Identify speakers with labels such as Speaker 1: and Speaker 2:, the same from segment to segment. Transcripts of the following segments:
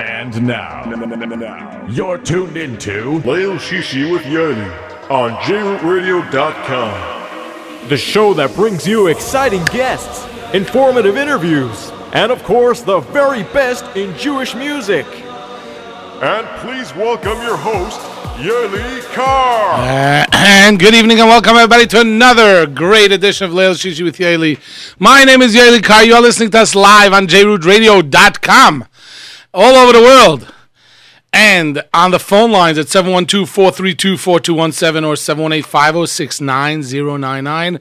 Speaker 1: And now, you're tuned into
Speaker 2: Lil Shishi with Yoni on JRootRadio.com.
Speaker 3: the show that brings you exciting guests, informative interviews, and of course, the very best in Jewish music.
Speaker 2: And please welcome your host, Yoni Carr.
Speaker 4: Uh, and good evening and welcome everybody to another great edition of Leil Shishi with Yaeli. My name is Yaeli Kar. You are listening to us live on jrootradio.com all over the world. And on the phone lines at 712-432-4217 or 718-506-9099.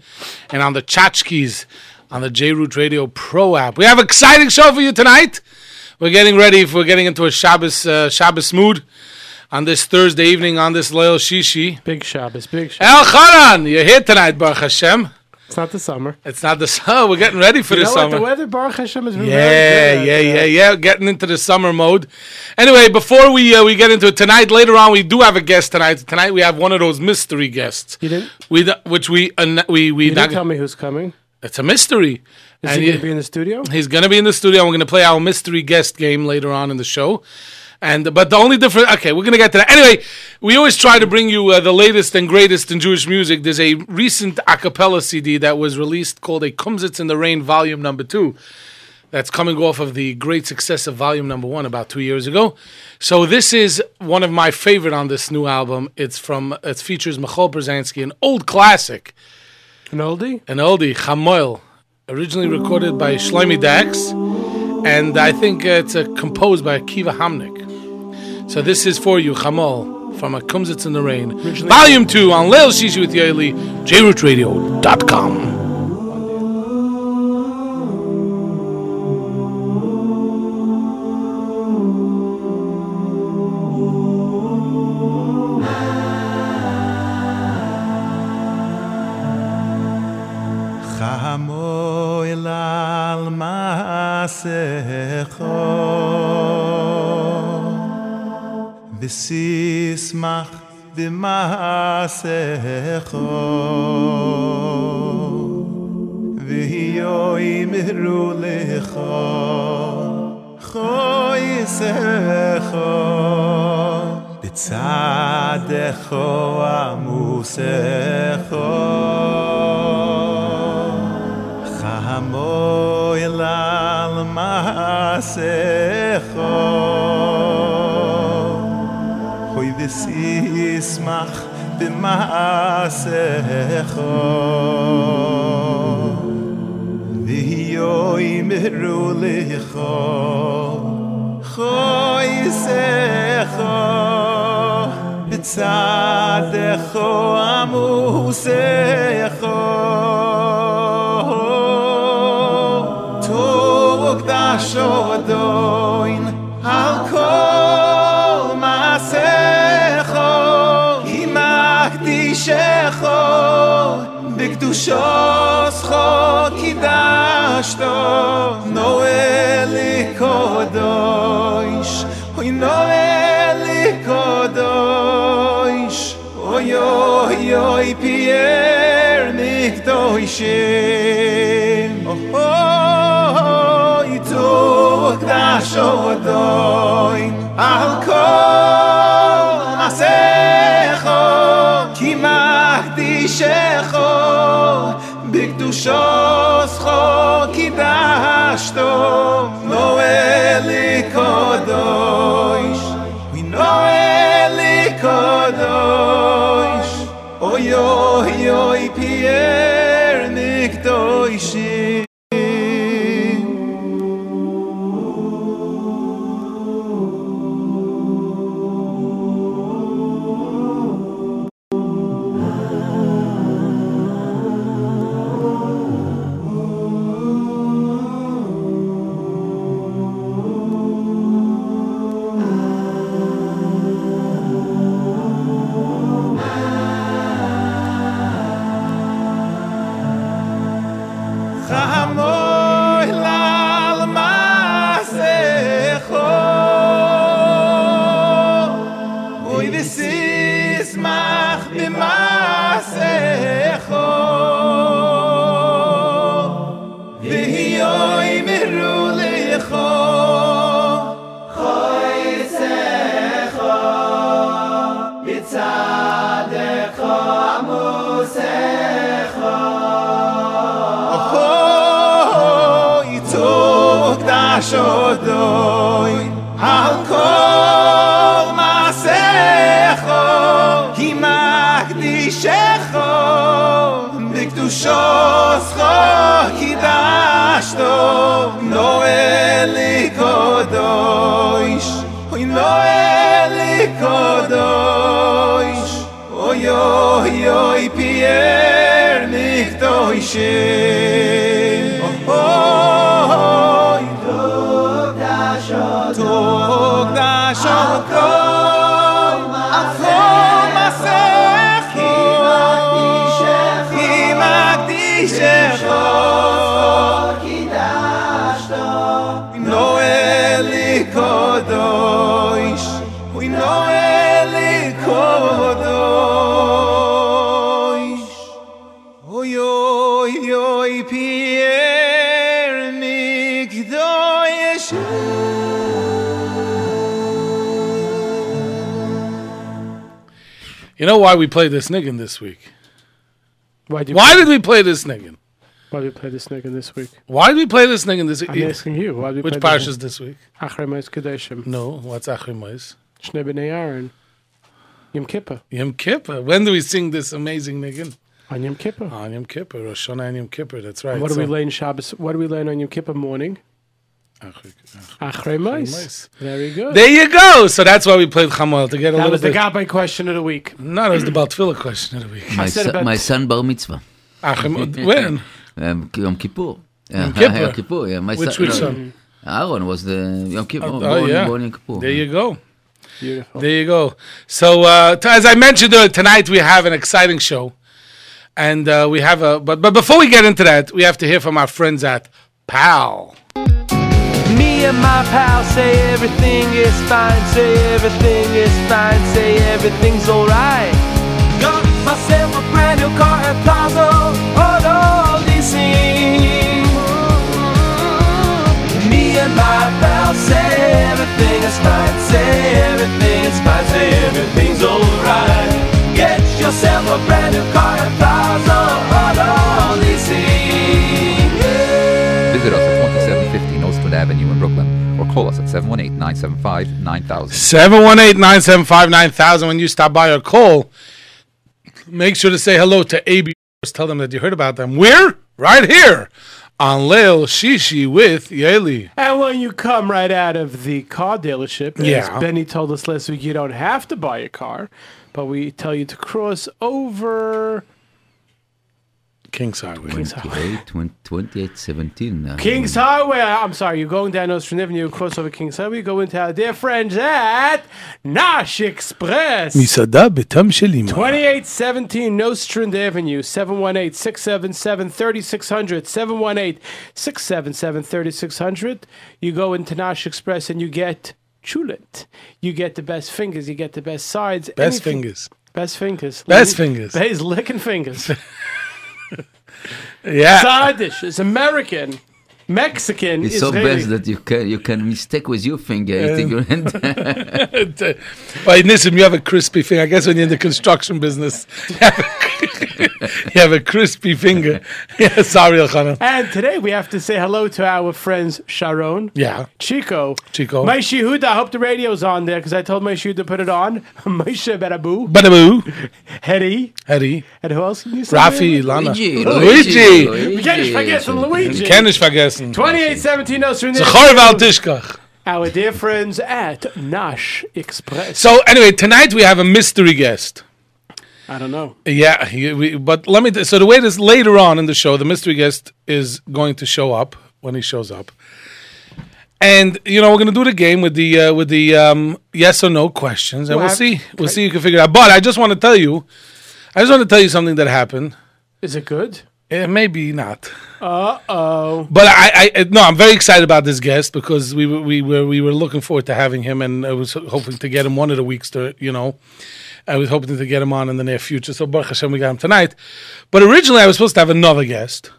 Speaker 4: And on the tchotchkes on the JRoot Radio Pro app. We have an exciting show for you tonight. We're getting ready. We're getting into a Shabbos, uh, Shabbos mood on this Thursday evening on this Leil Shishi.
Speaker 5: Big Shabbos, big Shabbos.
Speaker 4: El Charan, you're here tonight, Baruch Hashem.
Speaker 5: It's not the summer.
Speaker 4: It's not the summer. We're getting ready for
Speaker 5: You
Speaker 4: the
Speaker 5: know what?
Speaker 4: summer.
Speaker 5: The weather, Baruch Hashem, has been
Speaker 4: yeah,
Speaker 5: very good.
Speaker 4: yeah, yeah, yeah. Getting into the summer mode. Anyway, before we uh, we get into it tonight, later on we do have a guest tonight. Tonight we have one of those mystery guests.
Speaker 5: You didn't-
Speaker 4: We do- which we uh, we we
Speaker 5: You
Speaker 4: not-
Speaker 5: didn't tell me who's coming.
Speaker 4: it's a mystery.
Speaker 5: Is
Speaker 4: And
Speaker 5: he going to
Speaker 4: you-
Speaker 5: be in the studio?
Speaker 4: He's gonna be in the studio. and We're gonna play our mystery guest game later on in the show. And but the only difference, okay, we're gonna get to that. Anyway, we always try to bring you uh, the latest and greatest in Jewish music. There's a recent a cappella CD that was released called "A Kumsitz in the Rain" Volume Number Two. That's coming off of the great success of Volume Number One about two years ago. So this is one of my favorite on this new album. It's from it features Michal Brzezinski, an old classic
Speaker 5: An oldie?
Speaker 4: an oldie, Chamoil, originally recorded by Shlomi Dax, and I think uh, it's uh, composed by Akiva Hamnik. So this is for you, Chamol, from A Kumsitz in the Rain, Volume 2 on Leil Shishi with Yaeli, jrootradio.com.
Speaker 6: חמו אל על מעשיכו וסיסמך במעשיכו ויהיו אמרו לך חויסך בצדך עמוסך חמו אל על מעשיך hoi des is mach de maase kho vi yoi merule kho kho ise kho bitsad kho amuse kho tog da shodoin al kol masecho im akdishecho bikdushoscho kidashto noeli kodosh oy noeli kodosh oy oy oy pier mikdoshim Oh, oy tuk dashodoy al kol masecho ki makdishecho bikdushoscho kidashto noeli kodosh We know Eli Kodosh Oy oy oy Pierre Nikdoishi odoy al kol masecho ki makdishecho bikdusho scho ki dashto noeli kodosh oy noeli e kodosh oy oy oy pier nikdoyshe oh, oy Togdash Okom Afom Asecho Ki Magdishecho Noeli Kodosh Ui Noeli Kodosh Oy oy oy Pierre Mikdoyesh
Speaker 4: You know why we played this niggin this week?
Speaker 5: Why do you,
Speaker 4: Why did we play this niggin?
Speaker 5: why do you play this nigga this week?
Speaker 4: Why did we play this niggin this
Speaker 5: I'm
Speaker 4: week?
Speaker 5: asking you. Why do you
Speaker 4: Which
Speaker 5: play
Speaker 4: parish is this week?
Speaker 5: Achre Mois Kadeshim.
Speaker 4: No, what's Achrimais?
Speaker 5: Shnei B'nei Aaron. Yom Kippur.
Speaker 4: Yom Kippur. When do we sing this amazing niggin?
Speaker 5: On Yom Kippur.
Speaker 4: On Yom Kippur, Rosh Hashanah and Yom Kippur. That's right.
Speaker 5: what do
Speaker 4: So-
Speaker 5: we lay in Shabbos? What do we lay on Yom Kippur morning?
Speaker 4: Achri- Achri-
Speaker 5: Achre Mois.
Speaker 4: Mois.
Speaker 5: Ah, Very good.
Speaker 4: There you go. So that's why we played Chamuel to get
Speaker 5: that
Speaker 4: a little
Speaker 5: was the
Speaker 4: bit.
Speaker 5: Gabbai question of the week.
Speaker 4: No, it was the Baltfila question of the week.
Speaker 7: My,
Speaker 5: said about-
Speaker 7: son, my son bar mitzvah.
Speaker 4: Achrim, when?
Speaker 7: Um, Yom Kippur. Yeah,
Speaker 4: Kippur?
Speaker 7: Yom Kippur. Yeah, my
Speaker 4: Which
Speaker 7: son.
Speaker 4: which
Speaker 7: no,
Speaker 4: song?
Speaker 7: Aaron was the Yom Kippur.
Speaker 4: Oh,
Speaker 7: born,
Speaker 4: yeah.
Speaker 7: born Yom Kippur.
Speaker 4: There you go.
Speaker 5: Beautiful.
Speaker 4: There you go. So uh, t- as I mentioned uh, tonight, we have an exciting show, and uh, we have a. But but before we get into that, we have to hear from our friends at Pal.
Speaker 6: Me and my pal say everything is fine, say everything is fine, say everything's alright. Got myself a brand new car at Plaza, on all these things. Me and my pal say everything is fine, say everything is fine, say everything's alright. Get yourself a brand new car at Plaza, on all these things.
Speaker 8: Visit us at 2750 Northwood Avenue in Brooklyn or call us at 718 975 9000.
Speaker 4: 718-975-9000 when you stop by or call make sure to say hello to AB Just tell them that you heard about them we're right here on Leil Shishi with Yaeli
Speaker 5: And when you come right out of the car dealership,
Speaker 4: Yeah.
Speaker 5: as Benny told us last week, you don't have to buy a car, but we tell you to cross over
Speaker 4: King's Highway
Speaker 7: 28, 20, 28, 17. uh,
Speaker 5: Kings Highway. I'm sorry, you're going down Ocean Avenue, you cross over Kings Highway, you go into our dear friends at Nash Express.
Speaker 4: מסעדה בתם של אמא
Speaker 5: 2817 Nostrand Avenue, 718 677 3600. 718 677 3600. You go into Nash Express and you get chulet. You get the best fingers, you get the best sides.
Speaker 4: best
Speaker 5: anything-
Speaker 4: fingers
Speaker 5: Best fingers.
Speaker 4: Best fingers.
Speaker 5: Best licking fingers.
Speaker 4: yeah
Speaker 5: Side dishes, American, Mexican,
Speaker 7: It's so
Speaker 5: Israeli.
Speaker 7: best that you can you can mistake with your finger. You
Speaker 4: Uh,
Speaker 7: take your hand.
Speaker 4: well Nissim you have a crispy finger I guess when you're in the construction business you have a- you have a crispy finger yeah sorry Elchanan
Speaker 5: And today we have to say hello to our friends Sharon.
Speaker 4: yeah
Speaker 5: Chico.
Speaker 4: Chico.
Speaker 5: Maishi Huda. I hope the radio's on there because I told Maishi Huda to put it on. Maishi Barabu.
Speaker 4: Badaboo
Speaker 5: Hetty.
Speaker 4: Harry
Speaker 5: And who else can you say?
Speaker 4: Rafi Lana
Speaker 7: Luigi,
Speaker 4: Luigi.
Speaker 5: We can't forget from Luigi.
Speaker 4: Kenn ich vergessen.
Speaker 5: 2817
Speaker 4: Zachar Valtishkach.
Speaker 5: Our dear friends at Nash Express.
Speaker 4: So anyway, tonight we have a mystery guest.
Speaker 5: I don't know.
Speaker 4: Yeah, he- we, but let me. t- So the way this later on in the show, the mystery guest is going to show up when he shows up, and you know we're going to do the game with the uh, with the um, yes or no questions, and
Speaker 5: Well,
Speaker 4: we'll
Speaker 5: I-
Speaker 4: see we'll see if you can figure it out. But I just want to tell you, I just want to tell you something that happened.
Speaker 5: Is it good?
Speaker 4: Eh, maybe not.
Speaker 5: Uh oh.
Speaker 4: But I, I, no, I'm very excited about this guest because we were, we were, we were looking forward to having him, and I was hoping to get him one of the weeks to, you know, I was hoping to get him on in the near future. So Baruch Hashem, we got him tonight. But originally, I was supposed to have another guest.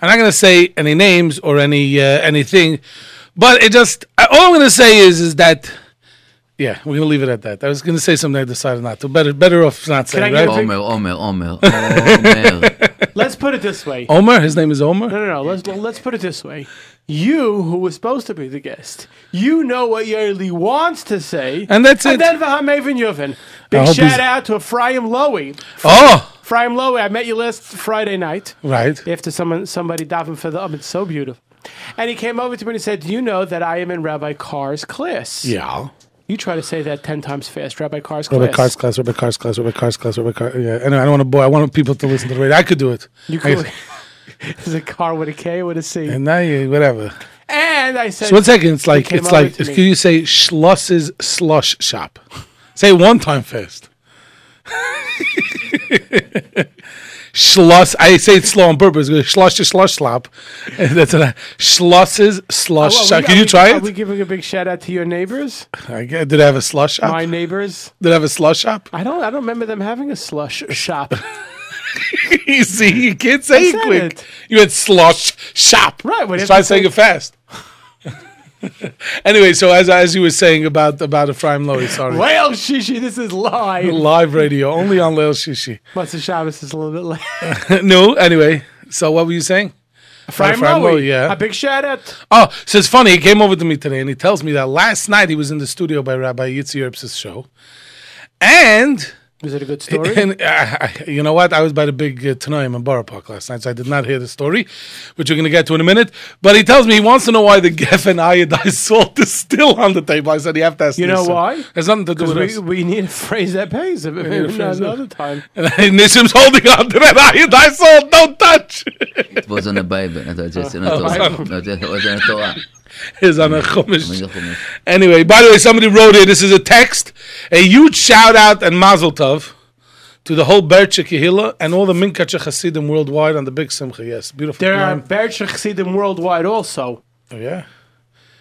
Speaker 4: I'm not going to say any names or any uh, anything, but it just I- all I'm going to say is is that. Yeah, we're gonna leave it at that. I was gonna say something I decided not to. Better, better off not saying.
Speaker 5: I get a
Speaker 4: right?
Speaker 7: Omer, Omer, Omer, Omer.
Speaker 5: Let's let's put it this way.
Speaker 9: Omer, his name is Omer.
Speaker 5: No, no, no. Let's let's put it this way. You, who was supposed to be the guest, you know what Yerli wants to say,
Speaker 9: And that's
Speaker 5: and
Speaker 9: it.
Speaker 5: then Vaham Avin Yuvin. Big
Speaker 9: hope
Speaker 5: shout
Speaker 9: he's-
Speaker 5: out to Ephraim Lowy.
Speaker 9: Oh,
Speaker 5: Ephraim Lowy, I met you last Friday night
Speaker 9: right.
Speaker 5: after someone somebody davened for the um, it's so beautiful. And he came over to me and he said, "Do you know that I am in Rabbi Carr's class?"
Speaker 4: Yeah.
Speaker 5: You try to say that ten times fast, Rabbi Carr's
Speaker 4: Robert
Speaker 5: class.
Speaker 4: Cars class, Robert Cars class, Robert Cars class, Robert Cars. Yeah. Anyway, I don't want to bore. I want people to listen to the radio. I could do it.
Speaker 5: You could. Is a car with a K with a C?
Speaker 4: And now you, whatever.
Speaker 5: And I said,
Speaker 4: So one second. It's like,
Speaker 5: came
Speaker 4: it's
Speaker 5: over
Speaker 4: like,
Speaker 5: to me.
Speaker 4: can you say Schloss's slush shop? Say it one time fast. Schloss. I say it slow on purpose. because Schloss is slush slop. And That's what I, Schloss's slush
Speaker 5: Oh, Well,
Speaker 4: shop.
Speaker 5: we-
Speaker 4: Can
Speaker 5: are
Speaker 4: you
Speaker 5: we-
Speaker 4: try
Speaker 5: Are we
Speaker 4: it?
Speaker 5: giving a big shout out to your neighbors?
Speaker 4: I guess- Did I have a slush shop?
Speaker 5: My neighbors?
Speaker 4: Did I have a slush shop?
Speaker 5: I don't. I don't remember them having a slush shop.
Speaker 4: Easy. You can't say
Speaker 5: I
Speaker 4: it
Speaker 5: said
Speaker 4: quick.
Speaker 5: it.
Speaker 4: You had slush shop.
Speaker 5: Right, but
Speaker 4: Just
Speaker 5: if
Speaker 4: try
Speaker 5: you
Speaker 4: saying
Speaker 5: say-
Speaker 4: it fast. anyway, so as as you were saying about about Ephraim Lowy, sorry.
Speaker 5: well, shishi, this is live.
Speaker 4: Live radio, only on Lil Shishi.
Speaker 5: Masa Shabbos is a little bit late.
Speaker 4: no, anyway. So what were you saying?
Speaker 5: Prime
Speaker 4: Ephraim
Speaker 5: Lowy,
Speaker 4: Lowy, yeah.
Speaker 5: A big shout out.
Speaker 4: Oh, so it's funny. He came over to me today and he tells me that last night he was in the studio by Rabbi Yitzhak Erbs's show. And
Speaker 5: Is it a good story?
Speaker 4: And uh, I- you know what? I was by the big uh, Tanoim in Borough Park last night, so I did not hear the story, which we're going to get to in a minute. But he tells me he wants to know why the Geffen iodized salt is still on the table. I said, you have to ask
Speaker 5: You
Speaker 4: Nissim."
Speaker 5: know why?
Speaker 4: There's nothing to do with
Speaker 5: we,
Speaker 4: us.
Speaker 5: we need a phrase that pays. Maybe
Speaker 4: phrase that-
Speaker 5: another time.
Speaker 4: And Nissim's holding on to that iodized salt. Don't touch.
Speaker 7: It was on a Bible. It was
Speaker 4: Oh,
Speaker 7: just on a Torah. No, it was on a Torah.
Speaker 4: He's on a
Speaker 7: I mean,
Speaker 4: chumash.
Speaker 7: the Chumash.
Speaker 4: Anyway, by the way, somebody wrote it. This is a text. A huge shout out and mazel tov to the whole Berchik Yehila and all the Minkacha Hasidim worldwide on the big Simcha. Yes, beautiful.
Speaker 5: There are
Speaker 4: time.
Speaker 5: Berchik Chassidim worldwide also.
Speaker 4: Oh, yeah.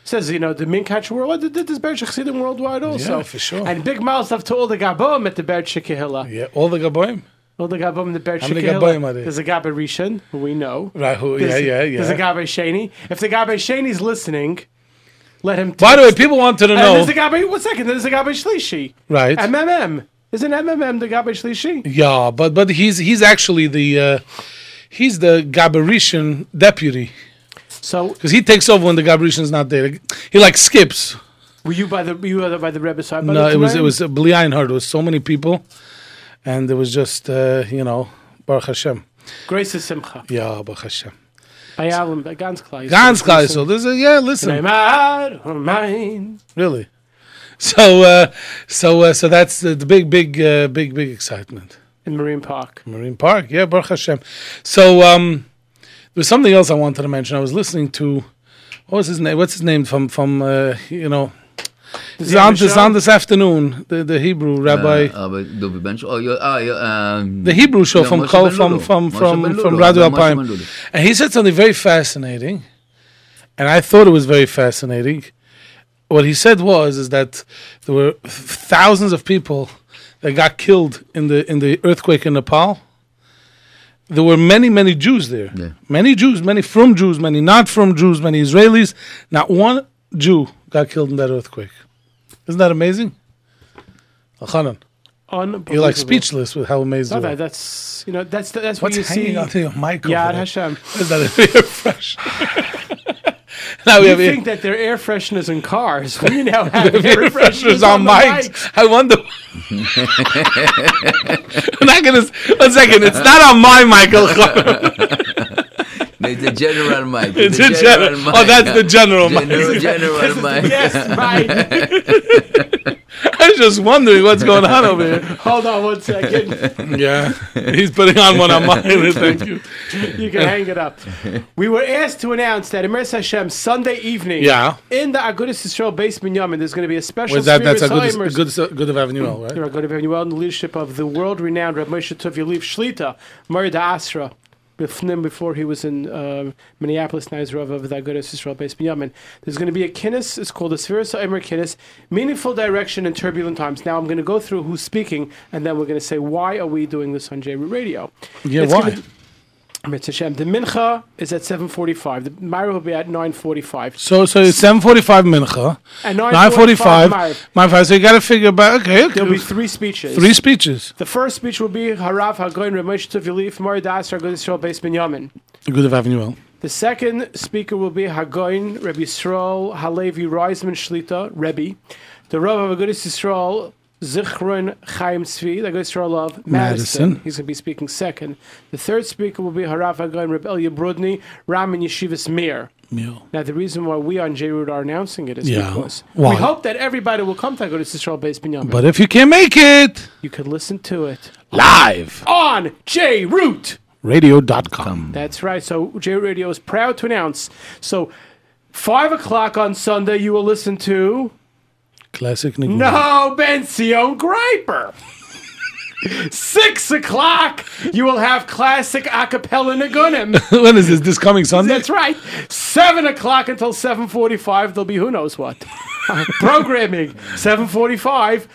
Speaker 5: Says you know the Minkach world. There's Berchik Chassidim worldwide also.
Speaker 4: Yeah, for sure.
Speaker 5: And big mouths have to all the Gabom at the Berchik Kehillah.
Speaker 4: Yeah, all the Gaboim.
Speaker 5: All the Gabom in the Berchik
Speaker 4: many
Speaker 5: Kehillah.
Speaker 4: Gaboim are there?
Speaker 5: There's a Gabay Rishon, who we know.
Speaker 4: Right, who, yeah,
Speaker 5: There's-
Speaker 4: yeah, yeah.
Speaker 5: There's a Gabe Shaney. If the Gabe Shaney's listening, let him. Text.
Speaker 4: By the way, people wanted to
Speaker 5: and
Speaker 4: know.
Speaker 5: there's the Gabe. One second, there's the Gabe Shlishi.
Speaker 4: right.
Speaker 5: MMM isn't MMM the Gabe Shlishi?
Speaker 4: yeah, but but he's he's actually the uh, he's the Gabarishan deputy
Speaker 5: So
Speaker 4: because he takes over when the Gabarishan's not there. He like skips.
Speaker 5: were you by the you were by the Rebbe side? by
Speaker 4: no,
Speaker 5: the
Speaker 4: it was it
Speaker 5: time?
Speaker 4: was uh, Bli Einhard. It was so many people, and it was just uh, you know Baruch Hashem.
Speaker 5: Grace is Simcha.
Speaker 4: Yeah, Baruch Hashem.
Speaker 5: By Alan, by Gans Klai.
Speaker 4: Ganz klar. So this is yeah. Listen,
Speaker 5: oh, Mine.
Speaker 4: really. So uh, so uh, so that's the, the big big uh, big big excitement.
Speaker 5: In Marine Park.
Speaker 4: Marine Park, yeah, Baruch Hashem. So um, there was something else I wanted to mention. I was listening to what was his name? What's his name from from uh, you know? This is
Speaker 5: he have
Speaker 4: on,
Speaker 5: a
Speaker 4: this is
Speaker 5: show?
Speaker 4: on this afternoon. The the Hebrew rabbi,
Speaker 7: Uh, Rabbi Dovi Ben Shlomo. Oh, you ah, you um,
Speaker 4: the Hebrew show
Speaker 7: yeah,
Speaker 4: from
Speaker 7: Moshe
Speaker 4: Kol,
Speaker 7: Ben
Speaker 4: from
Speaker 7: Lulu.
Speaker 4: from
Speaker 7: Moshe
Speaker 4: from
Speaker 7: Ben
Speaker 4: from
Speaker 7: Lulu.
Speaker 4: Radio
Speaker 7: Moshe Ben Lulu.
Speaker 4: Alpine, and he said something very fascinating, and I thought it was very fascinating. What he said was is that there were thousands of people that got killed in the in the earthquake in Nepal. there were many, many Jews there.
Speaker 7: Yeah.
Speaker 4: Many Jews, many from Jews, many not from Jews, many Israelis. Not one Jew got killed in that earthquake. Isn't that amazing? Al-Khanan,
Speaker 5: Unbelievable.
Speaker 4: you're like speechless with how
Speaker 5: No,
Speaker 4: amazing.
Speaker 5: that, that's you know that's that's what
Speaker 4: What's
Speaker 5: you
Speaker 4: hanging
Speaker 5: see.
Speaker 4: onto your mic? over
Speaker 5: Yad
Speaker 4: there?
Speaker 5: Hashem.
Speaker 4: Is that a air fresh? now we
Speaker 5: You
Speaker 4: have air-
Speaker 5: think that they're air fresheners in cars. We now have air fresheners
Speaker 4: refreshers
Speaker 5: on,
Speaker 4: on
Speaker 5: the
Speaker 4: mics.
Speaker 5: mics.
Speaker 4: I wonder. I'm not gonna. s- One second. It's not on my mic. Al-Khanan.
Speaker 7: It's the general mic.
Speaker 4: It's the general.
Speaker 7: mic.
Speaker 4: Oh, that's the general mic.
Speaker 7: General, general mic.
Speaker 5: Yes, right.
Speaker 4: I was just wondering what's going on over here.
Speaker 5: Hold on one second.
Speaker 4: Yeah, he's putting on one on mine. Thank you.
Speaker 5: You can hang it up. We were asked to announce that Immerse Hashem Sunday evening.
Speaker 4: Yeah.
Speaker 5: In the Agudas Yisrael basement Yamin, there's going to be a special.
Speaker 4: Was that that's a
Speaker 5: Sfira
Speaker 4: good
Speaker 5: Simers-
Speaker 4: good good of Avenue, L,
Speaker 5: There
Speaker 4: right?
Speaker 5: are going to be well in the leadership of the world-renowned Rav Moshe Tov Yaliv Shlita, Murda Asra, before, before he was in uh, Minneapolis, now he's Rav of the Agudas Yisrael based Binyamin. There's going to be a kinnis, it's called the Spheris Emer Kinnis, Meaningful Direction in Turbulent Times. Now I'm going to go through who's speaking, and then we're going to say, why are we doing this on J-Root Radio?
Speaker 4: Yeah,
Speaker 5: It's
Speaker 4: why?
Speaker 5: gonna- Mitzvah Hashem. The mincha is at 7:45. The Myra will be at 9:45.
Speaker 4: So, so it's 745 mincha,
Speaker 5: At
Speaker 4: 945,
Speaker 5: 9:45,
Speaker 4: my five. So you got to figure about, okay,
Speaker 5: there'll
Speaker 4: okay
Speaker 5: be three speeches.
Speaker 4: three speeches.
Speaker 5: The first speech will be Harav Hagoyin Ramesh Tuvili from Das Hagoyin Yisrael Beis Binyamin.
Speaker 4: Good of having you all.
Speaker 5: The second speaker will be Hagoyin Rebbe Yisrael Halevi Reisman Shlita Rebbe, the Rav of Hagoyin Yisrael Zichron Chaim Tzvi, the Hagoyin Yisrael of Madison.
Speaker 4: Madison.
Speaker 5: He's going to be speaking second. The third speaker will be Harav Hagoyin Rebbe Elia Brudny Raman Yeshivas Mir.
Speaker 4: Meal.
Speaker 5: Now, the reason why we on J-Root are announcing it is
Speaker 4: Yeah.
Speaker 5: because we
Speaker 4: Why?
Speaker 5: hope that everybody will come to Hagoyin Yisrael Beis Binyamin.
Speaker 4: But if you can't make it,
Speaker 5: you can listen to it
Speaker 4: live,
Speaker 5: on J-Root.
Speaker 4: radio.com.
Speaker 5: That's right. So J Radio is proud to announce. So five o'clock on Sunday, you will listen to
Speaker 4: Classic Nigga.
Speaker 5: No Benzion Griper. Six o'clock, you will have classic a cappella Nagunim.
Speaker 4: when is this? This coming Sunday?
Speaker 5: That's right. Seven o'clock until seven forty-five. There'll be who knows what Uh, programming. Seven forty-five.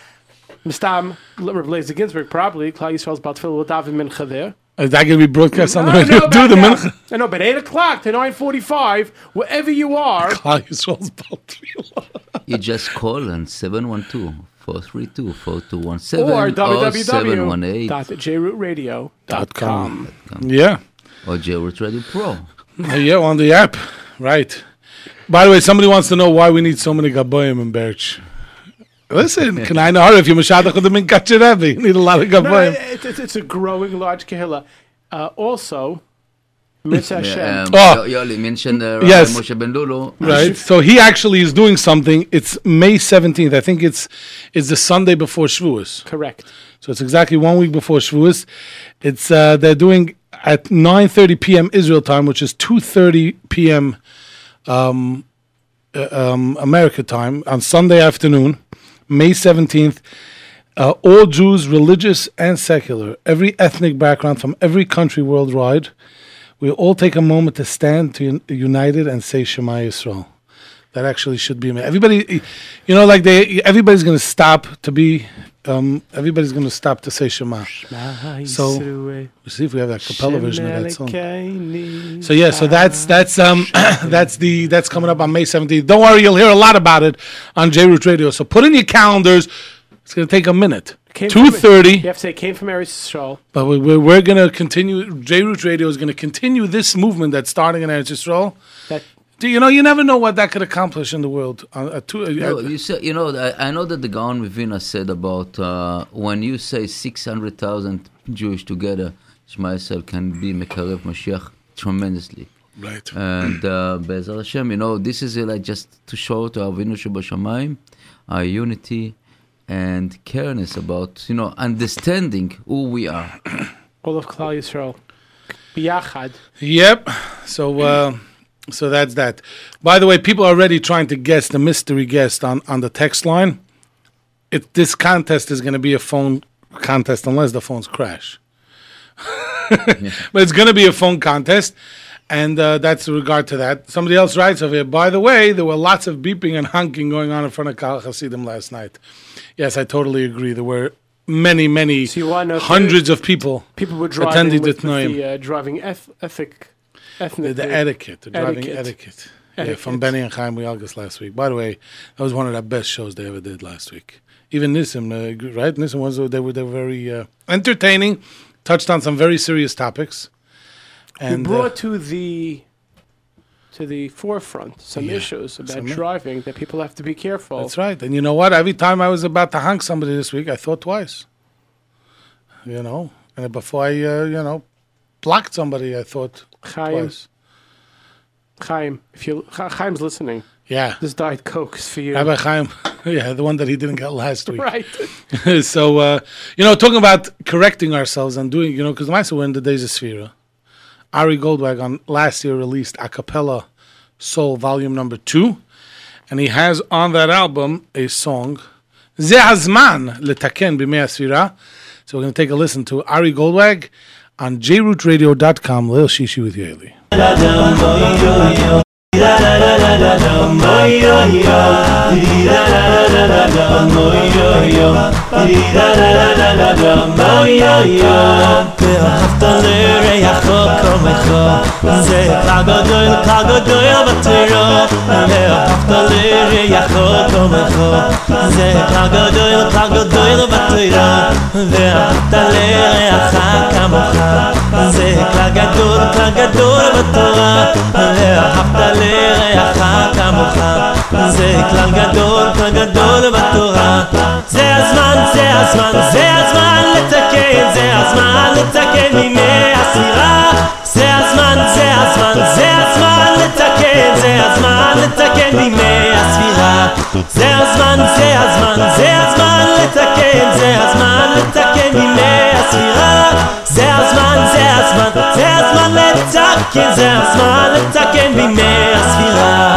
Speaker 5: Mr. Blazer Ginsburg, probably. Klal Yisrael's Batfil with David Mincha there.
Speaker 4: Is that going to be broadcast on the
Speaker 5: I
Speaker 4: radio?
Speaker 5: know
Speaker 4: Do
Speaker 5: about
Speaker 4: the
Speaker 5: that.
Speaker 4: mincha.
Speaker 5: I know, Uh, but 8 o'clock to 9.45, wherever you are,
Speaker 4: Call yourselves Baltimore.
Speaker 7: You just call on 712 432 4217
Speaker 5: or
Speaker 7: or
Speaker 5: www.jrootradio.com.
Speaker 4: Dot com. Yeah.
Speaker 7: 718 or Jailbird Radio Pro.
Speaker 4: Uh, Yeah, on the app. Right. By the way, somebody wants to know why we need so many gaboyim in Berch. Listen, can I know if you're Mashadach of the Minkachi Rebbe? You need a lot of
Speaker 5: No, no,
Speaker 4: gaboyim.
Speaker 5: it's, it's, it's a growing large kahila. Uh, also, Mitzvah
Speaker 7: Yeah,
Speaker 5: Hashem.
Speaker 7: um,
Speaker 4: Oh.
Speaker 7: oh. Yoli mentioned uh,
Speaker 4: Yes.
Speaker 7: yes. Moshe Ben Lulu.
Speaker 4: Right. So he actually is doing something. It's May 17th. I think it's it's the Sunday before Shavuos.
Speaker 5: Correct.
Speaker 4: So it's exactly one week before Shavuos. It's uh, they're doing at 9:30 p.m. Israel time, which is 2:30 p.m. Um, uh, um, America time on Sunday afternoon, May 17th. Uh, all Jews, religious and secular, every ethnic background from every country worldwide, we all take a moment to stand to un- united and say Shema Yisrael. That actually should be amazing. Everybody, you know, like they, everybody's going to stop to be, um, everybody's going to stop to say Shema. So- Let's see if we have that cappella version of that song.
Speaker 5: Shemelkeini.
Speaker 4: So yeah, so that's that's um that's the that's coming up on May 17th. Don't worry, you'll hear a lot about it on J Root Radio. So put in your calendars. It's going to take a minute.
Speaker 5: Came from-
Speaker 4: 2:30.
Speaker 5: You have to say, came from Eretz Yisrael.
Speaker 4: But we, we're, we're going to continue. J Root Radio is going to continue this movement that's starting in Eretz Yisrael.
Speaker 5: That-
Speaker 4: Do you know? You never know what that could accomplish in the world. Uh, uh, two, uh,
Speaker 7: No, you say, you know, I, I know that the Gaon Vivina said about uh, when you say 600,000 Jewish together, Shema Yisrael can be Mekarev Mashiach tremendously.
Speaker 4: right.
Speaker 7: And uh, Be'ezrat Hashem, you know, this is uh, like just to show to Avinu Shebashamayim our unity and careness about, you know, understanding who we are.
Speaker 5: All of Klal Yisrael. Biyachad.
Speaker 4: Yep. So uh, so that's that. By the way, people are already trying to guess the mystery guest on on the text line. It this contest is going to be a phone contest unless the phones crash. but it's going to be a phone contest. And uh, that's in regard to that. Somebody else writes over here. By the way, there were lots of beeping and honking going on in front of Kal Hasidim last night. Yes, I totally agree. There were many, many
Speaker 5: So you wanna know if
Speaker 4: hundreds of people.
Speaker 5: People were driving
Speaker 4: Attendee
Speaker 5: with, with
Speaker 4: Ditnoim.
Speaker 5: the uh, driving eth- ethic.
Speaker 4: The,
Speaker 5: Ethnic.
Speaker 4: the etiquette, the driving
Speaker 5: Etiquette.
Speaker 4: etiquette. Yeah, from
Speaker 5: Etiquette.
Speaker 4: Benny and Chaim Wielgus last week. By the way, that was one of the best shows they ever did last week. Even Nissim, uh, g- right? Nissim was they were they were very uh, entertaining, touched on some very serious topics.
Speaker 5: You
Speaker 4: And uh,
Speaker 5: brought to the to the forefront some
Speaker 4: Yeah,
Speaker 5: issues about
Speaker 4: some-
Speaker 5: driving that people have to be careful.
Speaker 4: that's right. And you know what? Every time I was about to hang somebody this week, I thought twice. You know, and before I uh, you know blocked somebody, I thought
Speaker 5: Chaim,
Speaker 4: twice.
Speaker 5: Chaim, if you Cha- Chaim's listening,
Speaker 4: Yeah,
Speaker 5: this diet coke's for you,
Speaker 4: Rabbi Chaim. yeah, the one that he didn't get last week.
Speaker 5: right?
Speaker 4: so uh, you know, talking about correcting ourselves and doing, you know, because myself were in the days of Sphera. Ari Goldwag on last year released a cappella soul volume number two, and he has on that album a song, "Ze Hazman Letaken B'Mei Sphera." So we're going to take a listen to Ari Goldwag on jrootradio.com. Lil Shishi with Yaeli.
Speaker 10: ואהבת לרעך כמוך זה חג הגדול, חג הגדול בתורה ואהבת לרעך כמוך זה חג הגדול, חג הגדול בתורה ואהבת לרעך כמוך זה כלל גדול, כלל גדול בתורה ואהבת לרעך כמוך זה כלל גדול, כלל גדול בתורה זה הזמן, זה הזמן, זה הזמן לתקן, זה הזמן לתקן מימי הספירה זה הזמן, זה הזמן, זה הזמן לתקן, זה הזמן לתקן מימי הספירה זה הזמן, זה הזמן, זה הזמן לתקן, זה הזמן לתקן מימי הספירה זה הזמן, זה הזמן, זה הזמן לתקן, זה הזמן לתקן בימי הספירה.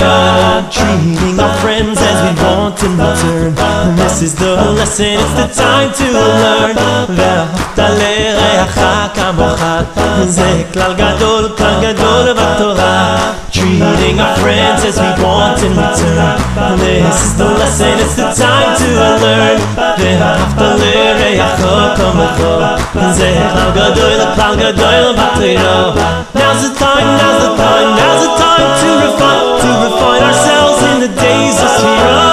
Speaker 10: Treating our friends as we want in return. This is the lesson, it's the time to learn. ואהבת לרעך כמוך, זה כלל גדול, כלל גדול בתורה. Treating our friends as we want in return. This is the lesson, it's the time to learn. ואהבת לרעך כמוך, זה כלל גדול, כלל גדול בתורה. Now's the time, now's the time, now's the time to refine, to refine ourselves in the days of Sphira.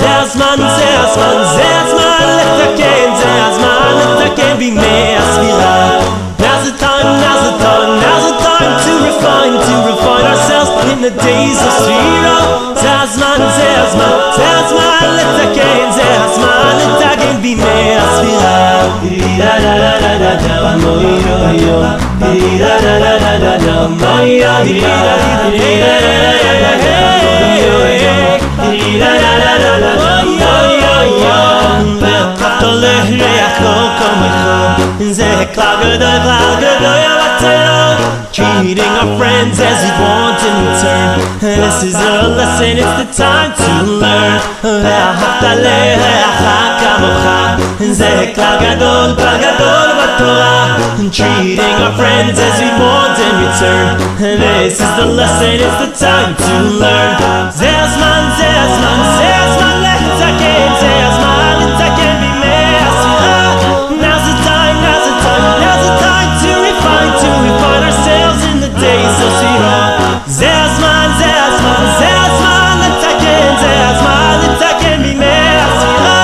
Speaker 10: Zerzman, Zerzman, Zerzman, let the game, Zerzman, let the game be me, Asmira. Now's the time, now's the time, now's the time to refine, to refine ourselves in the days of Sphira. Zerzman, Zerzman, Zerzman, let the game, Zerzman, let the game be me, Asmira. Da da da da da da, mo yo yo. Da da da da da da, mo yo yo. Da da da da da da, mo yo yo. Treating our friends as we want in return. This is a lesson, it's the time to learn. ואהבת לרעך כמוך, זה כלל גדול, כלל גדול בתורה. Treating our friends as we want in return. This is the lesson, it's the time to learn. זה הזמן, זה הזמן, זה הזמן לתקן, זה הזמן לתקן בימי הספירה. Ah, Now's the time, now's the time, now's the time to refine, to refine ourselves in the days of ספירה. זה הזמן, זה הזמן, זה הזמן לתקן, זה הזמן לתקן בימי הספירה.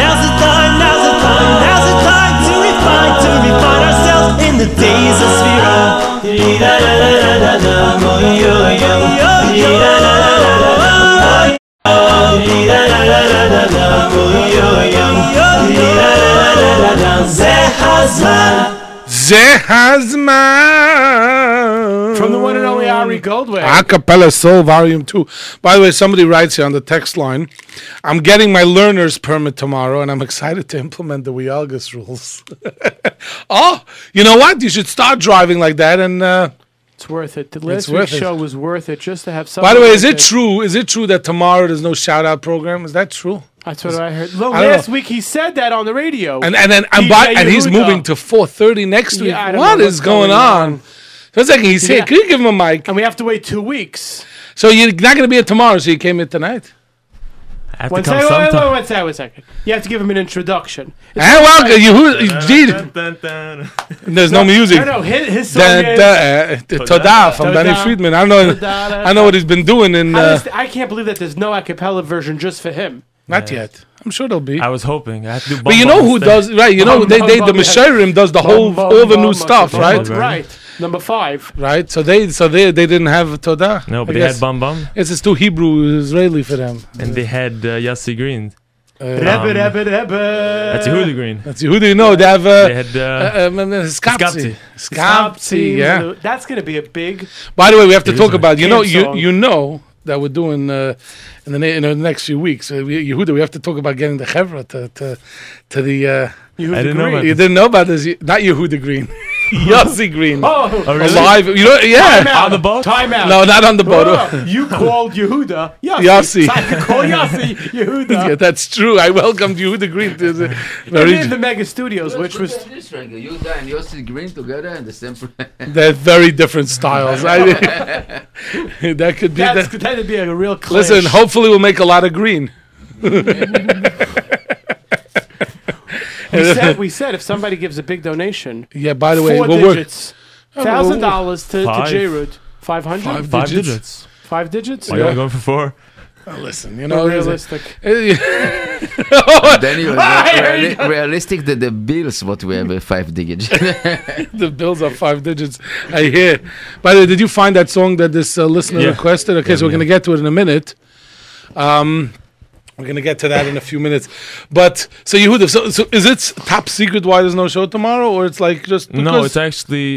Speaker 10: Now's the time, now's the time, now's the time to refine, to refine ourselves in the days of ספירה. זה הזמן
Speaker 4: זה הזמן.
Speaker 5: From the one and
Speaker 4: Mm.
Speaker 5: only Ari Goldway.
Speaker 4: Acapella Soul Volume 2. By the way, somebody writes here on the text line, I'm getting my learner's permit tomorrow and I'm excited to implement the Wealgus rules. oh, you know what? You should start driving like that. And uh,
Speaker 5: It's worth it. The last
Speaker 4: worth
Speaker 5: week's
Speaker 4: it.
Speaker 5: show was worth it just to have something.
Speaker 4: by the way, is
Speaker 5: like
Speaker 4: it
Speaker 5: that.
Speaker 4: true? Is it true that tomorrow there's no shout out program? Is that true?
Speaker 5: That's what I heard. Look,
Speaker 4: I don't
Speaker 5: last
Speaker 4: know.
Speaker 5: week he said that on the radio.
Speaker 4: And and then and,
Speaker 5: DJ
Speaker 4: by, and he's
Speaker 5: Yehuda.
Speaker 4: moving to 4:30 next week.
Speaker 5: I don't
Speaker 4: what
Speaker 5: know
Speaker 4: is
Speaker 5: what's
Speaker 4: going,
Speaker 5: going
Speaker 4: on? For a second, he's here.
Speaker 5: Yeah.
Speaker 4: Can you give him a mic?
Speaker 5: And we have to wait two weeks.
Speaker 4: So you're not going to be here tomorrow. So you came in tonight.
Speaker 10: I have to
Speaker 5: One
Speaker 10: come
Speaker 5: second, wait, wait, wait,
Speaker 10: sometime.
Speaker 5: one second, one second. You have to give him an introduction.
Speaker 4: And welcome, Eh, you. Who, Gee, there's no music.
Speaker 5: No, no, his, his song
Speaker 4: Da-
Speaker 5: is...
Speaker 4: da- uh, Toda from Benny
Speaker 5: Toda.
Speaker 4: Friedman. I know.
Speaker 5: Da, da,
Speaker 4: I know what he's been doing in.
Speaker 5: I,
Speaker 4: Uh,
Speaker 5: just, I can't believe that there's no a cappella version just for him.
Speaker 4: not yet. I'm sure there'll be.
Speaker 10: I was hoping. I have to do
Speaker 4: But you know who does right? You know
Speaker 5: Bum,
Speaker 4: they
Speaker 5: bum,
Speaker 4: they the
Speaker 5: bum, yeah.
Speaker 4: Mesherim does the whole
Speaker 5: Bum, bum,
Speaker 4: all the
Speaker 5: bum,
Speaker 4: new
Speaker 5: bum,
Speaker 4: stuff,
Speaker 5: bum,
Speaker 4: right?
Speaker 5: bum, Right. Number five.
Speaker 4: Right. So they so they they didn't have Toda.
Speaker 10: No, but
Speaker 4: I
Speaker 10: they had
Speaker 4: guess.
Speaker 10: Bum Bum
Speaker 4: Yes, it's too Hebrew Israeli for them.
Speaker 10: and they had uh, Yossi Green.
Speaker 5: Uh, Rebbe,
Speaker 10: Um,
Speaker 5: Rebbe, Rebbe.
Speaker 10: That's Yehuda Green.
Speaker 4: That's who do you know? They have uh,
Speaker 10: They had
Speaker 4: uh,
Speaker 10: uh,
Speaker 4: um, uh, Skapzi.
Speaker 10: Skapzi.
Speaker 4: Skapzi. Yeah.
Speaker 5: That's going to be a big...
Speaker 4: By the way, we have to talk
Speaker 10: a
Speaker 4: about you know
Speaker 5: camp
Speaker 4: you
Speaker 5: song.
Speaker 4: you know that we're doing uh, in the na- in the next few weeks. Uh, we, Yehuda, we have to talk about getting the chevra to to, to the. Uh,
Speaker 5: Yehuda
Speaker 10: didn't know
Speaker 5: Green.
Speaker 10: about
Speaker 4: you didn't know about this, not Yehuda Green.
Speaker 9: Yossi Green.
Speaker 5: Oh,
Speaker 11: really?
Speaker 9: Alive. You know, yeah.
Speaker 5: Time out.
Speaker 11: On the boat?
Speaker 5: Time out.
Speaker 9: No, not on the boat.
Speaker 5: Oh, you called Yehuda Yossi.
Speaker 9: Yossi.
Speaker 5: So I could call Yossi
Speaker 9: Yeah,
Speaker 5: Yehuda.
Speaker 9: that's true. I welcomed you, the Green. To the
Speaker 5: We
Speaker 9: very
Speaker 5: did the Mega Studios, which was
Speaker 7: this record, you and Yossi Green together and the same.
Speaker 9: they're very different styles. I, that could be.
Speaker 5: that's
Speaker 9: That.
Speaker 5: that'd be a real clash.
Speaker 9: Listen, hopefully we'll make a lot of green.
Speaker 5: we said we said if somebody gives a big donation,
Speaker 4: Yeah, by the way,
Speaker 5: four
Speaker 4: we'll work.
Speaker 5: digits, thousand dollars to to
Speaker 11: Five.
Speaker 5: J Root, five hundred,
Speaker 11: Five digits.
Speaker 5: five digits.
Speaker 11: Why are you going for four?
Speaker 4: Uh, Listen, Oh, you
Speaker 5: Not
Speaker 4: know,
Speaker 5: realistic.
Speaker 7: then you reali- realistic that the bills what we have a five digit.
Speaker 4: the bills are five digits. I hear. By the way, did you find that song that this uh, listener
Speaker 11: Yeah.
Speaker 4: requested? Okay, so we're gonna get to it in a minute. Um, we're gonna get to that in a few minutes. But so Yehuda, so, so is it s- top secret why there's no show tomorrow, or it's like just
Speaker 11: No,
Speaker 4: because-
Speaker 11: it's actually.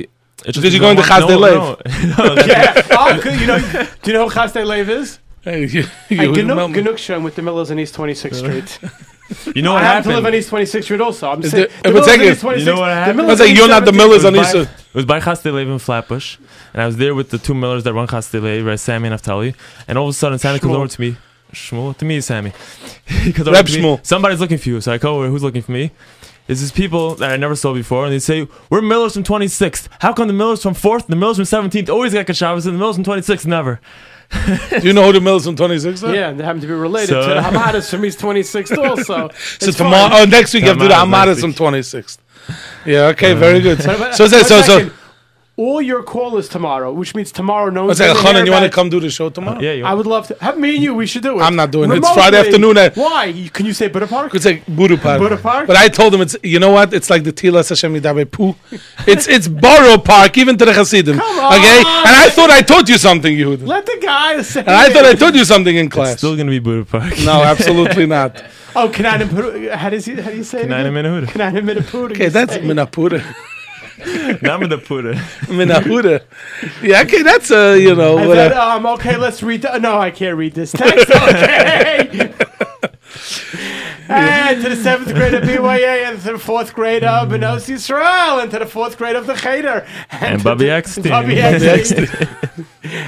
Speaker 11: It's just
Speaker 4: Did you
Speaker 11: no
Speaker 4: go into
Speaker 11: one-
Speaker 4: Chaz de
Speaker 11: no,
Speaker 4: Lev?
Speaker 11: no. No,
Speaker 5: yeah. Oh, good. you know, do you know who Chaste Lev is?
Speaker 4: Hey, you-
Speaker 5: Hey,
Speaker 4: Yehuda
Speaker 5: Gnu-
Speaker 4: Melman.
Speaker 5: Gnuck Shem with the Millers on East
Speaker 4: Uh,
Speaker 5: 26th Street.
Speaker 11: You know
Speaker 5: I
Speaker 11: what
Speaker 5: happen to live on
Speaker 11: happened?
Speaker 5: East 26th Street also. I'm
Speaker 4: Is
Speaker 5: saying the
Speaker 4: there- but
Speaker 5: Millers on
Speaker 4: take it.
Speaker 5: East 26th.
Speaker 11: You know what
Speaker 5: the
Speaker 11: happened?
Speaker 5: Millers
Speaker 4: That's like
Speaker 5: on
Speaker 4: you're
Speaker 5: East
Speaker 4: not the
Speaker 5: 17th.
Speaker 4: Millers on uh,
Speaker 11: It was
Speaker 4: East.
Speaker 11: by- It was by Chastelev in Flatbush, and I was there with the two millers that run Chastelev, right, Sammy and Naftali. And all of a sudden, Sammy comes
Speaker 5: Shmuel.
Speaker 11: over to me. Shmuel, to me, it's Sammy. He comes
Speaker 4: Reb
Speaker 11: to me,
Speaker 4: Shmuel.
Speaker 11: Somebody's looking for you. So I go over. Who's looking for me? It's these people that I never saw before, and they say we're Millers from 26th. How come the Millers from 4th, the Millers from 17th always got Kashavas, and the Millers from 26th never?
Speaker 4: Do you know who the Millers from 26 are?
Speaker 5: Yeah, and they happen to be related
Speaker 11: So-
Speaker 5: to the Hamadas from East 26th also.
Speaker 4: So
Speaker 5: It's
Speaker 4: tomorrow,
Speaker 5: fine.
Speaker 4: oh, next week you have to do the
Speaker 11: Hamada's
Speaker 4: Hamadas
Speaker 11: next
Speaker 4: from 26th. Yeah. Okay. very
Speaker 11: Uh,
Speaker 4: good.
Speaker 5: But- but-
Speaker 4: So is that
Speaker 5: but
Speaker 4: so so?
Speaker 5: second, All your call is tomorrow, which means tomorrow no
Speaker 4: What's
Speaker 5: one's
Speaker 4: that,
Speaker 5: gonna hear
Speaker 4: Conan? You want to
Speaker 5: about it.
Speaker 4: come do the show tomorrow?
Speaker 11: Yeah, you
Speaker 5: I would love to. Have me and you. We should do it.
Speaker 4: I'm not doing it. It's Friday
Speaker 5: Remotely.
Speaker 4: afternoon at-
Speaker 5: Why? You- Can you say Buddha Park?
Speaker 4: It's like Buddha Park.
Speaker 5: Buddha Park?
Speaker 4: But I told him it's you know what? It's like the Tilas Hashem Yidabe Pu. It's it's Borough Park, even to the Hasidim.
Speaker 5: Come
Speaker 4: Okay?
Speaker 5: on!
Speaker 4: And I thought I taught you something, Yehuda.
Speaker 5: Let the guy say.
Speaker 4: And I
Speaker 5: it.
Speaker 4: thought I taught you something in
Speaker 11: It's
Speaker 4: class.
Speaker 11: still gonna be Buddha Park.
Speaker 4: No, absolutely not.
Speaker 5: Oh, Canaan Puru. How does he? How do you say?
Speaker 11: Nine minute.
Speaker 5: Canaan Puru.
Speaker 4: Okay, that's Minapura.
Speaker 11: Now I'm the Buddha.
Speaker 4: Minapura. Yeah, okay, that's uh, you know,
Speaker 5: I said,
Speaker 4: whatever.
Speaker 5: um, okay, let's read. The, no, I can't read this text. Okay. and to the seventh grade of BYA, and to the fourth grade of Benos Yisrael, and to the fourth grade of the Cheder.
Speaker 11: And
Speaker 5: to
Speaker 11: Bobby
Speaker 5: the-
Speaker 11: Eckstein.
Speaker 5: Bobby
Speaker 11: Bobby
Speaker 5: Eckstein.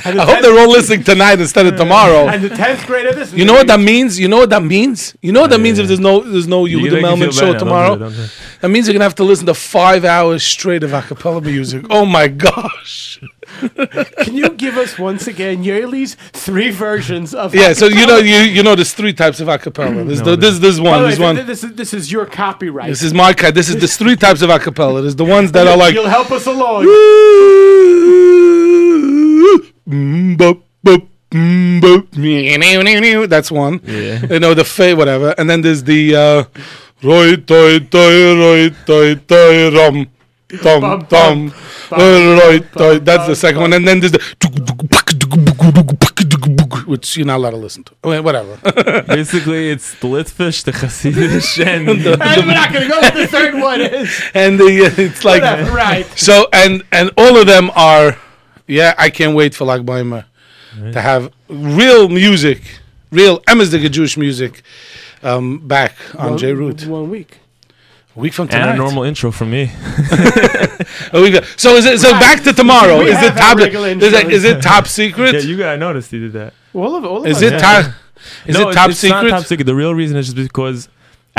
Speaker 5: And the
Speaker 4: I hope
Speaker 5: tenth-
Speaker 4: they're all listening tonight instead of tomorrow.
Speaker 5: And the tenth grade of this.
Speaker 4: You know what that means? You know what that means? You know what that means if there's no there's no
Speaker 11: You
Speaker 4: Yehuda
Speaker 11: make me feel
Speaker 4: Melman
Speaker 11: bad now. Don't
Speaker 4: show
Speaker 11: do it,
Speaker 4: tomorrow?
Speaker 11: don't do it.
Speaker 4: That means you're gonna have to listen to five hours straight of a cappella music. Oh my gosh.
Speaker 5: Can you give us once again Yearly's three versions of?
Speaker 4: Yeah, so you know, you you know, there's three types of acapella. There's the, this this
Speaker 5: By
Speaker 4: one,
Speaker 5: the way,
Speaker 4: this one.
Speaker 5: th- This is this is your copyright.
Speaker 4: This is my kind. This is there's three types of acapella. There's the ones that are like.
Speaker 5: You'll help us along.
Speaker 4: That's one.
Speaker 11: Yeah.
Speaker 4: You know the fa whatever, and then there's the uh, roy toy toy roy toy toy rum. Tom, tom, roy, toy. That's the second one, and then there's the which you're not allowed to listen to. Okay, whatever.
Speaker 11: Basically, it's the Litfish, the Hasidish, and
Speaker 5: And we're not going to go with the third one. Is
Speaker 4: and the, it's like
Speaker 5: Whatever, right?
Speaker 4: so and and all of them are yeah i can't wait for lagbaima to have real music real emizdiga jewish music um, back on j root
Speaker 5: One week.
Speaker 4: a week from
Speaker 11: and
Speaker 4: tonight
Speaker 11: a normal intro from me.
Speaker 4: a week, Oh, so is it so back to tomorrow
Speaker 5: We
Speaker 4: is it
Speaker 5: have
Speaker 4: top
Speaker 5: our regular
Speaker 4: is it, is it top
Speaker 11: Yeah,
Speaker 4: secret
Speaker 11: you got. I noticed you did that.
Speaker 5: All of all of
Speaker 4: is
Speaker 5: us.
Speaker 4: it top is
Speaker 11: No,
Speaker 4: it
Speaker 11: it's-
Speaker 4: top
Speaker 11: it's not
Speaker 4: secret
Speaker 11: top secret. The real reason is just because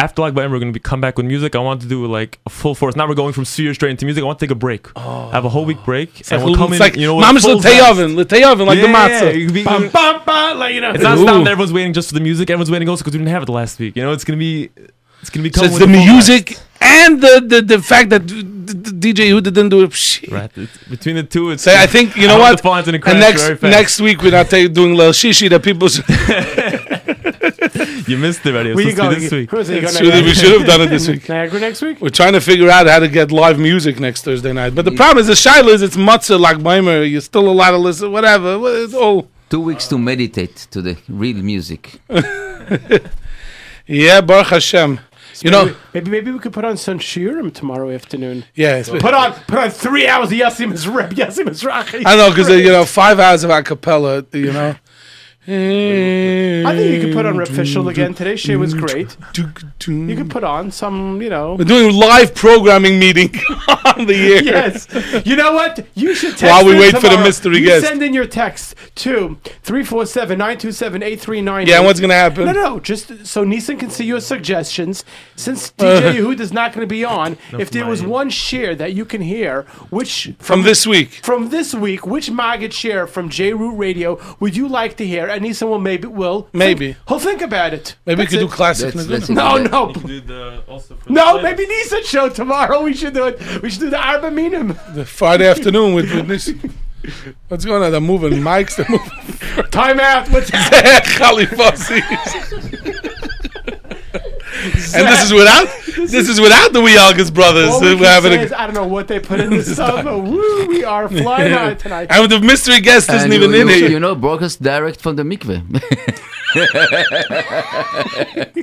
Speaker 11: after Lock by Ember, we're gonna be come back with music. I want to do like a full force. Now we're going from studio straight into music. I want to take a break. Oh. Have a whole week break,
Speaker 4: it's like,
Speaker 11: and we'll come
Speaker 4: it's
Speaker 11: in.
Speaker 4: like
Speaker 11: you know, with
Speaker 4: mama's
Speaker 11: full zest.
Speaker 4: Liteyavin, Liteyavin, like
Speaker 11: Yeah, yeah,
Speaker 4: the
Speaker 11: yeah.
Speaker 4: matzah.
Speaker 11: It'll be-
Speaker 5: Bum, bum, bum, like, you know.
Speaker 11: It's not
Speaker 4: Ooh.
Speaker 11: stopping. Everyone's waiting just for the music. Everyone's waiting also because we didn't have it last week. You know, it's gonna be. It's gonna be.
Speaker 4: So
Speaker 11: coming
Speaker 4: it's
Speaker 11: with
Speaker 4: the
Speaker 11: a full
Speaker 4: music and the, the, the fact that d- d- DJ Huda didn't do it.
Speaker 11: blast. Right. It's- Between the two, it's.
Speaker 4: So I think you know
Speaker 11: hope
Speaker 4: what.
Speaker 11: the phone's gonna crash
Speaker 4: and
Speaker 11: very
Speaker 4: next
Speaker 11: fast.
Speaker 4: next week we're not take, doing little shishi that people. Should,
Speaker 11: you missed it already. It was
Speaker 5: Where you
Speaker 11: supposed
Speaker 5: going?
Speaker 11: to be this week.
Speaker 5: Who's it, you going
Speaker 4: Should- we
Speaker 5: Niagara?
Speaker 4: should have done it this week.
Speaker 5: Niagara next week?
Speaker 4: We're trying to figure out how to get live music next Thursday night. But the problem is the shaila is it's matzah like Maimer. You're still a lot of listen whatever. Well, It's all
Speaker 7: Two weeks to meditate to the real music.
Speaker 4: yeah. Baruch Hashem. You know
Speaker 5: Maybe maybe we could put on some shiurim tomorrow afternoon.
Speaker 4: yeah. it's-
Speaker 5: Put on put on three hours of Yassim Reb Yassim Mizrachi.
Speaker 4: uh, I know because you know five hours of a cappella. You know
Speaker 5: I think you could put on Rip Fischel again. Today's shit was great. You could put on some, you know.
Speaker 4: Mm. We're doing live programming meeting on the air.
Speaker 5: Yes. You know what? You should text
Speaker 4: While we
Speaker 5: in
Speaker 4: wait for the
Speaker 5: tomorrow.
Speaker 4: mystery
Speaker 5: you
Speaker 4: guest.
Speaker 5: send in your text to 347-927-8398.
Speaker 4: Yeah, and what's gonna happen?
Speaker 5: No, no, just so Nissan can see your suggestions. Since
Speaker 4: Uh-huh.
Speaker 5: DJ Yehud is not going to be on, if there was one share that you can hear, which
Speaker 4: From this week.
Speaker 5: from this week, which Maggot share from J Root Radio would you like to hear? And Nissan will maybe will think-
Speaker 4: Maybe.
Speaker 5: he'll think about it.
Speaker 12: Maybe we
Speaker 5: That's
Speaker 12: could do
Speaker 5: it.
Speaker 12: classic
Speaker 7: Let's-
Speaker 12: Naguna.
Speaker 7: let's-
Speaker 5: No,
Speaker 7: Yeah.
Speaker 5: no.
Speaker 11: do the also for
Speaker 5: No, maybe Nissan show tomorrow. We should do it. We should do the Arba Minim.
Speaker 12: The Friday afternoon with, with Nissi. What's going on? They're moving mics. They're moving.
Speaker 5: Time out. What's
Speaker 4: Khalifasis. and this is without this is without the Wealgus brothers.
Speaker 5: All
Speaker 4: We're
Speaker 5: we can
Speaker 4: having
Speaker 5: say
Speaker 4: a-
Speaker 5: is, I don't know what they put in this stuff, but woo, we are flying high tonight.
Speaker 4: and the mystery guest isn't
Speaker 7: And
Speaker 4: even
Speaker 7: you,
Speaker 4: in
Speaker 7: you,
Speaker 4: here.
Speaker 7: You know, broadcast direct from the mikveh.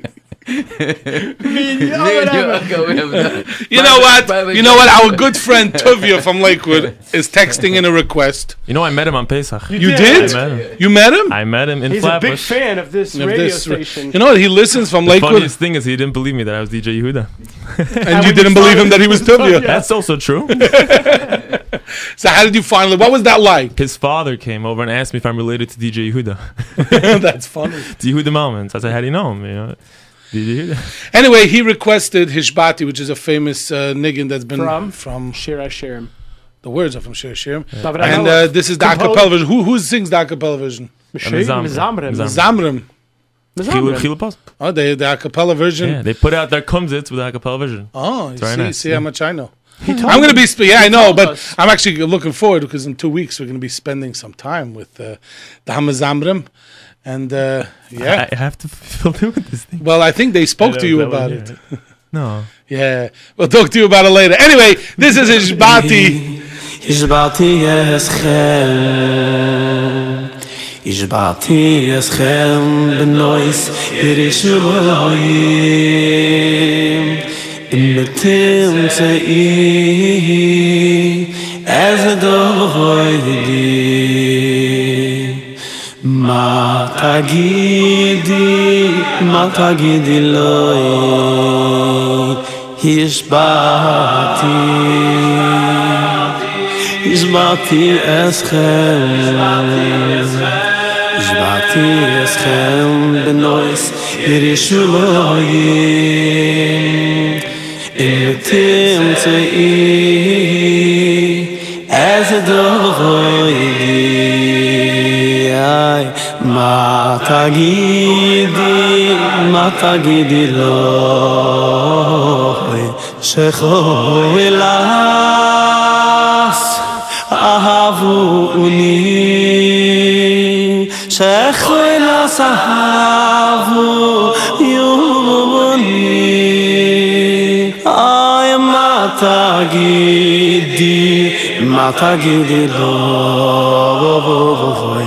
Speaker 5: Me and you, oh, whatever.
Speaker 7: Okay, we have done.
Speaker 4: You know
Speaker 7: Private-
Speaker 4: what? You know what? Our good friend Tuvia from Lakewood is texting in a request.
Speaker 11: You know, I met him on Pesach.
Speaker 4: You
Speaker 5: did?
Speaker 4: did?
Speaker 11: I met him.
Speaker 4: You met him?
Speaker 11: I met him in
Speaker 5: He's a big
Speaker 11: Flatbush.
Speaker 5: fan of this
Speaker 4: Of
Speaker 5: radio
Speaker 4: this-
Speaker 5: station.
Speaker 4: You know what? He listens from Lakewood,
Speaker 11: Funniest thing is he didn't believe me that I was DJ Yehuda.
Speaker 4: and you didn't believe him that he was Tuvia.
Speaker 11: That's also true.
Speaker 4: So how did you finally? What was that like?
Speaker 11: His father came over and asked me if I'm related to DJ Yehuda.
Speaker 4: That's funny.
Speaker 11: to Yehuda Melman. So I said, how do you know him? You know, DJ Yehuda.
Speaker 4: Anyway, he requested Hishbati, which is a famous uh, niggin that's been
Speaker 5: From?
Speaker 4: from
Speaker 5: Share, I share him.
Speaker 4: the words are from Shir Shirim.
Speaker 5: David
Speaker 4: And
Speaker 5: Amelach,
Speaker 4: uh, this is the
Speaker 5: Composed-
Speaker 4: acapella version. Who, who sings the acapella version?
Speaker 5: Meshayim,
Speaker 11: Mizamrim.
Speaker 5: Mizamrim.
Speaker 11: Mizamrim.
Speaker 4: Zamrim.
Speaker 11: Chil-
Speaker 5: Mizamrim.
Speaker 11: Chil Paz.
Speaker 4: Oh, they, the acapella version.
Speaker 11: Yeah, they put out their Kumsitz with a cappella version.
Speaker 4: Oh, you
Speaker 11: very
Speaker 4: see,
Speaker 11: nice,
Speaker 4: see
Speaker 11: yeah.
Speaker 4: how much I know.
Speaker 5: told
Speaker 4: I'm going to be, sp- yeah, I know,
Speaker 5: told
Speaker 4: but
Speaker 5: us.
Speaker 4: I'm actually looking forward because in two weeks we're going to be spending some time with uh, the Hamazamrim. And uh, yeah,
Speaker 11: I I have to fill them with this thing. Oh.
Speaker 4: well, I think they spoke to
Speaker 11: That-
Speaker 4: you
Speaker 11: that
Speaker 4: about
Speaker 11: one,
Speaker 4: it.
Speaker 11: yeah. No.
Speaker 4: Yeah, we'll talk to you about it later. Anyway, this is Ishbati.
Speaker 13: השבעתי אסכם השבעתי אסכם בנויס ירושלים אם תמצאי איזה דוי לי מה תגידי מה תגידי לו השבעתי השבעתי אסכם, השבעתי אסכם בנויס ירושלים. אם תמצאי איזה דברי, מה תגידי, מה תגידי לו, שכוי לך. אהבוני, שכוינס אהבו יומוני. אוי, מה תגידי, מה תגידי לו,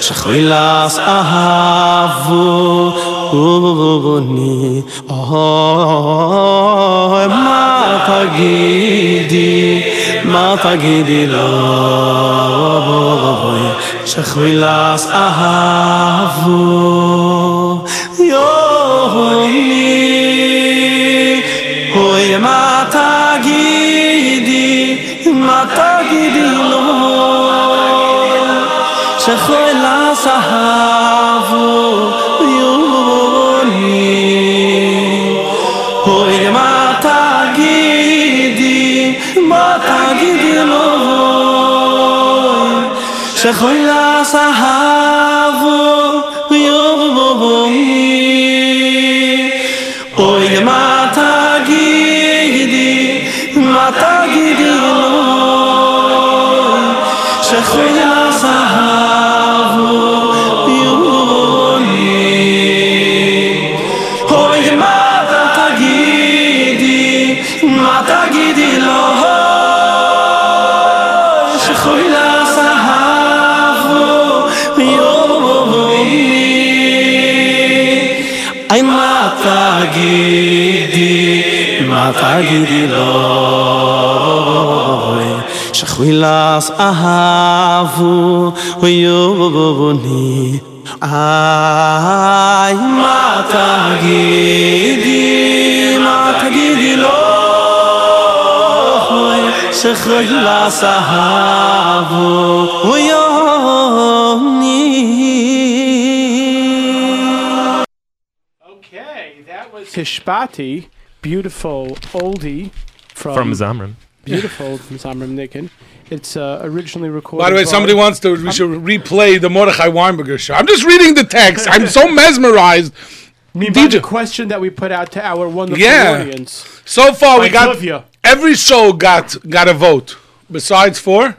Speaker 13: שכוינס אהבו יומוני. אוי, מה תגידי, מה תגידי לו, שכבילס אהבו יוני. אוי, מה תגידי, מה תגידי לו, שכבילס אהבו יוני. אוי, מה תגידי, מה תגידי לו, שכוי לסהבו יומי. אוי, מה תגידי, מה תגידי לו, שכוי לסהבו יומי. אוי, מה תגידי, מה תגידי לו, שחוי לסהבו יומי. אי, מה תגידי, מה תגידי לו, שחווילס אהבו ויובוני איי מה תגידי מה תגידי לו שחווילס אהבו ויובוני
Speaker 5: Okay, that was Kishpati, beautiful oldie from,
Speaker 11: From Zamran.
Speaker 5: Beautiful from Samram Nikin. It's uh, originally recorded.
Speaker 4: By the way, somebody wants to. We should replay the Mordechai Weinberger show. I'm just reading the text. I'm so mesmerized.
Speaker 5: me by the
Speaker 4: DJ,
Speaker 5: question that we put out to our wonderful
Speaker 4: Yeah.
Speaker 5: audience.
Speaker 4: so far we
Speaker 5: I love you.
Speaker 4: got every show got got a vote. Besides for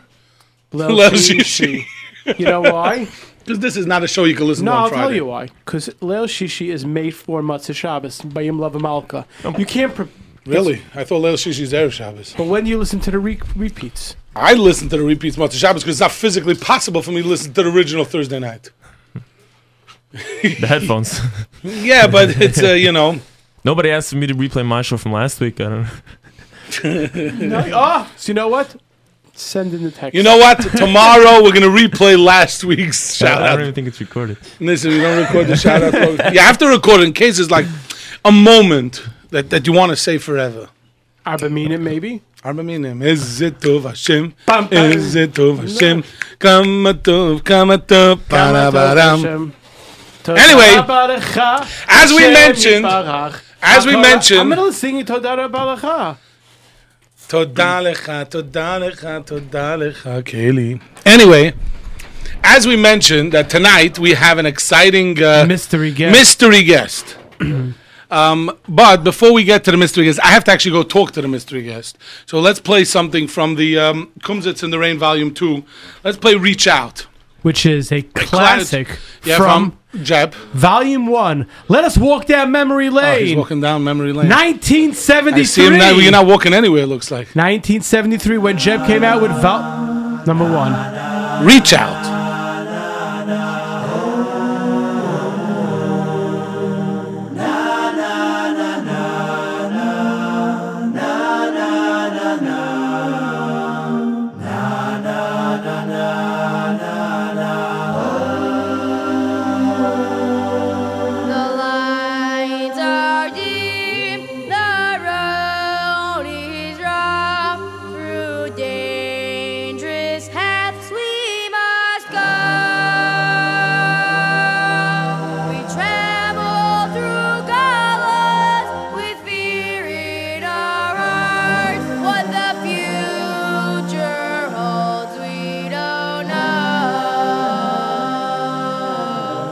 Speaker 5: Lil
Speaker 4: Lil
Speaker 5: Shishi.
Speaker 4: Shishi.
Speaker 5: You know why?
Speaker 4: because this is not a show you can listen
Speaker 5: No,
Speaker 4: to on
Speaker 5: I'll
Speaker 4: Friday.
Speaker 5: tell you why. Because Leil Shishi is made for Matzah Shabbos by Yom Lava Malka. You can't. Pre-
Speaker 4: Oh. Really? I thought Leil Shishi's Erev Shabbos.
Speaker 5: but when you listen to the re- repeats,
Speaker 4: I listen to the repeats Matzah Shabbos because it's not physically possible for me to listen to the original Thursday night.
Speaker 11: The headphones.
Speaker 4: Yeah, but it's uh, you know
Speaker 11: Nobody asked me to replay my show from last week. I don't know.
Speaker 5: oh, so you know what? Send in the text.
Speaker 4: you know what. Tomorrow we're gonna replay last week's shout
Speaker 11: I
Speaker 4: out.
Speaker 11: don't even think it's recorded.
Speaker 4: Listen, we don't record the shout out. You have to record in case it's like a moment that, that you want to say forever.
Speaker 5: Abamina, maybe.
Speaker 4: Arba minim, is it tov Hashem?
Speaker 5: Bam, bam.
Speaker 4: Is it tov Hashem? Kama tov, kama tov, para baram. Anyway, as we mentioned- as we mentioned-
Speaker 5: I'm gonna sing it. Todara Balacha.
Speaker 4: Toda lecha, toda lecha, toda lecha, Keli. Anyway, as we mentioned that tonight we have an exciting uh,
Speaker 5: Mystery guest.
Speaker 4: mystery guest. um, but before we get to the mystery guest, I have to actually go talk to the mystery guest. So let's play something from the um, Kumsitz in the Rain Volume 2. Let's play Reach Out.
Speaker 5: which is a classic
Speaker 4: Yeah,
Speaker 5: from,
Speaker 4: from, Jeb.
Speaker 5: Volume One. Let us walk down memory
Speaker 4: Oh, he's
Speaker 5: lane.
Speaker 4: walking down memory lane. I
Speaker 5: 1973.
Speaker 4: see him now. You're not walking anywhere, it looks like.
Speaker 5: 1973 when Jeb came out with Val number one.
Speaker 4: Reach Out.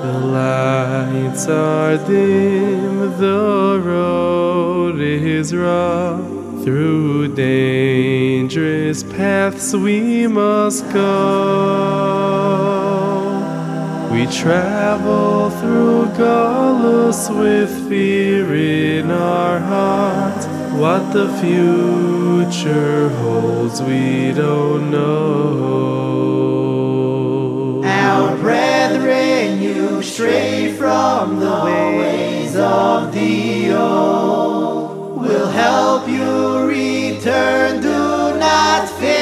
Speaker 13: The lines are deep, the road is rough, through dangerous paths we must go. We travel through colors with fear in our hearts. What the future holds, we don't know.
Speaker 9: The lights are dim, the road is rough. Through dangerous paths we must go. We travel through gullus with fear in our hearts. What the future holds, we don't know. Our brethren, you stray from the ways of the old. We'll help you return, do not fear.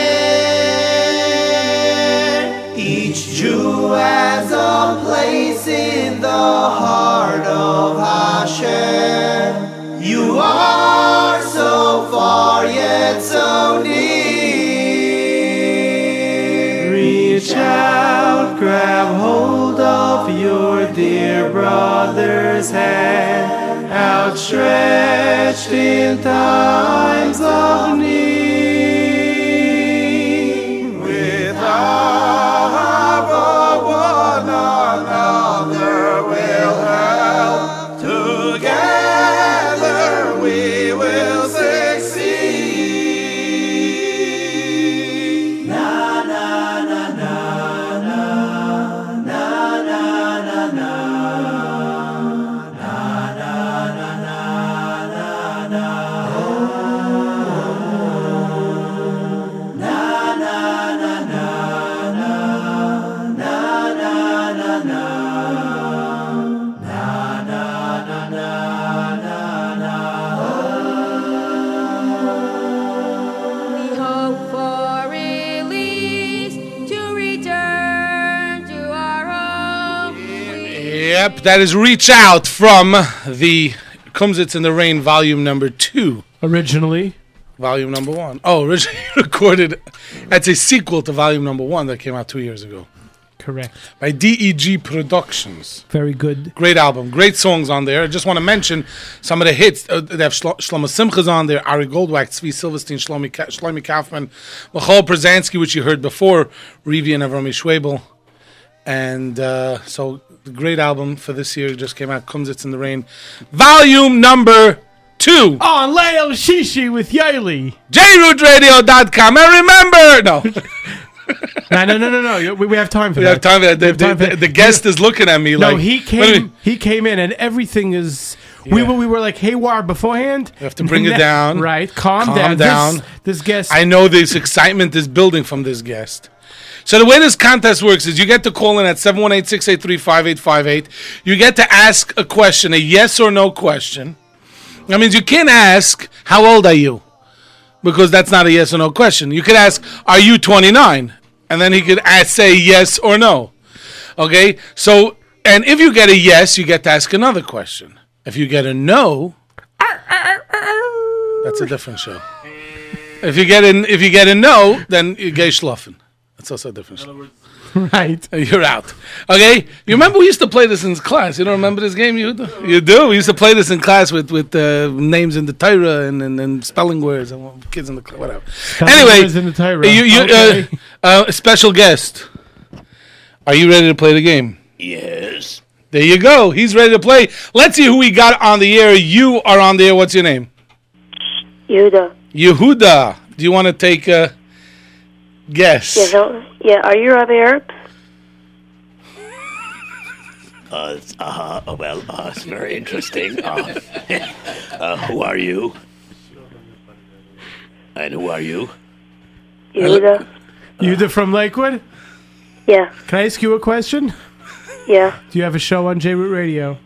Speaker 9: Each Jew has a place in the heart of Hashem. You are so far, yet so near. Reach out, grab hold of your dear brother's hand, outstretched in times of need. With our one another will help. Together we will succeed. Na na na na na na na na na na na na na.
Speaker 4: Yep, that is Reach Out from the Comes It's in the Rain volume number two.
Speaker 5: Originally,
Speaker 4: Volume number one. Oh, originally recorded. That's a sequel to volume number one that came out two years ago
Speaker 5: correct.
Speaker 4: by DEG Productions.
Speaker 5: Very good.
Speaker 4: Great album, great songs on there. I just want to mention some of the hits. Uh, they have Shlo- Shlomo Simcha's on there, Ari Goldwack, Zvi Silverstein, Shlomi, Ka- Shlomi Kaufman, Michal Brzezinski, which you heard before, Rivi and Avromi Schwebel. And uh, so, the great album for this year just came out, Comes It's in the Rain, volume number two.
Speaker 5: On Leo Shishi with Yaeli.
Speaker 4: JRootRadio.com. And remember, no,
Speaker 5: no, no, no, no, no. You- We, we have time for
Speaker 4: we
Speaker 5: that.
Speaker 4: have time. The, the,
Speaker 5: time for-
Speaker 4: the, the guest is looking at me like,
Speaker 5: no, he
Speaker 4: "Wait a minute."
Speaker 5: came. He came in, and everything is. We were we were like haywire beforehand. You
Speaker 4: have to bring it down.
Speaker 5: right? Calm,
Speaker 4: Calm
Speaker 5: down.
Speaker 4: down.
Speaker 5: This, this guest.
Speaker 4: I know this excitement is building from this guest. So the way this contest works is you get to call in at 718-683-5858. You get to ask a question, a yes or no question. That means you can't ask, how old are you? Because that's not a yes or no question. You could ask, are you 29? And then he could ask, say yes or no. Okay? So, and if you get a yes, you get to ask another question. If you get a no, that's a different show. If you get in, if you get a no, then you get schlafen. That's also a different. show.
Speaker 5: right.
Speaker 4: You're out. Okay. You remember we used to play this in class. You don't remember this game? You do. You do. We used to play this in class with with uh, names in the Torah and, and and spelling words and what- kids in the cl- whatever. anyway,
Speaker 5: is in the Torah.
Speaker 4: you you
Speaker 5: Okay.
Speaker 4: uh, uh, special guest. Are you ready to play the game? Yes. There you go. He's ready to play. Let's see who we got on the air. You are on the air. What's your name?
Speaker 14: Yehuda.
Speaker 4: Yehuda, do you want to take a guess?
Speaker 14: Yeah, so, yeah, are you of Arab?
Speaker 15: Uh, it's- uh, uh, well, uh, it's very interesting. Uh, uh, who are you? And who are you?
Speaker 14: Yehuda.
Speaker 5: You the from Lakewood?
Speaker 14: Yeah,
Speaker 5: Can I ask you a question?
Speaker 14: uh, yeah,
Speaker 5: Do you have a show on J Root Radio?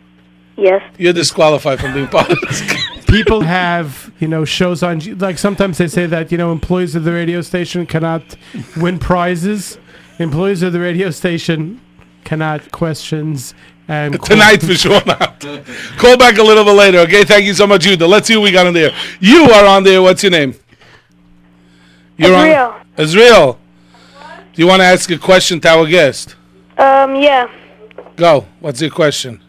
Speaker 14: yes.
Speaker 4: You're disqualified from being part of this.
Speaker 5: People have, you know, shows on. G- Like sometimes they say that you know employees of the radio station cannot win prizes. Employees of the radio station cannot questions and
Speaker 4: Tonight for sure not. Call back a little bit later, okay? Thank you so much, Yehuda. Let's see who we got on there. You are on there. What's your name?
Speaker 14: Israel.
Speaker 4: on. Israel. Do you want to ask a question to our guest?
Speaker 14: Um, yeah.
Speaker 4: Go. What's your question?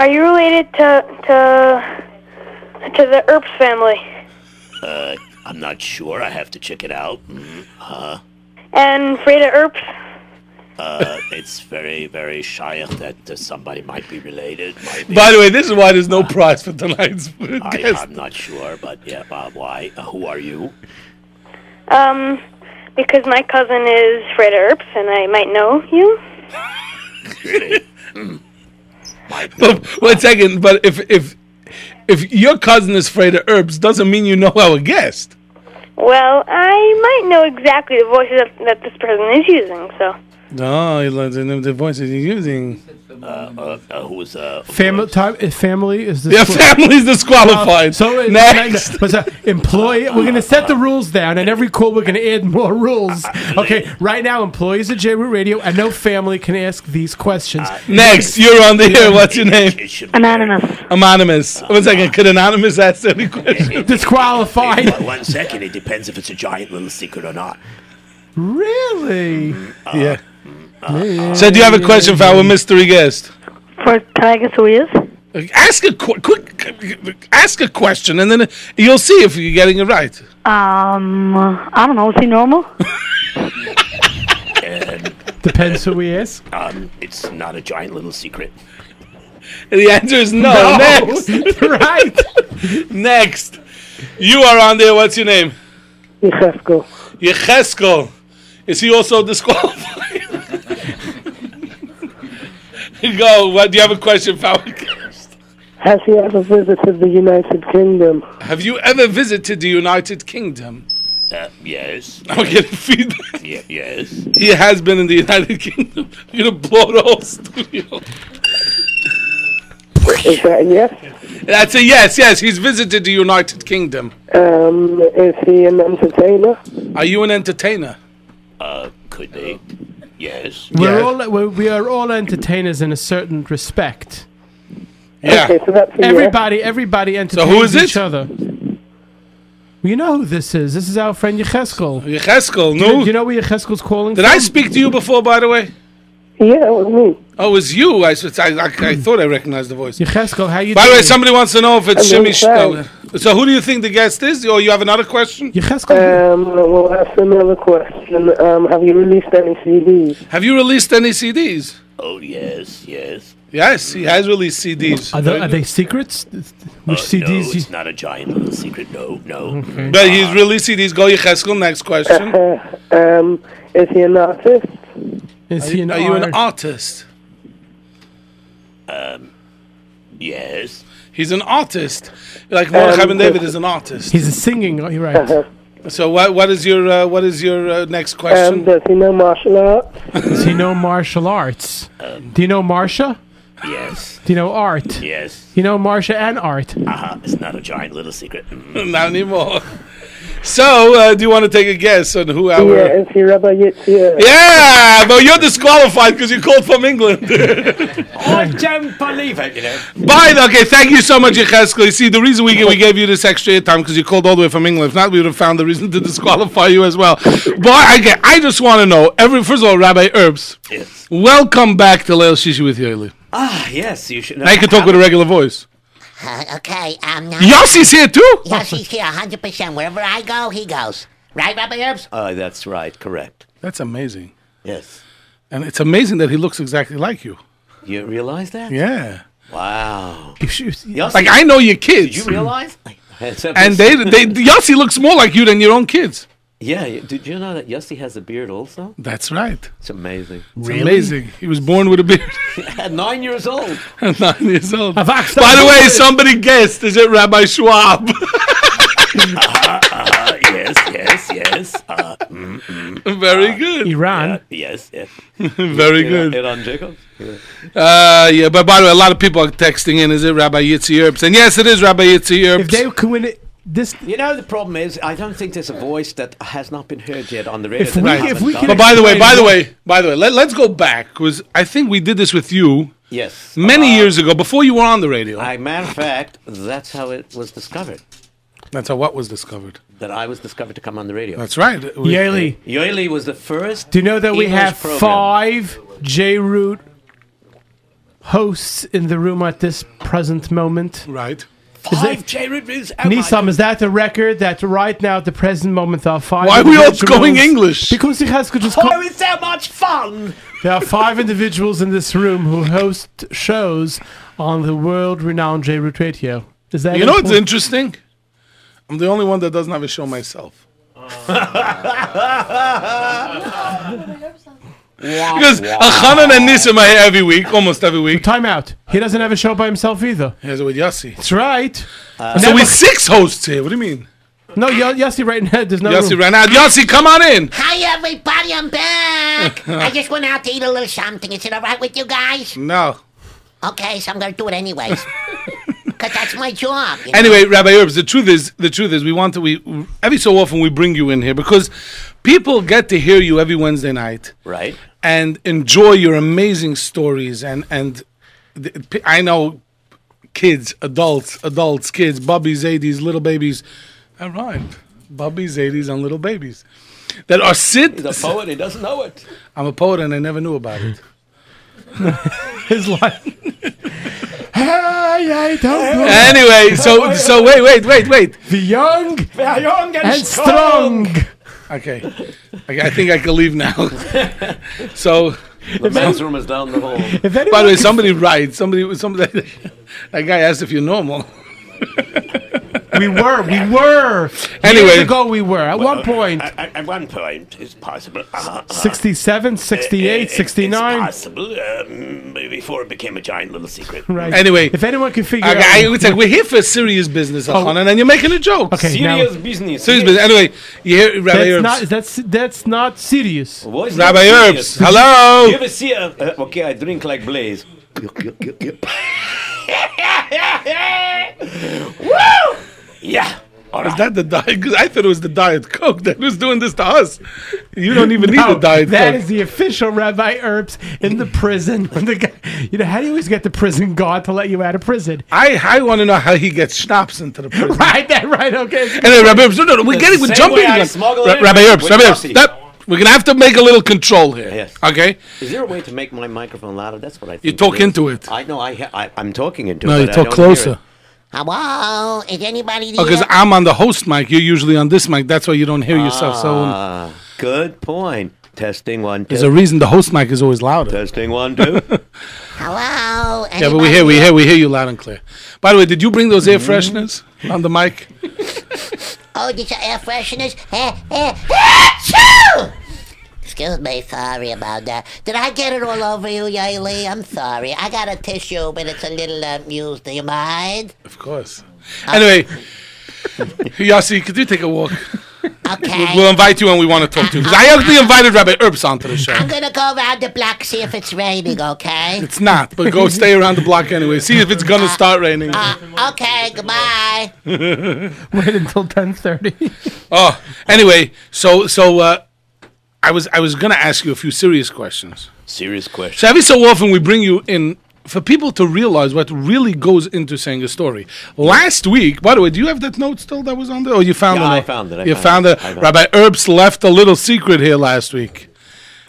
Speaker 14: Are you related to to to the Earps family?
Speaker 15: Uh, I'm not sure. I have to check it out. Mm, uh,
Speaker 14: And Freda Earps?
Speaker 15: uh, it's very, very shy that uh, somebody might be related. Might be.
Speaker 4: By the way, this is why there's no prize for tonight's
Speaker 15: I,
Speaker 4: guest.
Speaker 15: I'm not sure, but yeah, uh, why? Uh, who are you?
Speaker 14: Um, because my cousin is Freda Earps, and I might know you.
Speaker 15: Really?
Speaker 4: But one second, but if if if your cousin is afraid of herbs, doesn't mean you know our guest.
Speaker 14: Well, I might know exactly the voices that, that this person is using. So,
Speaker 4: No, you learned the, name of the voices you're using.
Speaker 15: uh, uh, uh, who's uh?
Speaker 5: family time. uh, Family is the
Speaker 4: Your
Speaker 5: squ-
Speaker 4: family's disqualified.
Speaker 5: So it-
Speaker 4: next,
Speaker 5: but, uh, employee, we're gonna set the rules down, and every call we're gonna add more rules. Okay, right now, employees at J Root Radio and no family can ask these questions.
Speaker 4: Uh, next, you're on the air. What's your name?
Speaker 15: It should be
Speaker 14: anonymous.
Speaker 4: Anonymous. One second, could anonymous ask any question?
Speaker 5: Disqualified.
Speaker 15: One- one second. It depends if it's a giant little secret or not.
Speaker 5: really?
Speaker 4: yeah. So, do you have a question for our mystery guest?
Speaker 14: For Tiger Suez?
Speaker 4: Ask a qu- quick, ask a question, and then you'll see if you're getting it right.
Speaker 14: Um, I don't know. Is he normal?
Speaker 5: Depends who we ask.
Speaker 15: Um, it's not a giant little secret.
Speaker 4: The answer is no. Next,
Speaker 5: right?
Speaker 4: next, you are on there. What's your name?
Speaker 14: Yechesco.
Speaker 4: Yecheskel. Is he also disqualified? Go. What, do you have a question, Falcon?
Speaker 14: Has he ever visited the United Kingdom?
Speaker 4: Have you ever visited the United Kingdom?
Speaker 15: Uh, yes.
Speaker 4: I'm getting feedback.
Speaker 15: Yeah, yes.
Speaker 4: He has been in the United Kingdom. You're gonna blow the whole studio.
Speaker 14: Is that a yes?
Speaker 4: That's a yes. Yes, he's visited the United Kingdom.
Speaker 14: Um, is he an entertainer?
Speaker 4: Are you an entertainer?
Speaker 15: Uh, could be. Yes.
Speaker 5: We're
Speaker 15: Yes.
Speaker 5: all we're, we are all entertainers in a certain respect.
Speaker 15: Yeah. Okay, so that's a yes.
Speaker 5: everybody everybody entertains
Speaker 4: who is
Speaker 5: each
Speaker 4: it?
Speaker 5: other. You know who this is. This is our friend Yecheskel.
Speaker 4: Yecheskel,
Speaker 5: Do
Speaker 4: no.
Speaker 5: you, do you know where Yecheskel's calling
Speaker 4: Did
Speaker 5: from?
Speaker 4: I speak to you before, by the way?
Speaker 16: Yeah, it was me.
Speaker 4: Oh, it was you. I, s- I, I- I thought I recognized the voice.
Speaker 5: Yecheskel, how you
Speaker 4: By the way,
Speaker 5: doing?
Speaker 4: somebody wants to know if it's
Speaker 16: I'm
Speaker 4: Shimi. Sh-
Speaker 16: inside.
Speaker 4: oh, so, who do you think the guest is? Or you have another question?
Speaker 16: Um, well, a similar question. Um, have you released any CDs?
Speaker 4: Have you released any CDs?
Speaker 15: Oh yes, yes.
Speaker 4: Yes, he has released CDs.
Speaker 5: Are, there, are they secrets? Which
Speaker 15: Oh,
Speaker 4: Oh,
Speaker 15: No,
Speaker 5: CDs?
Speaker 15: it's not a giant little secret. No, no.
Speaker 4: But he's released CDs. Go Yecheskel. Next question.
Speaker 16: um, is he an artist?
Speaker 5: Is
Speaker 4: are you, are you an artist?
Speaker 15: Um, yes.
Speaker 4: He's an artist. Like Mordechai
Speaker 5: Um,
Speaker 4: Ben David is an artist.
Speaker 5: He's a singing. Are you
Speaker 16: Um, Uh-huh.
Speaker 5: right?
Speaker 4: So what? What is your? Uh, what is your uh, next question?
Speaker 16: Um, does he know martial arts?
Speaker 5: Does he know martial arts? Do you know Marsha?
Speaker 15: Yes.
Speaker 5: Do you know art?
Speaker 15: Yes.
Speaker 5: You know Marsha and art.
Speaker 15: Uh-huh. It's not a giant little secret.
Speaker 4: Not anymore. So, uh, do you want to take a guess on who our?
Speaker 16: Yeah, is he Rabbi Yitzhak?
Speaker 4: Yeah, but you're disqualified because you called from England.
Speaker 15: I don't believe it, you know.
Speaker 4: By the okay, thank you so much, Yecheskel. You see, the reason we, we gave you this extra time because you called all the way from England. If not, we would have found the reason to disqualify you as well. But I, get- I just want to know. Every first of all, Rabbi Herbs,
Speaker 15: Yes.
Speaker 4: welcome back to Leil Shishi with Yoeli.
Speaker 15: Ah, yes. You should.
Speaker 4: Now you can talk with a regular voice.
Speaker 17: Uh, okay, um, now.
Speaker 4: Yossi's here too.
Speaker 17: Yossi's here, 100%. Wherever I go, he goes. Right, Rabbi Herbs?
Speaker 15: Uh, that's right. Correct.
Speaker 4: That's amazing.
Speaker 15: Yes.
Speaker 4: And it's amazing that he looks exactly like you.
Speaker 15: You realize that?
Speaker 4: Yeah.
Speaker 15: Wow.
Speaker 4: Like I know your kids.
Speaker 15: Did you realize?
Speaker 4: And they, they Yossi looks more like you than your own kids.
Speaker 15: Yeah. y- Did you know that Yossi has a beard also?
Speaker 4: That's right.
Speaker 15: It's amazing.
Speaker 4: It's amazing. He was born with a beard
Speaker 15: At nine years old.
Speaker 4: at nine years old. By
Speaker 15: asked
Speaker 4: the
Speaker 15: that
Speaker 4: way,
Speaker 15: before.
Speaker 4: somebody guessed. Is it Rabbi Schwab?
Speaker 15: Uh, yes. Yes. Yes. Uh, mm, mm.
Speaker 4: Very good.
Speaker 5: Iran.
Speaker 15: Yes. yes.
Speaker 4: Very good.
Speaker 15: Iran Jacobs. Yeah.
Speaker 4: Uh, yeah, but by the way, a lot of people are texting in. Is it Rabbi Yitzi Erbs? And yes, it is Rabbi Yitzi Erbs.
Speaker 5: If they could win it, this.
Speaker 15: You know the problem is I don't think there's a voice that has not been heard yet on the radio.
Speaker 4: If
Speaker 15: that
Speaker 4: we-
Speaker 15: I
Speaker 4: if
Speaker 15: haven't
Speaker 4: we
Speaker 15: done.
Speaker 4: can but by the way, by the way, by the way, let, let's go back because I think we did this with you
Speaker 15: yes.
Speaker 4: many years ago before you were on the radio.
Speaker 15: I, matter of fact, that's how it was discovered.
Speaker 4: That's how what was discovered.
Speaker 15: That I was discovered to come on the radio.
Speaker 4: That's right.
Speaker 5: Yaeli,
Speaker 15: Yoeli was the first.
Speaker 5: do you know that we
Speaker 15: English
Speaker 5: have
Speaker 15: program.
Speaker 5: five J Root hosts in the room at this present moment?
Speaker 4: Right.
Speaker 15: Five J Root is oh my
Speaker 5: Nisam, is that the record that right now at the present moment there are five?
Speaker 4: Why are we all
Speaker 5: individuals-
Speaker 4: going English?
Speaker 5: Because he has just.
Speaker 15: Oh,
Speaker 5: Co-
Speaker 15: it's so much fun!
Speaker 5: there are five individuals in this room who host shows on the world-renowned J Root Radio. Is that
Speaker 4: You know what's
Speaker 5: it's
Speaker 4: interesting? I'm the only one that doesn't have a show myself. Because Achanan and Nisim are here every week, almost every week.
Speaker 5: Time out. He doesn't have a show by himself either.
Speaker 4: Here's with Yossi.
Speaker 5: That's right.
Speaker 4: So
Speaker 5: Never-
Speaker 4: we six hosts here. What do you mean?
Speaker 5: no, Yo- Yossi right now. There's no.
Speaker 4: Yossi
Speaker 5: room.
Speaker 4: ran out. Yossi, come on in.
Speaker 17: Hi, everybody, I'm back. I just went out to eat a little something. Is it all right with you guys?
Speaker 4: No.
Speaker 17: Okay, so I'm going to do it anyways. Because that's my job. you know?
Speaker 4: Anyway, Rabbi Herbs, the truth is, the truth is, we want to. We every so often we bring you in here because people get to hear you every Wednesday night.
Speaker 15: Right?
Speaker 4: and enjoy your amazing stories and and th- p- I know kids, adults, adults, kids, bubbies, 80s, little babies. That rhymed. Bubbies, 80s, and little babies that are Oh, sit.
Speaker 15: He's a poet, he doesn't know it.
Speaker 4: I'm a poet and I never knew about it.
Speaker 5: His life. hey, I don't know.
Speaker 4: anyway, so so wait, wait, wait, wait.
Speaker 5: Be young
Speaker 15: young and,
Speaker 5: and strong.
Speaker 4: Okay, I, I think I can leave now. so.
Speaker 15: The men's room is down the hall.
Speaker 5: If anyone
Speaker 4: By the way,
Speaker 5: could-
Speaker 4: somebody writes. Somebody, somebody. That guy asked if you're normal.
Speaker 5: we were, we were.
Speaker 4: Anyway.
Speaker 5: Years ago we were. At one point,
Speaker 15: uh, At, at- at one point, it's possible. Uh, uh,
Speaker 4: Eh,
Speaker 5: 67, 68,
Speaker 15: it- it-
Speaker 5: 69.
Speaker 15: It's possible um, before it became a giant little secret. Mm.
Speaker 5: Right.
Speaker 4: Anyway.
Speaker 5: if anyone can figure
Speaker 4: Okay, I,
Speaker 5: out,
Speaker 4: it's like we're here for serious business, Hanan, and you're making a joke.
Speaker 5: Oh. Okay, now-
Speaker 15: Serious business.
Speaker 4: Serious business. Anyway, you hear Rabbi
Speaker 5: that's
Speaker 4: Herbs.
Speaker 5: not that's that's not serious.
Speaker 15: Voice is
Speaker 4: Rabbi
Speaker 15: serious.
Speaker 4: Herbs. Hello.
Speaker 15: You ever see a. Uh, okay, I drink like Blaze. Woo! Yeah.
Speaker 4: Is that the diet? 'Cause I thought it was the diet coke that was doing this to us. You don't even need
Speaker 5: No,
Speaker 4: the diet
Speaker 5: That
Speaker 4: coke.
Speaker 5: is the official Rabbi Herbst in the prison. When the guy, you know, how do you always get the prison guard to let you out of prison?
Speaker 4: I I want to know how he gets schnapps into the prison.
Speaker 5: right, that right, okay.
Speaker 4: And then Rabbi Herbst, no, no, no, we
Speaker 5: The
Speaker 4: get it. We're
Speaker 5: same
Speaker 4: jumping.
Speaker 5: way I
Speaker 4: on-
Speaker 5: smuggle
Speaker 4: Ra-
Speaker 5: it
Speaker 4: Rabbi
Speaker 5: with
Speaker 4: Herbst, Rabbi
Speaker 5: coffee.
Speaker 4: Herbst, that- we're gonna have to make a little control here.
Speaker 18: Yes.
Speaker 4: Okay.
Speaker 18: Is there a way to make my microphone louder? That's what I think.
Speaker 4: You talk
Speaker 18: is.
Speaker 4: into it.
Speaker 18: I know. I, ha- I I'm talking into
Speaker 4: No,
Speaker 18: it.
Speaker 4: you
Speaker 18: but I
Speaker 4: talk
Speaker 18: don't hear
Speaker 4: closer.
Speaker 18: it.
Speaker 17: Hello, is anybody there?
Speaker 4: Oh, because I'm on the host mic. You're usually on this mic. That's why you don't hear yourself. So um,
Speaker 18: Ah, good point. Testing one.
Speaker 4: there's
Speaker 18: two.
Speaker 4: a reason the host mic is always louder.
Speaker 18: Testing one two.
Speaker 17: Hello.
Speaker 4: Yeah, but we hear, we hear, we hear you loud and clear. By the way, did you bring those
Speaker 5: Mm-hmm.
Speaker 4: air fresheners on the mic?
Speaker 17: Oh, these are air fresheners. Eh, eh, achoo! Excuse me, sorry about that. Did I get it all over you, Yaeli? I'm sorry. I got a tissue, but it's a little um, used. Do you mind? Oh,
Speaker 4: Of course. Anyway, Yossi, could you take a walk?
Speaker 17: Okay.
Speaker 4: We'll um, invite you when we want to talk to you. Because I actually invited Rabbi Herbst onto the show.
Speaker 17: I'm gonna go around the block see if it's raining. Okay.
Speaker 4: It's not, but go stay around the block anyway. See if it's going to start raining.
Speaker 17: uh, okay. Goodbye.
Speaker 4: Wait
Speaker 5: until ten thirty.
Speaker 4: Oh, anyway, so so uh, I was I was going to ask you a few serious questions.
Speaker 18: Serious question.
Speaker 4: So every so often we bring you in for people to realize what really goes into saying a story. Last week, by the way, do you have that note still that was on there? Or you found
Speaker 18: Yeah,
Speaker 4: it?
Speaker 18: I
Speaker 4: now?
Speaker 18: found it, I
Speaker 4: you
Speaker 18: found
Speaker 4: found,
Speaker 18: it,
Speaker 4: it.
Speaker 18: I found
Speaker 4: Rabbi Herbst left a little secret here last week.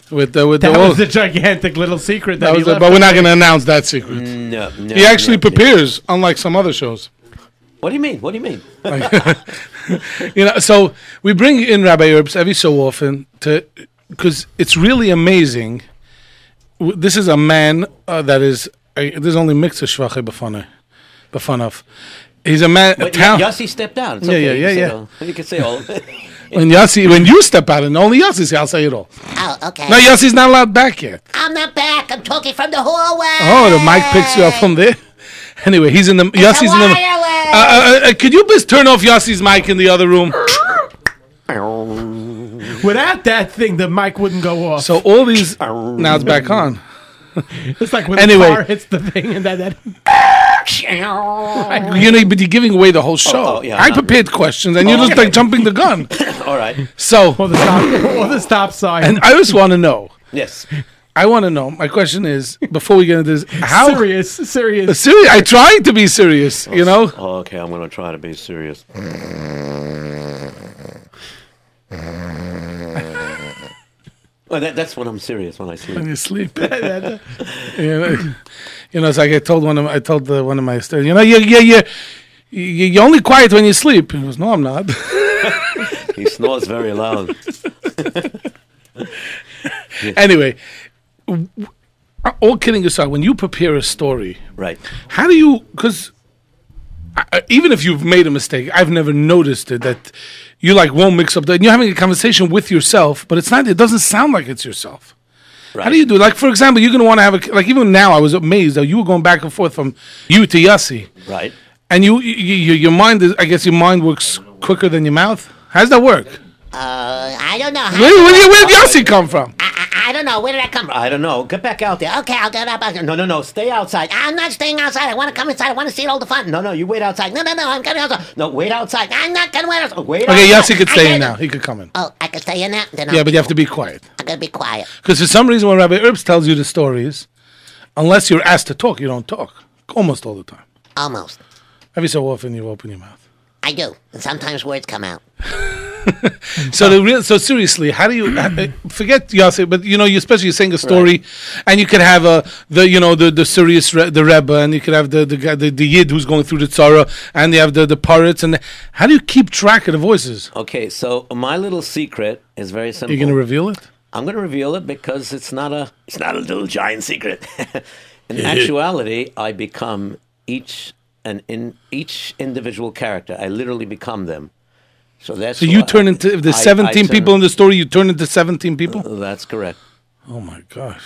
Speaker 4: With the, with
Speaker 5: That
Speaker 4: the,
Speaker 5: was the gigantic little secret that,
Speaker 4: that
Speaker 5: he
Speaker 4: was the-
Speaker 5: left
Speaker 4: but we're not
Speaker 5: away.
Speaker 4: going to announce that secret.
Speaker 18: No, no.
Speaker 4: he actually
Speaker 18: no.
Speaker 4: prepares, unlike some other shows.
Speaker 18: What do you mean? What do you mean?
Speaker 4: you know, so we bring in Rabbi Herbst every so often to because it's really amazing. W- This is a man uh, that is uh, there's only mixed schwache befane, befanov. He's a man. a
Speaker 18: But
Speaker 4: town-
Speaker 18: Yossi stepped down. It's
Speaker 4: Yeah,
Speaker 18: okay.
Speaker 4: yeah,
Speaker 18: you
Speaker 4: yeah,
Speaker 18: can say all- You can say all. of it.
Speaker 4: When Yossi, when you step out, and only Yossi's here, I'll say it all.
Speaker 17: Oh, okay.
Speaker 4: No, Yossi's not allowed back yet.
Speaker 17: I'm not back. I'm talking from the hallway.
Speaker 4: Oh, the mic picks you up from there. Anyway, he's in the Yossi's in the. Uh, uh, uh, uh, could you please turn off Yossi's mic in the other room?
Speaker 5: Without that thing, the mic wouldn't go off.
Speaker 4: So all these now it's back on.
Speaker 5: It's like when
Speaker 4: Anyway.
Speaker 5: the car hits the thing and that. that
Speaker 4: You know, but you're giving away the whole show.
Speaker 5: oh, yeah,
Speaker 4: I
Speaker 5: no.
Speaker 4: prepared questions, and you're
Speaker 5: Oh,
Speaker 4: just
Speaker 5: okay.
Speaker 4: like jumping the gun.
Speaker 18: All right.
Speaker 4: So,
Speaker 5: or the stop, or the stop sign.
Speaker 4: and I just want to know.
Speaker 18: Yes.
Speaker 4: I want to know. My question is, before we get into this, how
Speaker 5: serious, serious,
Speaker 4: serious? I tried to be serious, you know.
Speaker 18: Oh, okay, I'm gonna try to be serious. Well, that, that's when I'm serious when I sleep.
Speaker 4: When you sleep. you, know, you know, so I get told one of my, I told uh, one of my students, you know, you you you you you're only quiet when you sleep. He goes, no, I'm not.
Speaker 18: he snores very loud.
Speaker 4: anyway, w- w- all kidding aside, when you prepare a story,
Speaker 18: right?
Speaker 4: How do you? Because even if you've made a mistake, I've never noticed it that you like won't mix up. The, you're having a conversation with yourself, but it's not. It doesn't sound like it's yourself. How do you do? Like for example, you're gonna want to have a like. Even now, I was amazed that you were going back and forth from you to Yossi,
Speaker 18: Right.
Speaker 4: and you, you, you your mind is. I guess your mind works quicker than your mouth. How does that work?
Speaker 17: Uh, I don't know.
Speaker 4: Where, where, did- where did Yossi come from?
Speaker 17: I, I don't know. Where did I come from?
Speaker 18: I don't know. Get back out there.
Speaker 17: Okay, I'll get up. I'll-
Speaker 18: No, no, no. Stay outside.
Speaker 17: I'm not staying outside. I want to come inside. I want to see all the fun.
Speaker 18: No, no. You wait outside. No, no, no. I'm getting outside. No, wait outside.
Speaker 17: I'm not gonna wait. outside.
Speaker 18: Wait.
Speaker 4: Okay,
Speaker 18: outside.
Speaker 4: Yossi could
Speaker 17: I
Speaker 4: stay
Speaker 17: get
Speaker 4: in
Speaker 17: it.
Speaker 4: now. He could come in.
Speaker 17: Oh, I can stay in that. Then
Speaker 4: Yeah,
Speaker 17: I'll,
Speaker 4: but you have to be quiet.
Speaker 17: I'm gonna be quiet.
Speaker 4: Because for some reason, when Rabbi Herbst tells you the stories, unless you're asked to talk, you don't talk. Almost all the time.
Speaker 17: Almost.
Speaker 4: Every so often, you open your mouth.
Speaker 17: I do. And sometimes words come out.
Speaker 4: So the real, so seriously, how do you forget Yossi? But you know, you especially you're saying a story, and you could have a the you know the the serious re, the Rebbe, and you could have the the, guy- the the Yid who's going through the Tzara, and you have the the pirates, and the, how do you keep track of the voices?
Speaker 18: Okay, so my little secret is very simple.
Speaker 4: You're gonna reveal it.
Speaker 18: I'm going to reveal it because it's not a it's not a little giant secret. in actuality, I become each and in each individual character. I literally become them. So that's
Speaker 4: So you
Speaker 18: why-
Speaker 4: turn into if
Speaker 18: I- I
Speaker 4: there's 17
Speaker 18: turn-
Speaker 4: people in the story, you turn into 17 people.
Speaker 18: That's correct.
Speaker 4: Oh my gosh.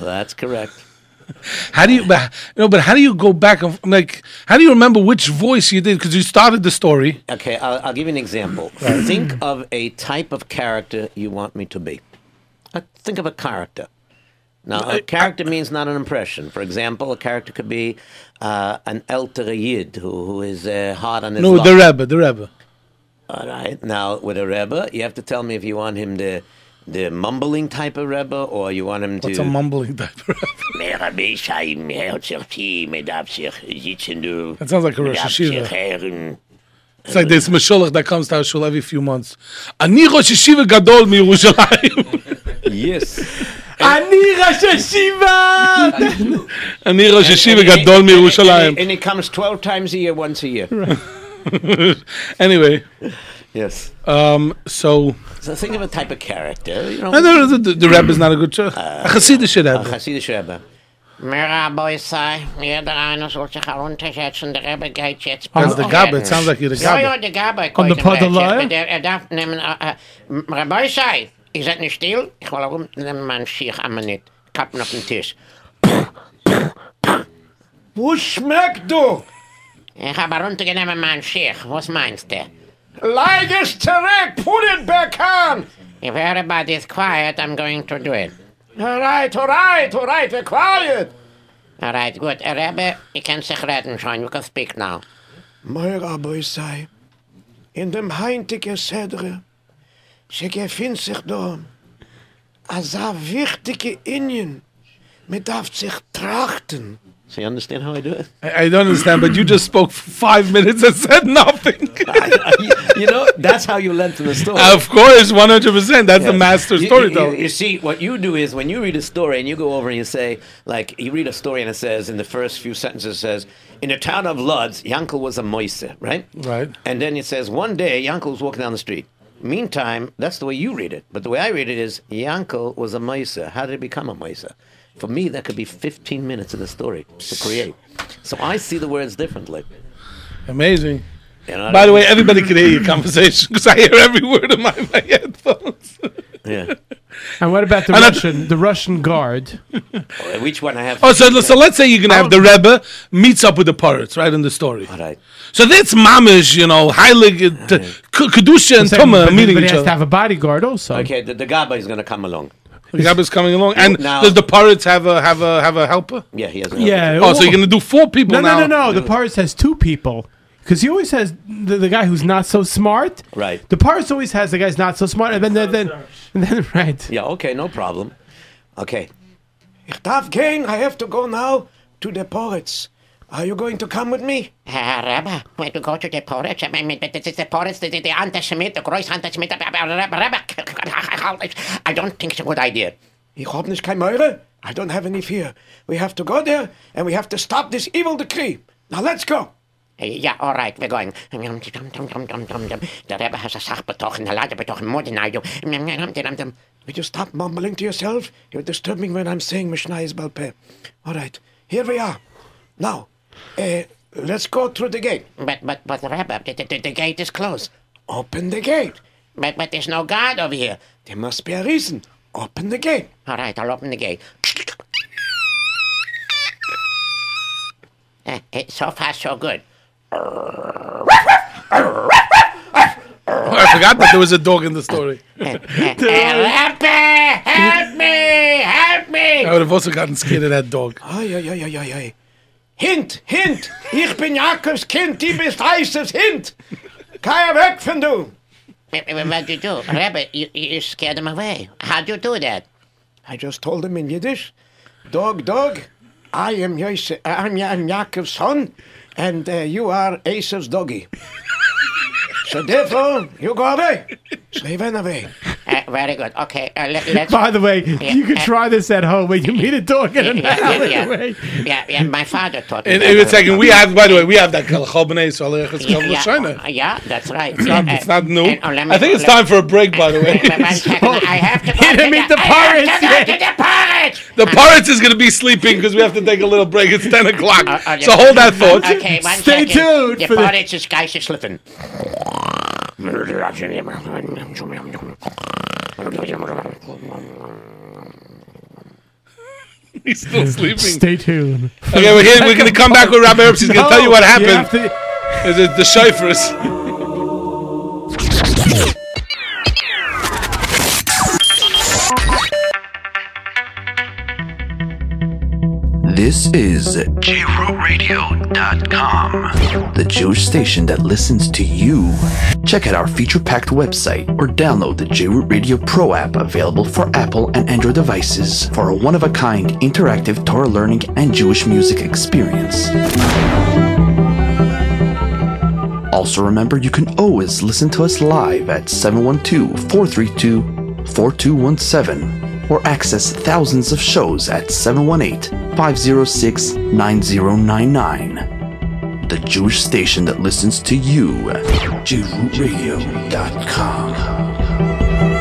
Speaker 18: That's correct.
Speaker 4: How do you, but, no, but how do you go back and f- like, how do you remember which voice you did? Because you started the story.
Speaker 18: Okay, I'll, I'll give you an example. Think of a type of character you want me to be. Uh, Think of a character. Now,
Speaker 4: Uh,
Speaker 18: a character means not an impression. For example, a character could be uh, an elder yid who, who is uh, hard on his
Speaker 4: No,
Speaker 18: luck.
Speaker 4: the Rebbe, the Rebbe.
Speaker 18: All right. Now with a rebbe, you have to tell me if you want him the the mumbling type of rebbe or you want him
Speaker 4: What's
Speaker 18: to
Speaker 4: a mumbling type?
Speaker 19: Mehr am Isheim hört sich die, man darf sich sitzen, du.
Speaker 4: That sounds like a
Speaker 19: Man
Speaker 4: Rosh
Speaker 19: darf
Speaker 4: Hashiva.
Speaker 19: sich hören.
Speaker 4: It's like this mashulah that comes to our shul every few months. Ani Rosh Hashiva Gadol mi
Speaker 18: Yes.
Speaker 5: Ani Rosh Hashiva!
Speaker 4: Ani Rosh Hashiva
Speaker 18: and-
Speaker 4: Gadol mi
Speaker 18: and, and it comes twelve times a year, once a year.
Speaker 4: anyway.
Speaker 18: Yes.
Speaker 4: Um, so.
Speaker 18: So think of a type of character. You know, Uh,
Speaker 4: I know the, the, the Rebbe is not a good choice. A Hasidic
Speaker 18: A
Speaker 4: Rebbe.
Speaker 18: Hasidic Rebbe.
Speaker 20: Mira, Boys sei, jeder einer soll sich heruntersetzen, der Rebbe geht jetzt.
Speaker 4: Als der Gabbe, it sounds like you're the Gabbe.
Speaker 20: Ja, ja, der Gabbe. ich
Speaker 4: On the
Speaker 20: wollte mal
Speaker 4: Padalaya?
Speaker 20: erzählen, Der, er darf nehmen,
Speaker 19: eh,
Speaker 20: äh, äh, Boy sei, ihr seid nicht still, ich will herum, nehmen wir einen Schiech, einmal nicht, kappen auf den Tisch.
Speaker 19: Wo schmeckt du?
Speaker 20: Ich habe runtergenommen meinen Schiech, was meinst du?
Speaker 19: Leg es zurück, put it back on.
Speaker 20: If everybody is quiet, I'm going to do it.
Speaker 19: All right, all right, all right, we're quiet.
Speaker 20: Alright, gut,
Speaker 19: Eh,
Speaker 20: äh, Rebbe, ihr könnt sich reden schon, you can speak now.
Speaker 19: Meurer Boisei, in dem heintige Sedre, sie gefind sich da, a sa wichtige Indien, mit darf sich trachten.
Speaker 18: So you understand how I do it?
Speaker 4: I, I don't understand, but you just spoke for five minutes and said nothing.
Speaker 18: you know, that's how you learn from the story.
Speaker 4: Of course, 100%. That's the
Speaker 18: Yes.
Speaker 4: master
Speaker 18: You- you-
Speaker 4: storyteller.
Speaker 18: You, you see, what you do is when you read a story and you go over and you say, like, you read a story and it says, in the first few sentences, it says, in the town of Lodz, Yankel was a moise, right?
Speaker 4: Right.
Speaker 18: And then it says, one day, Yankel was walking down the street. Meantime, that's the way you read it. But the way I read it is, Yankel was a moise. How did he become a moise? For me, that could be 15 minutes of the story to create. So I see the words differently.
Speaker 4: Amazing.
Speaker 18: You know what
Speaker 4: By
Speaker 18: I
Speaker 4: the way,
Speaker 18: mean?
Speaker 4: everybody can hear your conversation because I hear every word of my, my headphones.
Speaker 18: Yeah.
Speaker 5: And what about the
Speaker 4: And I-
Speaker 5: Russian, the Russian guard?
Speaker 18: Which one I have?
Speaker 4: Oh, so, so let's say you're gonna have the Rebbe meets up with the pirates, right in the story.
Speaker 18: Right.
Speaker 4: So that's mamish, you know, heilig, uh, t- k- kedusha and
Speaker 5: But then-
Speaker 4: tuma
Speaker 5: but
Speaker 4: meeting
Speaker 5: he
Speaker 4: each
Speaker 5: has to
Speaker 4: other.
Speaker 5: have a bodyguard also.
Speaker 18: Okay, the, the Gabba is going to come along.
Speaker 4: The Rebbe's coming along, and
Speaker 18: Now-
Speaker 4: does the pirates have a have a have a helper?
Speaker 18: Yeah, he has.
Speaker 5: Yeah.
Speaker 4: Oh, so you're gonna do four people
Speaker 5: no,
Speaker 4: now?
Speaker 5: No, no, no, The Paris has two people. Because he always has the, the guy who's not so smart.
Speaker 18: Right.
Speaker 5: The Paris always has the guy's not so smart. And then, then, then, and then right.
Speaker 18: Yeah, okay, no problem. Okay.
Speaker 19: Ich darf gehen, I have to go now to the poets. Are you going to come with me?
Speaker 20: Herr Rebbe, when you go to the porridge, I mean, this is the porridge, the, the, the Antisemit, the gross Antisemit, Rebbe, Rebbe, I don't think it's a good idea.
Speaker 19: Ich hab nicht kein Meure. I don't have any fear. We have to go there and we have to stop this evil decree. Now let's go.
Speaker 20: Yeah, all right, we're going. The Rebbe has a Sachbetoch and a Ladebetoch more than I do.
Speaker 19: Would you stop mumbling to yourself? You're disturbing when I'm saying Mishnayis Balpeh. All right, here we are. Now, uh, let's go through the gate.
Speaker 20: But, but, but, Rebbe, the, the, the, the gate is closed.
Speaker 19: Open the gate.
Speaker 20: But, but there's no guard over here.
Speaker 19: There must be a reason. Open the gate.
Speaker 20: All right, I'll open the gate. Eh, eh, so far, so good.
Speaker 4: I forgot that there was a dog in the story.
Speaker 20: Rebbe, help me, help me.
Speaker 4: I would have also gotten scared of that dog.
Speaker 19: Ei, ei, ei, ei, ei, ei. Hint, hint. Ich bin Jakobs Kind, die bist heißes Hint. Keiner weg von du.
Speaker 20: What do Eh, you do? Rebbe, you, you scared him away. How'd you do that?
Speaker 19: I just told him in Yiddish, dog, dog, I am Yosef, I'm, I'm Yaakov's son, and uh, you are Asaph's doggy. so therefore, you go away. So he went away.
Speaker 20: Uh, very good. Okay, uh, let, let's.
Speaker 5: By the way,
Speaker 20: Yeah,
Speaker 5: you can
Speaker 20: uh,
Speaker 5: try this at home when you meet a dog in an
Speaker 20: yeah, yeah, yeah.
Speaker 5: alleyway.
Speaker 20: Yeah, yeah, my father taught me.
Speaker 4: And,
Speaker 20: that.
Speaker 4: and it's like and we have. By the way, we have that kalachobnei so alechas
Speaker 20: Yeah, yeah,
Speaker 4: kalachina.
Speaker 20: uh, yeah, that's right.
Speaker 4: It's not,
Speaker 20: Uh,
Speaker 4: it's not new.
Speaker 20: and, oh, let me-
Speaker 4: I think it's
Speaker 20: let-
Speaker 4: time for a break. By the way,
Speaker 20: Wait, wait, one second. I have to go
Speaker 4: Hit
Speaker 20: to
Speaker 4: him in the
Speaker 20: I have to
Speaker 4: Paris,
Speaker 20: go to the Paris.
Speaker 4: the pirates is going to be sleeping because we have to take a little break. It's ten o'clock,
Speaker 20: Uh,
Speaker 4: so hold that thought.
Speaker 20: Okay, one
Speaker 4: Stay
Speaker 20: second.
Speaker 4: tuned.
Speaker 20: The
Speaker 4: for the-
Speaker 20: Paris is guys is slipping.
Speaker 4: He's still sleeping.
Speaker 5: Stay tuned.
Speaker 4: Okay, we're, here, we're going to come back with Rabbi Herbst. He's going to tell you what
Speaker 5: No, you
Speaker 4: happened. Is it the Shifras?
Speaker 21: This is JRootRadio.com, the Jewish station that listens to you. Check out our feature packed website or download the JRoot Radio Pro app available for Apple and Android devices for a one of a kind interactive Torah learning and Jewish music experience. Also, remember you can always listen to us live at 712 432 4217 or access thousands of shows at 718 506 9099. The Jewish station that listens to you. JewRadio.com.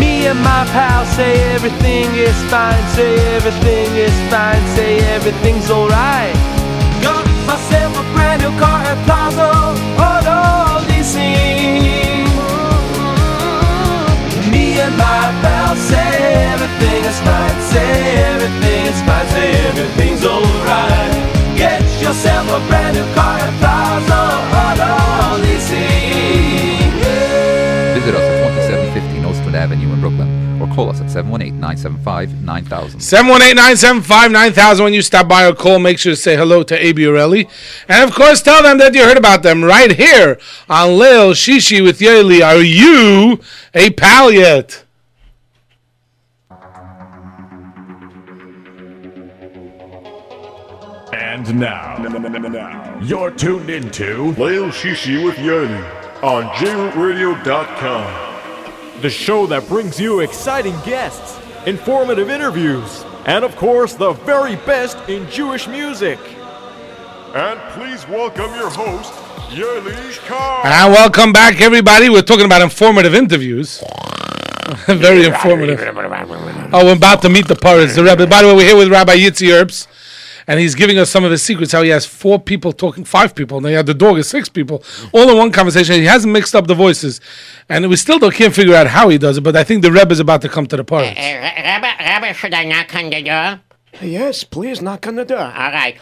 Speaker 6: Me and my pal say everything is fine, say everything is fine, say everything's alright. Got myself a brand new car at Plaza, on all these things. Me and my pal say everything is fine, say everything is fine, say everything's alright. Get yourself a brand new car at Plaza, on all these things.
Speaker 8: Visit us at 2715 Ostwood Avenue in Brooklyn or call us at 718 975 9000.
Speaker 9: 718-975-9000 when you stop by or call make sure to say hello to AB Urelli and of course tell them that you heard about them right here on Lil Shishi with Yaeli are you a pal yet
Speaker 1: And now, now
Speaker 2: You're tuned into Lail Shishi with Yearning on JRootRadio.com.
Speaker 22: The show that brings you exciting guests, informative interviews, and of course, the very best in Jewish music.
Speaker 2: And please welcome your host, Yerli Carr.
Speaker 9: and welcome back everybody we're talking about informative interviews very informative oh we're about to meet the Paris the Rebbe by the way we're here with Rabbi Yitzi Erbs and he's giving us some of his secrets how he has four people talking five people and they had the dog is six people all in one conversation he hasn't mixed up the voices and we still don't can't figure out how he does it but I think the Rebbe is about to come to the party
Speaker 20: Uh, Rabbi, Rabbi, should I knock on the door?
Speaker 19: Yes, please knock on the door. All
Speaker 20: right.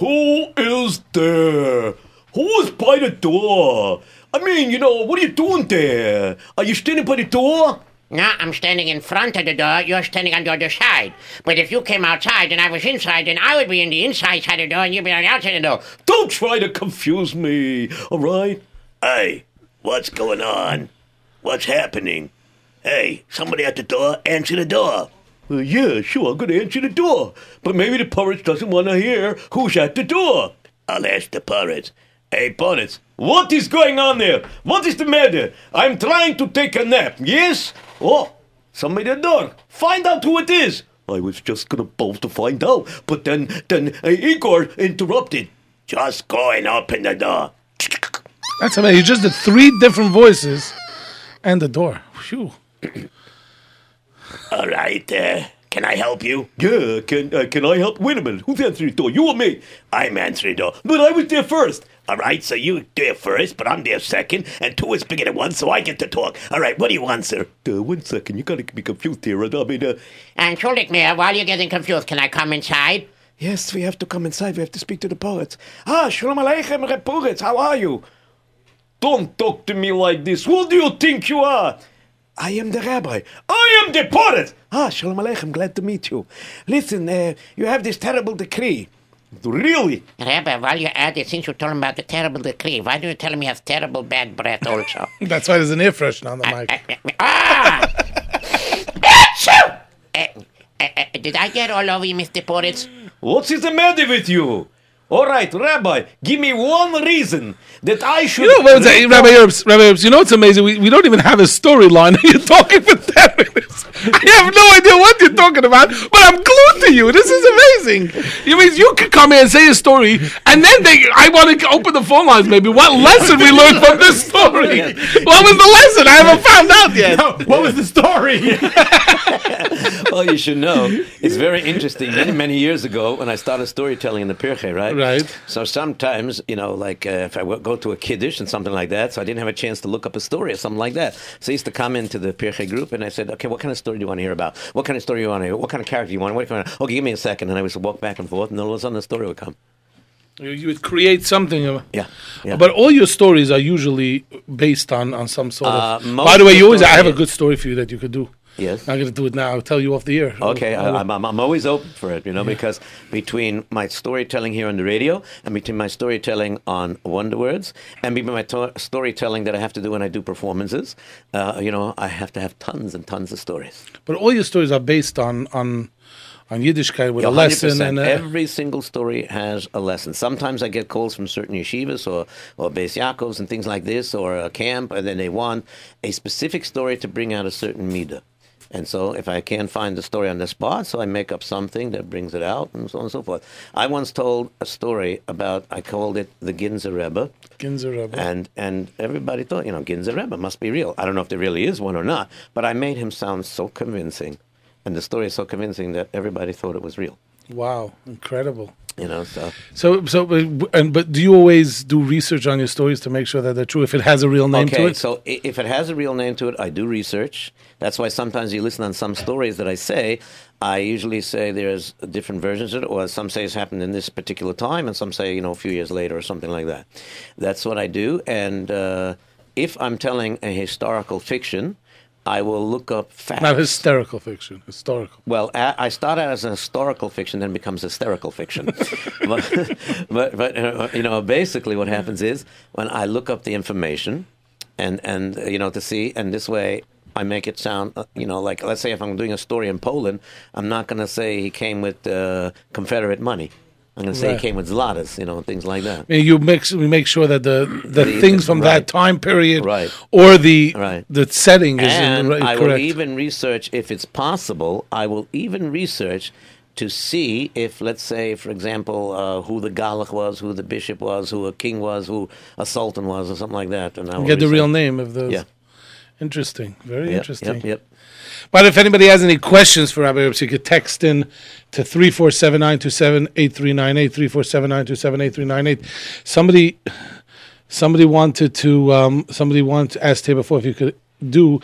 Speaker 15: Who is there? Who is by the door? I mean, you know, what are you doing there? Are you standing by the door?
Speaker 20: No, I'm standing in front of the door. You're standing on the other side. But if you came outside and I was inside, then I would be in the inside side of the door and you'd be on the outside of the door.
Speaker 15: Don't try to confuse me, all right? Hey, what's going on? What's happening? Hey, somebody at the door, answer the door. Uh, yeah, sure, I'm going to answer the door. But maybe the Pirates doesn't want to hear who's at the door. I'll ask the Pirates. Hey, Pirates, what is going on there? What is the matter? I'm trying to take a nap, yes? Oh, somebody at the door. Find out who it is. I was just going to bolt to find out, but then, then uh, Igor interrupted. Just go and open the door.
Speaker 4: That's amazing. You just did three different voices and the door. Phew.
Speaker 15: All right, uh, can I help you? Yeah, can uh, can I help? Wait a minute, who's answering the door? You or me? I'm answering the door, but I was there first. All right, so you there first, but I'm there second, and two is bigger than one, so I get to talk. All right, what do you want, sir? Uh, one second, you gotta be confused here. I mean, uh,
Speaker 20: And Schulichmeyer, while you're getting confused, can I come inside?
Speaker 19: Yes, we have to come inside. We have to speak to the poets. Ah, Shalom Aleichem, Reb Puritz, how are you?
Speaker 15: don't talk to me like this. Who do you think you are?
Speaker 19: I am the rabbi.
Speaker 15: I am deported!
Speaker 19: Ah, Shalom Aleichem, glad to meet you. Listen, uh, you have this terrible decree.
Speaker 15: Really?
Speaker 20: Rabbi, while you're at it, since you're talking about the terrible decree, why do you tell him he has terrible bad breath also?
Speaker 4: That's why there's an air freshener on the mic.
Speaker 20: Uh, uh, did I get all over you, Mr. Poritz?
Speaker 15: What is the matter with you? All right, Rabbi, give me one reason that I should.
Speaker 4: You know what was that, Rabbi Erbs, Rabbi Erbs, you know what's amazing? We, we don't even have a storyline. You're talking for 10 minutes. I have no idea what you're talking about, but I'm glued to you. This is amazing. You mean you could come here and say a story, and then they, I want to open the phone lines maybe. What lesson we learned from this story? What was the lesson? I haven't found out yet. what was the story?
Speaker 18: well, you should know. It's very interesting. Many, many years ago, when I started storytelling in the Pirche, right?
Speaker 4: Right.
Speaker 18: So sometimes, you know, like uh, if I w- go to a Kiddush and something like that, so I didn't have a chance to look up a story or something like that. So I used to come into the Pirche group and I said, okay, what kind of story do you want to hear about? What kind of story do you want to hear? What kind of character do you want? What kind of... Okay, give me a second. And I would walk back and forth, and all of a sudden the story would come.
Speaker 23: You, you would create something. Of,
Speaker 18: yeah, yeah.
Speaker 4: But all your stories are usually based on, on some sort
Speaker 18: Uh,
Speaker 4: of.
Speaker 18: most
Speaker 4: By the way, you always. I
Speaker 18: people-
Speaker 4: have a good story for you that you could do.
Speaker 18: Yes.
Speaker 4: I'm gonna do it now. I'll tell you off the air.
Speaker 18: Okay,
Speaker 4: I'll-
Speaker 18: I, I'm, I'm, I'm always open for it, you know, because between my storytelling here on the radio and between my storytelling on Wonder Words and between my to- storytelling that I have to do when I do performances, uh, you know, I have to have tons and tons of stories.
Speaker 4: But all your stories are based on on on Yiddishkeit with
Speaker 18: Yeah,
Speaker 4: a lesson
Speaker 18: 100%.
Speaker 4: and a,
Speaker 18: every single story has a lesson. Sometimes I get calls from certain yeshivas or or Beis Yaakovs and things like this, or a camp, and then they want a specific story to bring out a certain midah. And so, if I can't find the story on the spot, so I make up something that brings it out, and so on and so forth. I once told a story about I called it the Ginza Rebbe,
Speaker 4: Ginza Rebbe.
Speaker 18: and and everybody thought, you know, Ginza Rebbe must be real. I don't know if there really is one or not, but I made him sound so convincing, and the story is so convincing that everybody thought it was real.
Speaker 4: wow, incredible.
Speaker 18: You know, so
Speaker 4: So so but- and but do you always do research on your stories to make sure that they're true if it has a real name
Speaker 18: okay,
Speaker 4: to it?
Speaker 18: so i- if it has a real name to it, I do research. That's why sometimes you listen on some stories that I say. I usually say there's different versions of it, or some say it's happened in this particular time, and some say you know a few years later or something like that. That's what I do, and uh, if I'm telling a historical fiction, I will look up facts.
Speaker 4: Not hysterical fiction, historical.
Speaker 18: Well, a- I start out as a historical fiction, then becomes hysterical fiction. but, but, but uh, you know, basically, what happens is when I look up the information, and and uh, you know to see, and this way. I make it sound, uh, you know, like let's say if I'm doing a story in Poland, I'm not going to say he came with uh, Confederate money. I'm going to say
Speaker 4: Right.
Speaker 18: he came with zlatas, you know, things like that.
Speaker 4: I mean, you make we make sure that the the
Speaker 18: The-
Speaker 4: things from
Speaker 18: right.
Speaker 4: that time period
Speaker 18: Right.
Speaker 4: or the
Speaker 18: Right.
Speaker 4: the setting is
Speaker 18: and
Speaker 4: in, right,
Speaker 18: I will
Speaker 4: correct.
Speaker 18: even research if it's possible. I will even research to see if, let's say, for example, uh, who the Galach was, who the bishop was, who a king was, who a sultan was, or something like that. And I
Speaker 4: You
Speaker 18: will
Speaker 4: get the
Speaker 18: research.
Speaker 4: real name of the.
Speaker 18: Yeah.
Speaker 4: Interesting. Very
Speaker 18: Yep,
Speaker 4: interesting.
Speaker 18: Yep, yep.
Speaker 4: But if anybody has any questions for Rabbi Rebs, you could text in to 3479278398, 3479278398. Somebody somebody wanted to um, somebody wanted to ask here before if you could do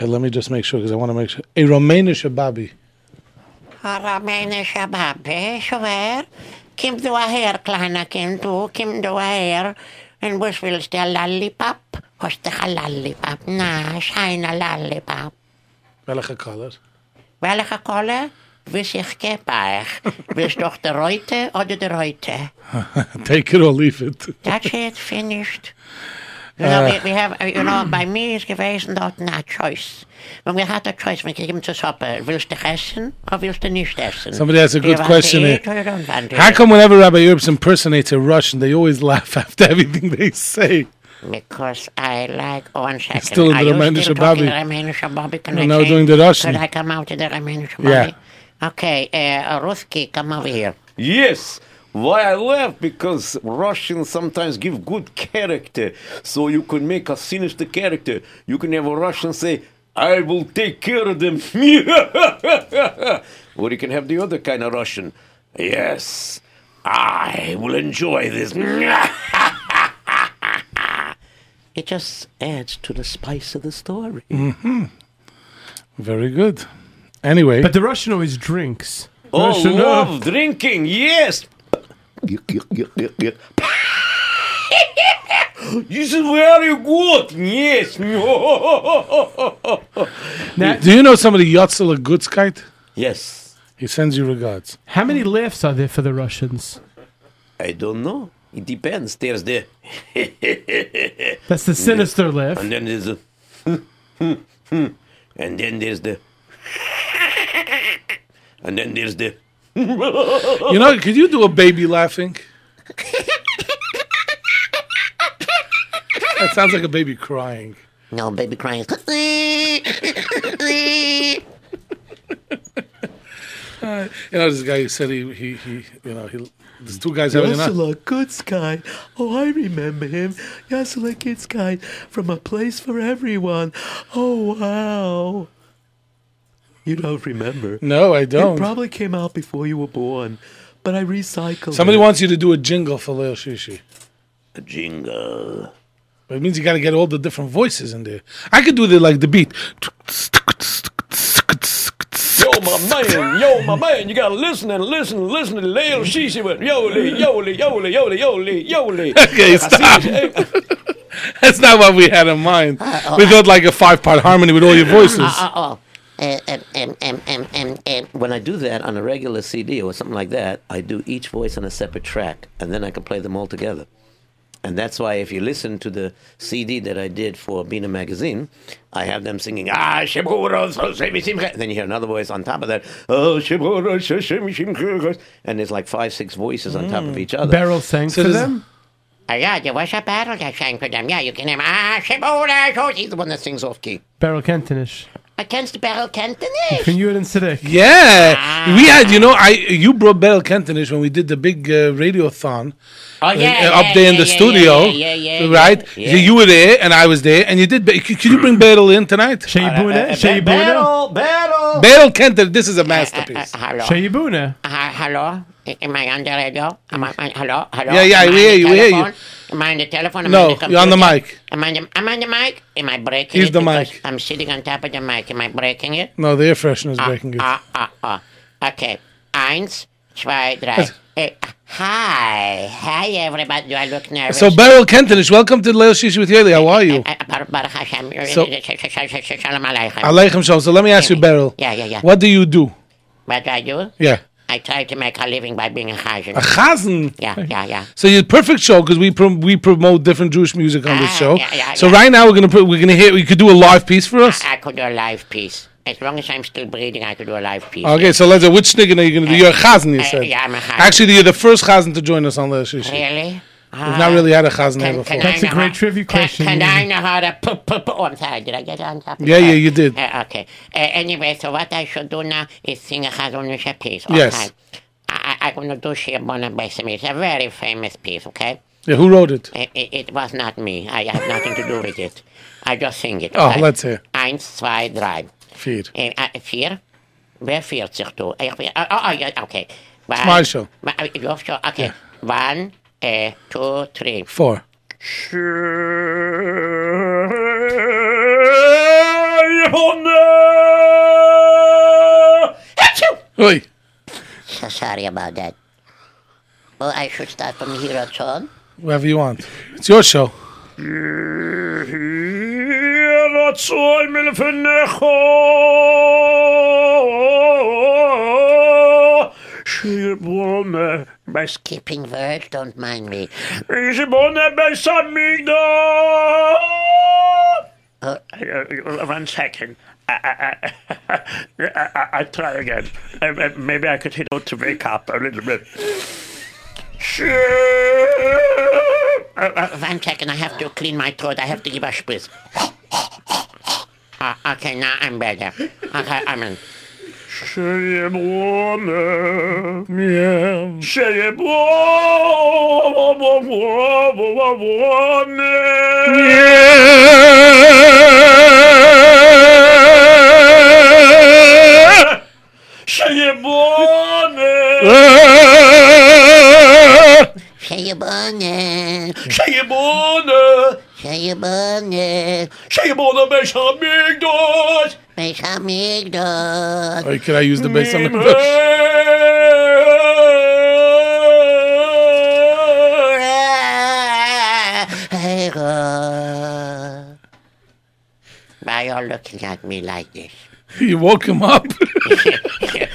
Speaker 4: uh, let me just make sure because I want to make sure a Romanian shababi.
Speaker 20: Romene Shababbe, Schwer. Kim du her, kleiner Kim du, Kim du her. Und was willst du, ein Lollipop? Hast du ein Lollipop? Na, scheine Lollipop.
Speaker 4: Welcher Color?
Speaker 20: Welche Kohle? Wiss ich gebeich. Willst du doch der Reute oder der Reute?
Speaker 4: Take it or leave it.
Speaker 20: That's it, finished. You know,
Speaker 4: Ah.
Speaker 20: we, we have, uh, you know, bei mir ist gewesen dort eine Choice. Und wir hatten eine Choice, wir kriegen zur Suppe. Willst du essen oder willst du nicht essen?
Speaker 4: Mm. Somebody has a
Speaker 20: Do
Speaker 4: good
Speaker 20: you want to
Speaker 4: question
Speaker 20: eat
Speaker 4: here.
Speaker 20: or you don't want to
Speaker 4: How
Speaker 20: eat?
Speaker 4: come whenever Rabbi Herbs impersonates a Russian, they always laugh after everything they say?
Speaker 20: Because I like one second.
Speaker 4: still in
Speaker 20: Are
Speaker 4: the
Speaker 20: you
Speaker 4: Romanian
Speaker 20: still
Speaker 4: Shabbat.
Speaker 20: talking Romanian Shabbat? Can
Speaker 4: No,
Speaker 20: I
Speaker 4: now
Speaker 20: change?
Speaker 4: doing the Russian.
Speaker 20: Could I come out to the Romanian
Speaker 4: Yeah.
Speaker 20: Shabbat? Okay, uh, Ruski, come over here.
Speaker 19: Yes. Why I laugh? Because Russians sometimes give good character. So you can make a sinister character. You can have a Russian say, I will take care of them. or you can have the other kind of Russian. Yes, I will enjoy this.
Speaker 18: It just adds to the spice of the story.
Speaker 4: hmm Very good. Anyway.
Speaker 5: But the Russian always drinks.
Speaker 19: Oh,
Speaker 5: Russian, uh,
Speaker 19: love drinking. Yes. This is very good. Yes.
Speaker 4: do you know somebody Yotzel Gutskite?
Speaker 18: Yes.
Speaker 4: He sends you regards.
Speaker 5: How many laughs are there for the Russians?
Speaker 18: I don't know. It depends. There's the.
Speaker 5: That's the sinister laugh.
Speaker 18: And then there's the. and then there's the. and then there's the.
Speaker 4: You know, could you do a baby laughing? that sounds like a baby crying.
Speaker 20: No, baby crying.
Speaker 4: Uh, you know, this guy who said he, he, he you know, he, there's two guys having an
Speaker 15: Yasula Goodsky. Oh, I remember him. Yasula Goodsky from A Place for Everyone. Oh, wow. You don't remember.
Speaker 4: No, I don't.
Speaker 15: It probably came out before you were born, but I recycled
Speaker 4: Somebody
Speaker 15: it.
Speaker 4: wants you to do a jingle for Lil Shishi.
Speaker 18: A
Speaker 15: Uh.
Speaker 18: jingle.
Speaker 4: But it means you got to get all the different voices in there. I could do the like the beat.
Speaker 19: Yo,
Speaker 7: my man, yo, my man, you gotta listen and listen and listen to Lil Shishi with Yoli, Yoli, Yoli, Yoli, Yoli, Yoli.
Speaker 9: Okay, stop. That's not what we had in mind.
Speaker 20: oh,
Speaker 9: We thought like a five part harmony with all your voices.
Speaker 17: Uh, uh, uh.
Speaker 18: Um, um, um, um, um, um. When I do that on a regular CD or something like that, I do each voice on a separate track, and then I can play them all together. And that's why if you listen to the CD that I did for Bina magazine, I have them singing Ah Shibura so Shemi Shimcha. Then you hear another voice on top of that Oh Shibura so Shemi Shimcha. And there's like five, six voices on top of
Speaker 9: Mm.
Speaker 18: each other.
Speaker 5: Beryl sang for them?
Speaker 20: Uh, yeah, there was a battle that sang for them. Yeah, you can hear him. Ah, Shibura, Shor-" He's the one that sings off key.
Speaker 5: Beryl Kentonish.
Speaker 20: I can't barrel Cantonese.
Speaker 5: Can you and Siddiq?
Speaker 4: Yeah, we had. You know, I you brought Beryl Kentonish when we did the big uh, radiothon. uh,
Speaker 20: Oh, yeah,
Speaker 4: up
Speaker 20: yeah,
Speaker 4: there in
Speaker 20: yeah,
Speaker 4: the
Speaker 20: yeah,
Speaker 4: studio,
Speaker 20: yeah, yeah, yeah, yeah,
Speaker 4: right?
Speaker 20: yeah.
Speaker 4: You were there and I was there, and you did. Be- Could could you bring Beryl in tonight?
Speaker 20: Uh,
Speaker 5: Sheibuna,
Speaker 4: er
Speaker 5: Sheibuna,
Speaker 4: Beryl, Beryl Kenton. This is a masterpiece.
Speaker 20: uh, hello.
Speaker 5: Sheibuna.
Speaker 20: Uh, hello? A- Am I on the radio? Ah, Am I, I- hello? Hello?
Speaker 4: Yeah, yeah,
Speaker 20: Am I
Speaker 4: we
Speaker 20: on
Speaker 4: hear
Speaker 20: the
Speaker 4: you, we hear you.
Speaker 20: telephone? Am I on the telephone? Am I
Speaker 4: No,
Speaker 20: on the
Speaker 4: you're on the
Speaker 20: computer?
Speaker 4: mic.
Speaker 20: Am I, the- am I on the mic? Am I breaking
Speaker 4: He's
Speaker 20: it?
Speaker 4: the
Speaker 20: Because I'm sitting on top of the mic. Am I breaking it?
Speaker 4: No, the air freshener is breaking it.
Speaker 20: Ah, ah, ah. Okay. Eins, zwei, drei. Eh, hi. Hi, everybody. Do I look nervous?
Speaker 4: So Beryl Kentonish, welcome to Leil Shishi with Yeli. How are you?
Speaker 20: Eh, Bar- Baruch Hashem.
Speaker 4: So-
Speaker 20: Shalom aleichem.
Speaker 4: Aleichem shalom. So let me ask you, Beryl.
Speaker 20: Yeah, yeah, yeah.
Speaker 4: What do you do?
Speaker 20: What do I do?
Speaker 4: Yeah,
Speaker 20: I try to make a living by being a chazan.
Speaker 4: a chazan.
Speaker 20: Yeah, yeah, yeah.
Speaker 4: So you perfect show because we prom- we promote different Jewish music on this show.
Speaker 20: Ah, yeah, yeah,
Speaker 4: so
Speaker 20: yeah. Ah,
Speaker 4: right now we're gonna put, we're gonna hear. You could do a live piece for us.
Speaker 20: I could do a live piece. As long as I'm still breathing, I could do a live piece.
Speaker 4: Okay, so let's. uh, Which nigga are you gonna do? You're a chazan, you
Speaker 20: Uh,
Speaker 4: said.
Speaker 20: yeah, I'm a chazan.
Speaker 4: Actually, you're the first chazan to join us on Leil Shishi.
Speaker 20: Really?
Speaker 4: We've not really had a chazan here
Speaker 20: Can,
Speaker 4: before.
Speaker 20: can I know how- can, Can I know how to put, put, put? Oh, I'm sorry. Did I get on top? of
Speaker 4: Yeah,
Speaker 20: that?
Speaker 4: yeah, you did.
Speaker 20: Uh, okay. Uh, anyway, so what I should do now is sing a Chazonish piece.
Speaker 4: Yes.
Speaker 20: Okay. I, I- I'm going to do Shir Bona Besim. It's a very famous piece, okay?
Speaker 4: Yeah, who wrote it?
Speaker 20: It, it, it was not me. I have nothing to do with it. I just sing it.
Speaker 4: Oh,
Speaker 20: okay?
Speaker 4: let's hear.
Speaker 20: Eins, zwei, drei.
Speaker 4: Vier.
Speaker 20: Eh, eh, vier? Wer viert sich du? Ich bin, oh, oh, ja, okay. One,
Speaker 4: Smile show.
Speaker 20: Ma- eh, you have to- okay. One, eh, two, three.
Speaker 4: Four. Oi.
Speaker 17: So sorry about that. Well, I should start from here at on.
Speaker 4: Whatever you want. It's your show.
Speaker 7: רצוי מלפניך שיר בונה
Speaker 17: By skipping words, don't mind me.
Speaker 7: איש בונה בייס המקדש One second I, I, I, I, I, I try again Uh, uh, maybe I could hit out to wake up a little bit
Speaker 20: Oh, One second, I have to clean my throat. I have to give a spritz. Ah, okay, now I'm better. Okay, I'm in.
Speaker 7: שיהיה ברונה, שיהיה ברונה. שיהיה ברונה.
Speaker 17: Shea Bonnet.
Speaker 7: שיהיה ברונה.
Speaker 17: Shea Bonnet.
Speaker 7: שיהיה ברונה בשמקדוש.
Speaker 17: Beis
Speaker 20: Uh,
Speaker 17: Hamigdash.
Speaker 4: Or could I use the bass on the
Speaker 20: Why you looking at me like this?
Speaker 4: You woke him up.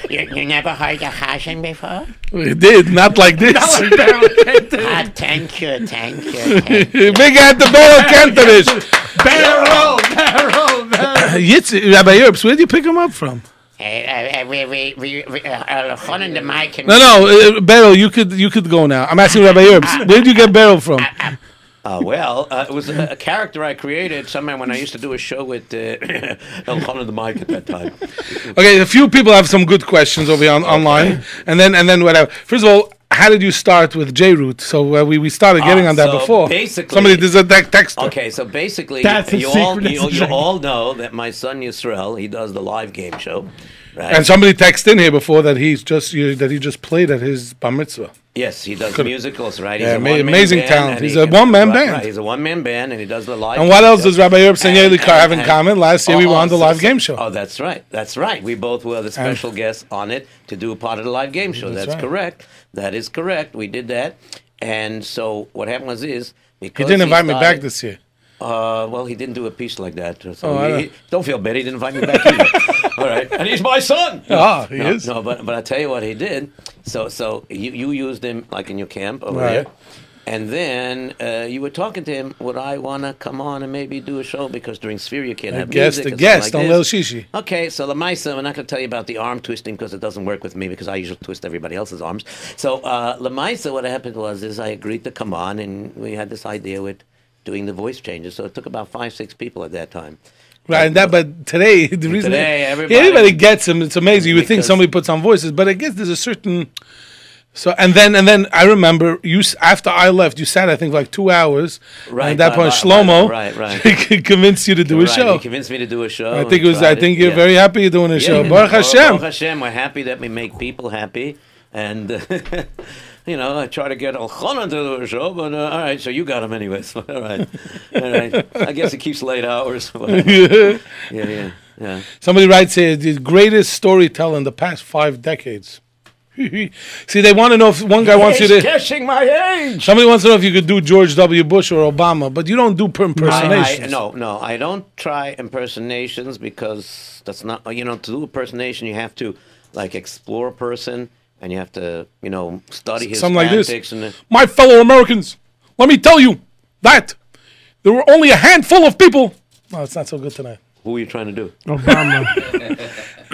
Speaker 20: You, you never heard a Chazan before?
Speaker 4: We did, not like this.
Speaker 20: Ah, thank you, thank you. Thank you.
Speaker 4: Big at the Beryl Kentonish.
Speaker 20: Barrel, barrel, barrel.
Speaker 4: Yitz, Rabbi Yerbs, where did you pick him up from?
Speaker 20: Uh, uh, we, we, we, we, uh, uh, on the mic. And
Speaker 4: No, no, uh, Beryl, you could you could go now. I'm asking Rabbi Yerbs, where did you get Beryl from?
Speaker 18: Uh, well, uh, it was a, a character I created sometime when I used to do a show with uh, Elkhan the Mic at that time.
Speaker 4: Okay, a few people have some good questions over here on, online, and then and then whatever. First of all, how did you start with J Root? So uh, we, we started getting
Speaker 18: Ah,
Speaker 4: on that
Speaker 18: so
Speaker 4: before.
Speaker 18: basically-
Speaker 4: somebody there's a te- text.
Speaker 18: Okay, so basically,
Speaker 4: That's a
Speaker 18: you, all,
Speaker 4: secret,
Speaker 18: you,
Speaker 4: that's a
Speaker 18: you
Speaker 4: secret.
Speaker 18: all know that my son Yisrael, he does the live game show. Right.
Speaker 4: And somebody texted in here before that he's just you, that he just played at his bar mitzvah.
Speaker 18: Yes, he does
Speaker 4: Could-
Speaker 18: musicals, right?
Speaker 4: Yeah,
Speaker 18: a
Speaker 4: ama-
Speaker 18: one-man
Speaker 4: amazing
Speaker 18: band,
Speaker 4: talent.
Speaker 18: and
Speaker 4: He's
Speaker 18: he
Speaker 4: a
Speaker 18: can-
Speaker 4: one-man
Speaker 18: right,
Speaker 4: band.
Speaker 18: Right, he's a one-man band, and he does the live.
Speaker 4: and what else
Speaker 18: does?
Speaker 4: does Rabbi Yerb Sanyeli have in common? Last year we
Speaker 18: Oh,
Speaker 4: were on the
Speaker 18: oh,
Speaker 4: live
Speaker 18: so-
Speaker 4: game show.
Speaker 18: Oh, that's right. That's right. We both were the special guests on it to do a part of the live game show.
Speaker 4: That's
Speaker 18: That's,
Speaker 4: right.
Speaker 18: correct. That is correct. We did that. And so what happened was is
Speaker 4: He
Speaker 18: because
Speaker 4: didn't invite me back
Speaker 18: started-
Speaker 4: this year.
Speaker 18: Uh, well, he didn't do a piece like that. So
Speaker 4: Oh, I
Speaker 18: he-
Speaker 4: don't-
Speaker 18: he- don't feel bad. He didn't invite me back either. All right, and he's my son.
Speaker 4: Ah, he
Speaker 18: no,
Speaker 4: is.
Speaker 18: No, but but I tell you what he did. So so you, you used him like in your camp over
Speaker 4: Right.
Speaker 18: there, and then uh, you were talking to him. Would I want to come on and maybe do a show because during Sphere you can't
Speaker 4: A
Speaker 18: have
Speaker 4: guest,
Speaker 18: music
Speaker 4: a
Speaker 18: and
Speaker 4: guest
Speaker 18: stuff
Speaker 4: on
Speaker 18: like
Speaker 4: Lil
Speaker 18: this.
Speaker 4: Shishi.
Speaker 18: Okay, so the Lamaisa, I'm not going to tell you about the arm twisting because it doesn't work with me because I usually twist everybody else's arms. So uh, Lamaisa, what happened was is I agreed to come on and we had this idea with doing the voice changes. So it took about five, six people at that time.
Speaker 4: Right, and that but today the reason
Speaker 18: Today,
Speaker 4: that-
Speaker 18: everybody-
Speaker 4: gets him. It's amazing. You would think somebody puts on voices, but I guess there's a certain so and then and then I remember you s- after I left, you sat I think like two hours. and
Speaker 18: Right,
Speaker 4: at that
Speaker 18: right,
Speaker 4: point,
Speaker 18: right,
Speaker 4: Shlomo
Speaker 18: right, right.
Speaker 4: convinced you to do a
Speaker 18: Right,
Speaker 4: show.
Speaker 18: He convinced me to do a show.
Speaker 4: I
Speaker 18: and
Speaker 4: think it was. I
Speaker 18: tried
Speaker 4: think you're
Speaker 18: yeah.
Speaker 4: very happy you're doing a
Speaker 18: Yeah,
Speaker 4: show.
Speaker 18: yeah,
Speaker 4: Baruch
Speaker 18: Baruch-
Speaker 4: Hashem.
Speaker 18: Baruch Hashem. We're happy that we make people happy. And, uh, you know, I try to get Elchanan to do a show, but uh, all right, so you got him anyways. all right. All right. I guess it keeps late hours. yeah, yeah, yeah.
Speaker 4: Somebody writes here the greatest storyteller in the past five decades. See, they want to know if one guy wants you
Speaker 19: He's
Speaker 4: to.
Speaker 19: guessing my age.
Speaker 4: Somebody wants to know if you could do George W. Bush or Obama, but you don't do per- impersonations.
Speaker 18: I, I, no, no, I don't try impersonations because that's not you know to do impersonation you have to like explore a person and you have to you know study his
Speaker 4: Something like this.
Speaker 18: antics and uh, the-
Speaker 4: My fellow Americans, let me tell you that there were only a handful of people. No, it's not so good tonight.
Speaker 18: who are you trying to do?
Speaker 4: Obama.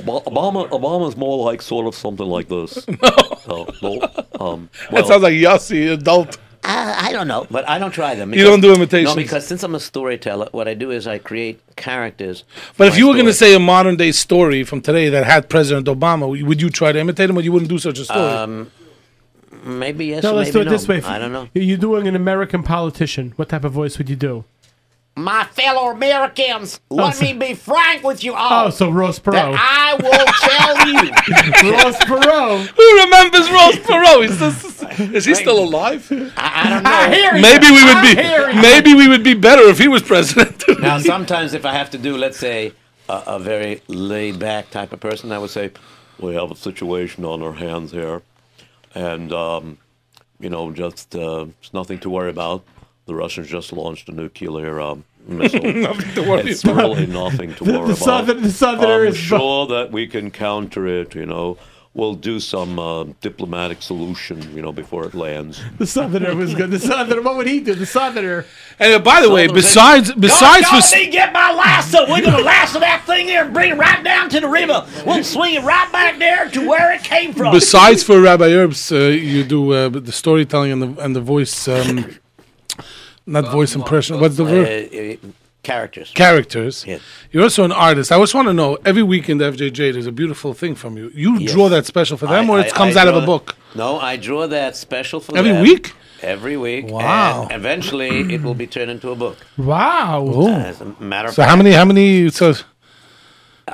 Speaker 11: Ob- Obama Obama's more like sort of something like this. no, no. Um,
Speaker 4: that sounds like Yossi, adult.
Speaker 18: Uh, I don't know, but I don't try them.
Speaker 4: You don't do imitations.
Speaker 18: No, because since I'm a storyteller, what I do is I create characters.
Speaker 4: But if you were going to say a modern day story from today that had President Obama, would you try to imitate him or you wouldn't do such a story?
Speaker 18: Um, maybe yes.
Speaker 5: no,
Speaker 18: or
Speaker 5: let's
Speaker 18: maybe
Speaker 5: do it
Speaker 18: no.
Speaker 5: this way.
Speaker 18: I don't know.
Speaker 5: You- You're doing an American politician. What type of voice would you do?
Speaker 20: My fellow Americans,
Speaker 4: Oh,
Speaker 20: let
Speaker 5: so-
Speaker 20: me be frank with you all.
Speaker 5: Oh, so Ross
Speaker 20: that
Speaker 5: Perot.
Speaker 20: I will tell you.
Speaker 5: Ross Perot.
Speaker 4: Who remembers Ross Perot? Is, this, is he still alive?
Speaker 18: I, I don't know.
Speaker 20: I
Speaker 18: hear
Speaker 4: Maybe
Speaker 18: you.
Speaker 4: we would
Speaker 18: I hear
Speaker 4: be
Speaker 18: you.
Speaker 4: maybe we would be better if he was president.
Speaker 18: Now, sometimes if I have to do, let's say, a, a very laid back type of person, I would say,
Speaker 11: we have a situation on our hands here, and um, you know, just uh, it's nothing to worry about. The Russians just launched a nuclear um, missile.
Speaker 5: Nothing to worry
Speaker 11: it's
Speaker 5: about.
Speaker 11: really nothing to
Speaker 5: The-
Speaker 11: worry
Speaker 5: the
Speaker 11: about.
Speaker 5: southern- the southern
Speaker 11: I'm
Speaker 5: area is-
Speaker 11: sure that we can counter it. You know, we'll do some uh, diplomatic solution. You know, before it lands.
Speaker 5: The Southerner was good. The Southerner, what would he do? The Southerner.
Speaker 4: And uh, by the way, besides besides
Speaker 20: Y'all
Speaker 4: for
Speaker 20: need to get my lasso. We're gonna lasso that thing there and bring it right down to the river. We'll swing it right back there to where it came from.
Speaker 4: besides for Rabbi Herbs, uh, you do uh, the storytelling and the and the voice, um, not voice impression. What's the
Speaker 18: uh,
Speaker 4: word?
Speaker 18: uh, characters.
Speaker 4: Characters. You're also an artist. I just want to know. Every weekend, FJJ, there's a beautiful thing from you. You draw that special for them,
Speaker 18: I-
Speaker 4: or
Speaker 18: I-
Speaker 4: it comes
Speaker 18: I
Speaker 4: out of
Speaker 18: draw
Speaker 4: a
Speaker 18: that-
Speaker 4: book.
Speaker 18: No, I draw that special for
Speaker 4: Every
Speaker 18: them.
Speaker 4: week?
Speaker 18: Every week.
Speaker 4: Wow.
Speaker 18: And eventually, it will be turned into a book.
Speaker 5: Wow.
Speaker 18: As a matter of
Speaker 4: Oh. So how
Speaker 18: fact-
Speaker 4: many? How many? So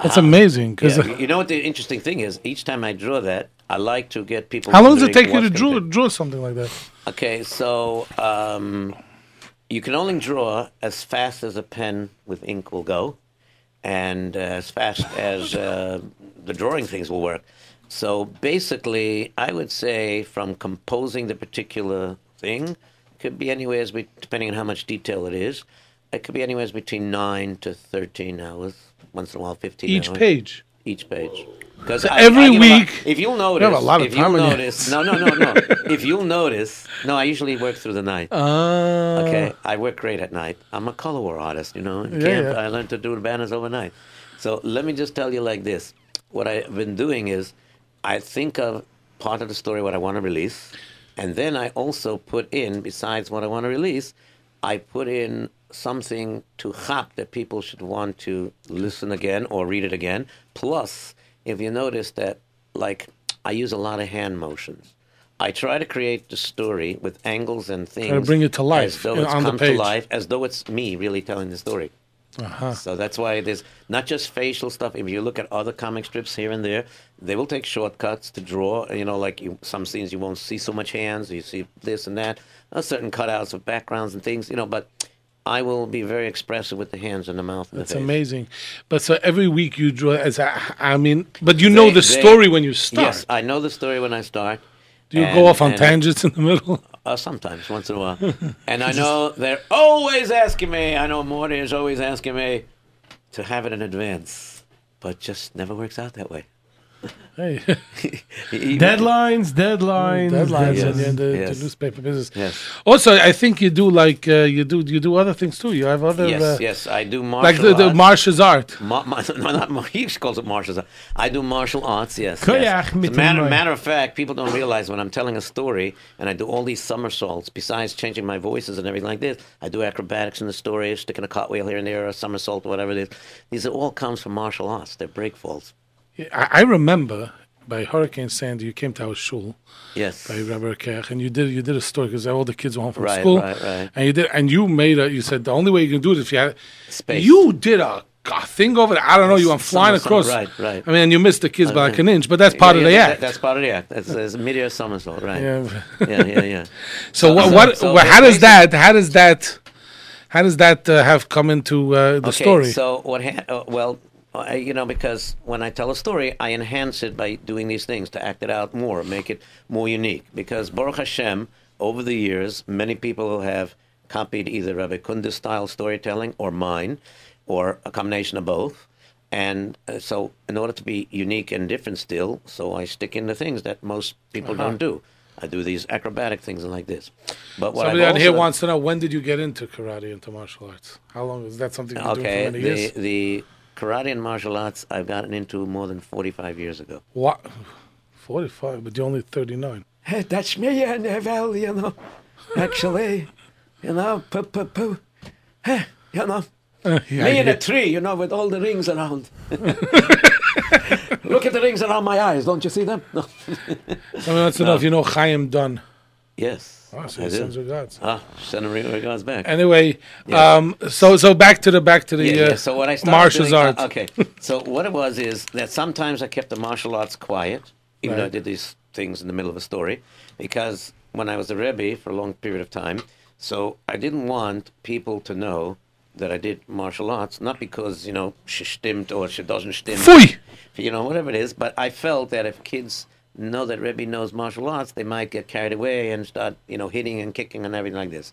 Speaker 4: that's
Speaker 18: Uh,
Speaker 4: amazing. Because
Speaker 18: yeah, you know what the interesting thing is? Each time I draw that, I like to get people.
Speaker 4: how long does it
Speaker 18: wondering
Speaker 4: take you to
Speaker 18: what's gonna
Speaker 4: draw draw something like that?
Speaker 18: Okay, so um, you can only draw as fast as a pen with ink will go, and uh, as fast as uh, the drawing things will work. So basically, I would say from composing the particular thing, could be anywhere be- depending on how much detail it is. It could be anywhere between nine to thirteen hours. Once in a while, fifteen.
Speaker 4: Each
Speaker 18: hours.
Speaker 4: page?
Speaker 18: Each page. Because
Speaker 4: So every week-
Speaker 18: if you'll
Speaker 4: You have
Speaker 18: notice,
Speaker 4: a lot of
Speaker 18: if
Speaker 4: time
Speaker 18: you'll
Speaker 4: on your
Speaker 18: notice, no, no, no, no. if you'll notice, no, I usually work through the night.
Speaker 4: Ah.
Speaker 18: okay, I work great at night. I'm a color artist, you know. In
Speaker 4: Yeah,
Speaker 18: camp,
Speaker 4: yeah.
Speaker 18: I learned to do banners overnight. So let me just tell you like this: what I've been doing is, I think of part of the story what I want to release, and then I also put in, besides what I want to release, I put in something to hop that people should want to listen again or read it again. Plus, if you notice that, like, I use a lot of hand motions. I try to create the story with angles and things.
Speaker 4: bring it to life
Speaker 18: as though
Speaker 4: in-
Speaker 18: it
Speaker 4: on the
Speaker 18: comes
Speaker 4: page. Uh-huh.
Speaker 18: to life, as though it's me really telling the story. So that's why it is not just facial stuff. If you look at other comic strips here and there, they will take shortcuts to draw. You know, like you, some scenes you won't see so much hands. You see this and that. Uh, certain cutouts of backgrounds and things. You know, but I will be very expressive with the hands and the mouth. And the
Speaker 4: That's
Speaker 18: face.
Speaker 4: amazing. But so every week you draw as a, I mean, but you know
Speaker 18: They-
Speaker 4: the
Speaker 18: they-
Speaker 4: story when you start.
Speaker 18: Yes, I know the story when I start.
Speaker 4: Do you
Speaker 18: and-
Speaker 4: go off on
Speaker 18: and-
Speaker 4: tangents in the middle?
Speaker 18: Uh, sometimes, once in a while. and I know they're always asking me. I know Morty is always asking me to have it in advance, but just never works out that way.
Speaker 4: Hey.
Speaker 5: Deadlines, deadlines,
Speaker 4: Mm, Deadlines in the-
Speaker 5: deadlines.
Speaker 4: in the, the newspaper business.
Speaker 18: Yes.
Speaker 4: Also, I think you do like uh, you do you do other things too. You have other
Speaker 18: yes,
Speaker 4: uh,
Speaker 18: yes, I do martial
Speaker 4: like the, the
Speaker 18: arts.
Speaker 4: martial's art.
Speaker 18: Ma- ma- no, not, ma- he calls it martial arts. I do martial arts, yes.
Speaker 4: Koyach
Speaker 18: yes. As a
Speaker 4: mit
Speaker 18: matter,
Speaker 4: dem Mai.
Speaker 18: matter of fact, people don't realize when I'm telling a story and I do all these somersaults, besides changing my voices and everything like this, I do acrobatics in the story, sticking a cartwheel here and there, a somersault, whatever it is. These are all comes from martial arts. They're breakfalls.
Speaker 4: I, I remember by Hurricane Sandy, you came to our shul.
Speaker 18: Yes.
Speaker 4: By Rabbi Kech, and you did you did a story because all the kids were home from
Speaker 18: Right,
Speaker 4: school.
Speaker 18: right, right.
Speaker 4: And you did, and you made a. You said the only way you can do it if you had
Speaker 18: space.
Speaker 4: You did a, a thing over there. I don't know. You were flying
Speaker 18: Somersault,
Speaker 4: across.
Speaker 18: right, right.
Speaker 4: I mean, you missed the kids by like an inch, but that's
Speaker 18: Yeah,
Speaker 4: part
Speaker 18: yeah,
Speaker 4: of the
Speaker 18: that-
Speaker 4: act.
Speaker 18: that's part of the act. That's, that's a mid-air somersault, right?
Speaker 4: Yeah.
Speaker 18: yeah, yeah, yeah.
Speaker 4: So, what?
Speaker 18: so-
Speaker 4: what
Speaker 18: so
Speaker 4: well, how does
Speaker 18: basically-
Speaker 4: that? How does that? How does that uh, have come into uh, the story?
Speaker 18: So what? Ha- uh, well, I, you know, because when I tell a story, I enhance it by doing these things to act it out more, make it more unique. Because Baruch Hashem, over the years, many people have copied either Rabbi Kunda's style storytelling or mine, or a combination of both. And uh, so, in order to be unique and different still, so I stick into things that most people
Speaker 4: Uh-huh.
Speaker 18: don't do. I do these acrobatic things and like this. But what
Speaker 4: Somebody
Speaker 18: I've
Speaker 4: out here
Speaker 18: also-
Speaker 4: wants to know when did you get into karate, into martial arts? How long is that something you've been doing
Speaker 18: Okay,
Speaker 4: for many years?
Speaker 18: the, the karate and martial arts I've gotten into more than 45 years ago.
Speaker 4: What? Forty-five, but you're only thirty-nine.
Speaker 19: Hey, that's me and uh, well, you know, actually, you know, poo, poo, poo. Hey, eh, you know,
Speaker 4: Uh, yeah,
Speaker 19: me in
Speaker 4: yeah.
Speaker 19: a tree, you know, with all the rings around. Look at the rings around my eyes. Don't you see them? No.
Speaker 4: Somebody wants to know if you know Chaim Dunn.
Speaker 18: Yes.
Speaker 4: Ah, so
Speaker 18: I
Speaker 4: he
Speaker 18: do.
Speaker 4: sends regards.
Speaker 18: Ah, send him re- regards back.
Speaker 4: Anyway, um, so so back to the back to the
Speaker 18: yeah,
Speaker 4: uh,
Speaker 18: yeah. So what I started
Speaker 4: martial
Speaker 18: doing,
Speaker 4: arts.
Speaker 18: uh, okay. So what it was is that sometimes I kept the martial arts quiet, even though I
Speaker 4: Right.
Speaker 18: did these things in the middle of a story, because when I was a rebbe for a long period of time, so I didn't want people to know that I did martial arts, not because you know she stimmt or she doesn't stimmt,
Speaker 4: Pfui!
Speaker 18: you know whatever it is, but I felt that if kids know that rebbe knows martial arts, they might get carried away and start you know hitting and kicking and everything like this.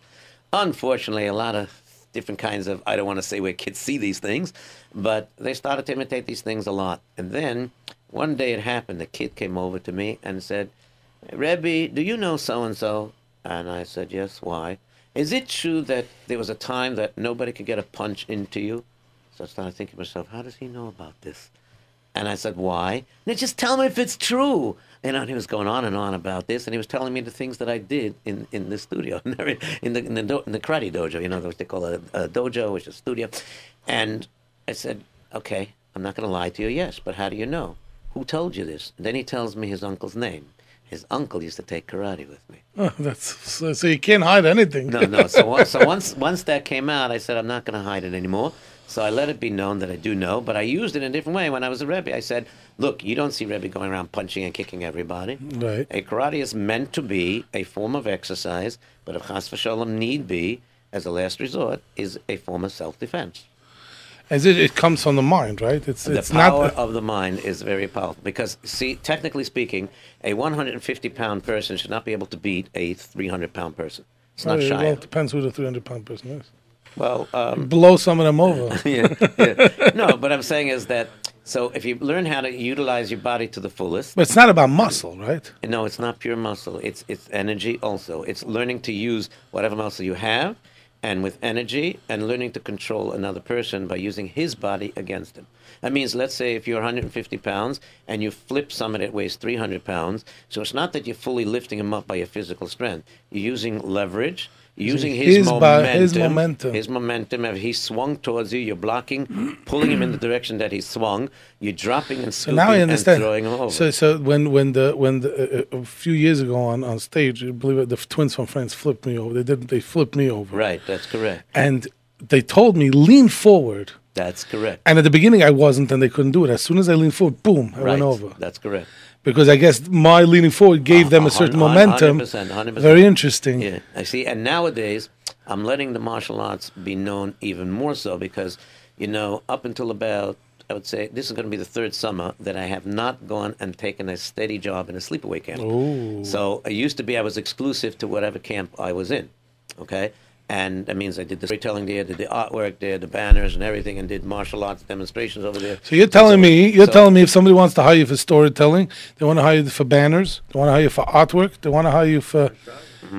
Speaker 18: Unfortunately, a lot of different kinds of I don't want to say where kids see these things, but they started to imitate these things a lot. And then one day it happened. The kid came over to me and said, Rebbe, do you know so and so? And I said, Yes, why? Is it true that there was a time that nobody could get a punch into you? So I started thinking to myself, how does he know about this? And I said, why? Now just tell me if it's true. You know, and he was going on and on about this, and he was telling me the things that I did in, in the studio, in the in the, in the, do, in the karate dojo. You know, what they call a, a dojo, which is studio. And I said, okay, I'm not going to lie to you, yes, but how do you know? Who told you this? And then he tells me his uncle's name. His uncle used to take karate with me.
Speaker 4: Oh, that's so, so you can't hide anything.
Speaker 18: No, no. So, on- so once once that came out, I said I'm not going to hide it anymore. So I let it be known that I do know, but I used it in a different way when I was a rebbe. I said, "Look, you don't see rebbe going around punching and kicking everybody.
Speaker 4: Right.
Speaker 18: A karate is meant to be a form of exercise, but if chas v'shalom need be, as a last resort, is a form of self-defense.
Speaker 4: As it, it comes from the mind, right? It's
Speaker 18: the
Speaker 4: it's
Speaker 18: power
Speaker 4: not.
Speaker 18: of the mind is very powerful because, see, technically speaking, a 150-pound person should not be able to beat a 300-pound person. It's not
Speaker 4: Well,
Speaker 18: shy.
Speaker 4: Well, uh, it depends who the three hundred pound person is.
Speaker 18: Well, um,
Speaker 4: blow some of them over.
Speaker 18: yeah, yeah. No, but I'm saying is that so if you learn how to utilize your body to the fullest,
Speaker 4: But it's not about muscle, right?
Speaker 18: no, it's not pure muscle. It's it's energy also. It's learning to use whatever muscle you have, and with energy, and learning to control another person by using his body against him. That means, let's say, if you're 150 pounds and you flip someone that weighs 300 pounds, so it's not that you're fully lifting him up by your physical strength. You're using leverage, you're using his,
Speaker 4: His bo-
Speaker 18: momentum,
Speaker 4: his momentum.
Speaker 18: his momentum. If he swung towards you, you're blocking, pulling him in the direction that he swung. You're dropping and
Speaker 4: So
Speaker 18: scooping
Speaker 4: now I
Speaker 18: and
Speaker 4: understand.
Speaker 18: throwing him over.
Speaker 4: So so when when the when the, uh, uh, a few years ago on on stage, believe it, the twins from France flipped me over. They did. They flipped me over.
Speaker 18: right, that's correct.
Speaker 4: And they told me lean forward.
Speaker 18: That's correct.
Speaker 4: And at the beginning, I wasn't, and they couldn't do it. As soon as I leaned forward, boom, I went over.
Speaker 18: That's correct.
Speaker 4: Because I guess my leaning forward gave them a certain
Speaker 18: Hun- hun-
Speaker 4: momentum.
Speaker 18: 100%, 100%.
Speaker 4: Very interesting.
Speaker 18: Yeah, I see. And nowadays, I'm letting the martial arts be known even more so because, you know, up until about, I would say, this is going to be the third summer that I have not gone and taken a steady job in a sleepaway camp.
Speaker 4: Oh.
Speaker 10: Ooh.
Speaker 18: So it used to be I was exclusive to whatever camp I was in, okay? And that means I did the storytelling there, did the artwork there, the banners and everything, and did martial arts demonstrations over there.
Speaker 4: So you're telling me, you're
Speaker 18: So-
Speaker 4: telling me, if somebody wants to hire you for storytelling, they want to hire you for banners, they want to hire you for artwork, they want to hire you for.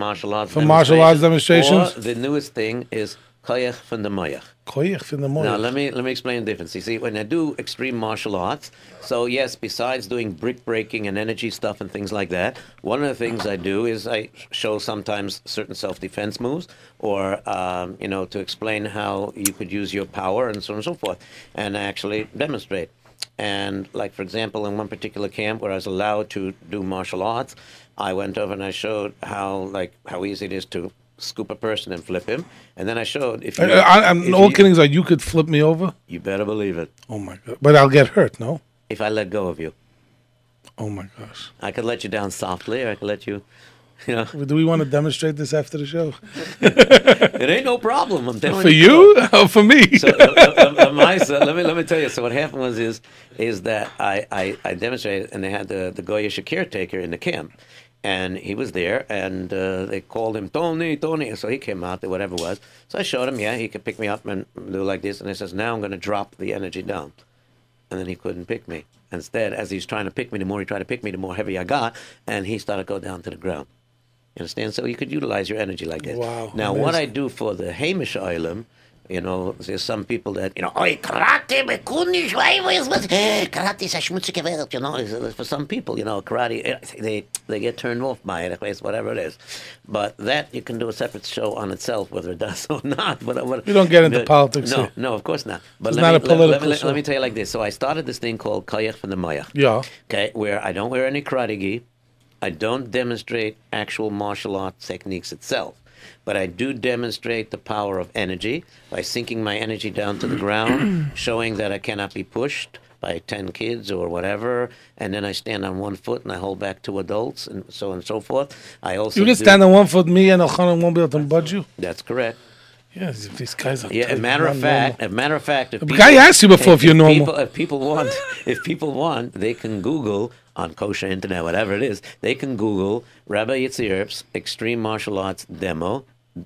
Speaker 18: martial arts
Speaker 4: For martial arts
Speaker 18: Or
Speaker 4: demonstrations?
Speaker 18: the newest thing is koyach from the moyach.
Speaker 4: Koyach in the
Speaker 18: Now
Speaker 4: morning.
Speaker 18: let me let me explain the difference. You see, when I do extreme martial arts, so yes, besides doing brick breaking and energy stuff and things like that, one of the things I do is I show sometimes certain self defense moves, or um, you know, to explain how you could use your power and so on and so forth, and I actually demonstrate. And like for example, in one particular camp where I was allowed to do martial arts, I went over and I showed how like how easy it is to scoop a person and flip him, and then I showed if you.
Speaker 4: I, Uh, Eh, I, I'm
Speaker 18: if
Speaker 4: all
Speaker 18: you-
Speaker 4: kidding. Like you could flip me over,
Speaker 18: you better believe it.
Speaker 4: Oh my god. but I'll get hurt. No.
Speaker 18: If I let go of you.
Speaker 4: Oh my gosh.
Speaker 18: I could let you down softly or I could let you you know
Speaker 4: Do we want to demonstrate this after the show?
Speaker 18: it ain't no problem. I'm telling
Speaker 4: For
Speaker 18: you.
Speaker 4: you? Oh, for me?
Speaker 18: So, uh, uh, uh, my- so let me let me tell you. So what happened was is is that I I, I demonstrated and they had the the Goyish caretaker in the camp, and he was there and uh, they called him Tony Tony. and So he came out there whatever it was. So I showed him yeah he could pick me up and do like this and he says now I'm going to drop the energy down, and then he couldn't pick me. Instead, as he's trying to pick me, the more he tried to pick me, the more heavy I got, and he started to go down to the ground. You understand? So you could utilize your energy like this.
Speaker 4: Wow,
Speaker 18: Now, what I
Speaker 4: amazing.
Speaker 18: do for the Hamish Oilam, you know, there's some people that, you know, oh, karate, me kun ich weiß, was, was. Karate is a schmutzige Welt, you know. It's, uh, For some people, you know, karate, eh, they, they get turned off by it, it's whatever it is. But that, you can do a separate show on itself, whether it does or not. But, but,
Speaker 4: You don't get into
Speaker 18: but-
Speaker 4: politics
Speaker 18: No,
Speaker 4: here.
Speaker 18: no, of course not. But
Speaker 4: It's
Speaker 18: let
Speaker 4: not
Speaker 18: me,
Speaker 4: a
Speaker 18: let- let me-
Speaker 4: political
Speaker 18: let,
Speaker 4: show.
Speaker 18: let me tell you like this. So I started this thing called Kayach from the Maya.
Speaker 4: Yeah.
Speaker 18: Okay, where I don't wear any karate gi, I don't demonstrate actual martial arts techniques itself, but I do demonstrate the power of energy by sinking my energy down to the ground, showing that I cannot be pushed by 10 kids or whatever, and then I stand on one foot and I hold back two adults and so on and so forth. I also
Speaker 4: you can
Speaker 18: do-
Speaker 4: stand on one foot, me and Elchanan won't be able to budge you.
Speaker 18: That's correct.
Speaker 4: Yes, these guys are.
Speaker 18: Yeah, a matter of fact, a matter of fact, if
Speaker 4: The guy asked you before if you're normal.
Speaker 18: People, if people want, if people want, they can Google on kosher internet, whatever it is, they can Google Rabbi Yitzir's Extreme Martial Arts Demo.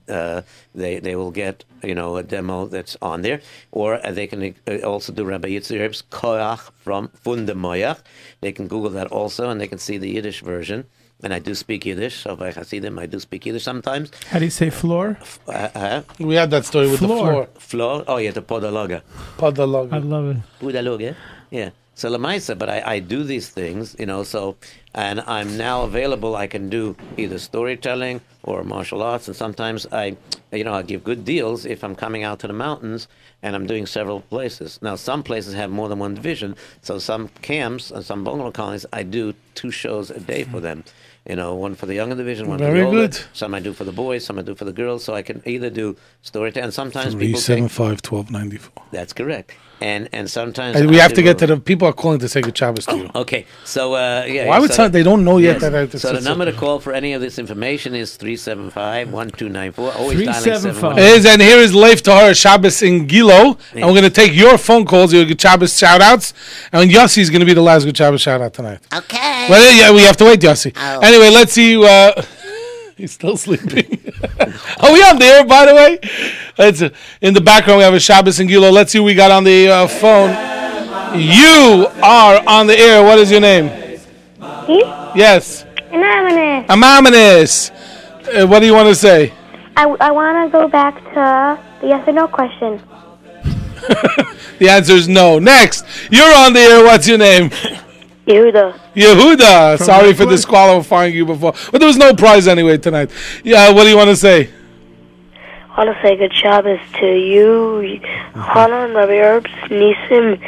Speaker 18: Uh, they they will get you know a demo that's on there, or uh, they can uh, also do Rabbi Yitzir's Koach from Fundemoyach. They can Google that also, and they can see the Yiddish version. And I do speak Yiddish, so if I see them, I do speak Yiddish sometimes.
Speaker 5: How do you say floor?
Speaker 18: Uh, uh,
Speaker 4: We had that story with
Speaker 5: Floor.
Speaker 4: the
Speaker 18: floor. Oh yeah, the podologa.
Speaker 4: floor. Podalog. I
Speaker 5: love it.
Speaker 18: Podologa. Yeah. So Lamaisa, but I, I do these things, you know, so and I'm now available. I can do either storytelling or martial arts and sometimes I you know, I give good deals if I'm coming out to the mountains and I'm doing several places. Now some places have more than one division, so some camps and some bungalow colonies I do two shows a day for them. You know, one for the younger division, one for
Speaker 4: Very
Speaker 18: the older.
Speaker 4: good.
Speaker 18: Some I do for the boys, some I do for the girls. So I can either do storytelling. And sometimes
Speaker 4: Three
Speaker 18: people take
Speaker 4: seven five twelve ninety four.
Speaker 18: that's correct. And and sometimes
Speaker 4: And we
Speaker 18: I
Speaker 4: have to
Speaker 18: do-
Speaker 4: get to the people are calling to say good Shabbos
Speaker 18: Oh.
Speaker 4: to you.
Speaker 18: Okay, so uh, yeah.
Speaker 4: Why would
Speaker 18: so
Speaker 4: some- they don't know yet that I have to
Speaker 18: So the
Speaker 4: sit-
Speaker 18: number to call for any of this information is 375-1294. Always dialing
Speaker 5: 375.
Speaker 18: 715.
Speaker 4: Is and here is Leif Tahar Shabbos in Gilo, and we're going to take your phone calls, your Good Shabbos shout outs, and Yossi is going to be the last Good Shabbos shout out tonight.
Speaker 17: Okay.
Speaker 4: Well, yeah, we have to wait, Yossi.
Speaker 17: Oh.
Speaker 4: Anyway, let's see. who, Uh, he's still sleeping. Are we on the air, by the way? It's, uh, in the background, we have a Shabbos in Gilo. Let's see who we got on the uh, phone. You are on the air. What is your name?
Speaker 24: Me?
Speaker 4: Yes.
Speaker 24: Anonymous.
Speaker 4: Anonymous. Uh, what do you want to say?
Speaker 24: I, I want to go back to the yes or no question.
Speaker 4: The answer is no. Next, you're on the air. What's your name?
Speaker 24: Yehuda.
Speaker 4: Yehuda.
Speaker 24: From
Speaker 4: Sorry
Speaker 24: Brooklyn.
Speaker 4: for disqualifying you before, but there was no prize anyway tonight. Yeah, what do you want to say?
Speaker 24: I want to say good Shabbos to you, Hana, Rabbi Herbs, Nisim,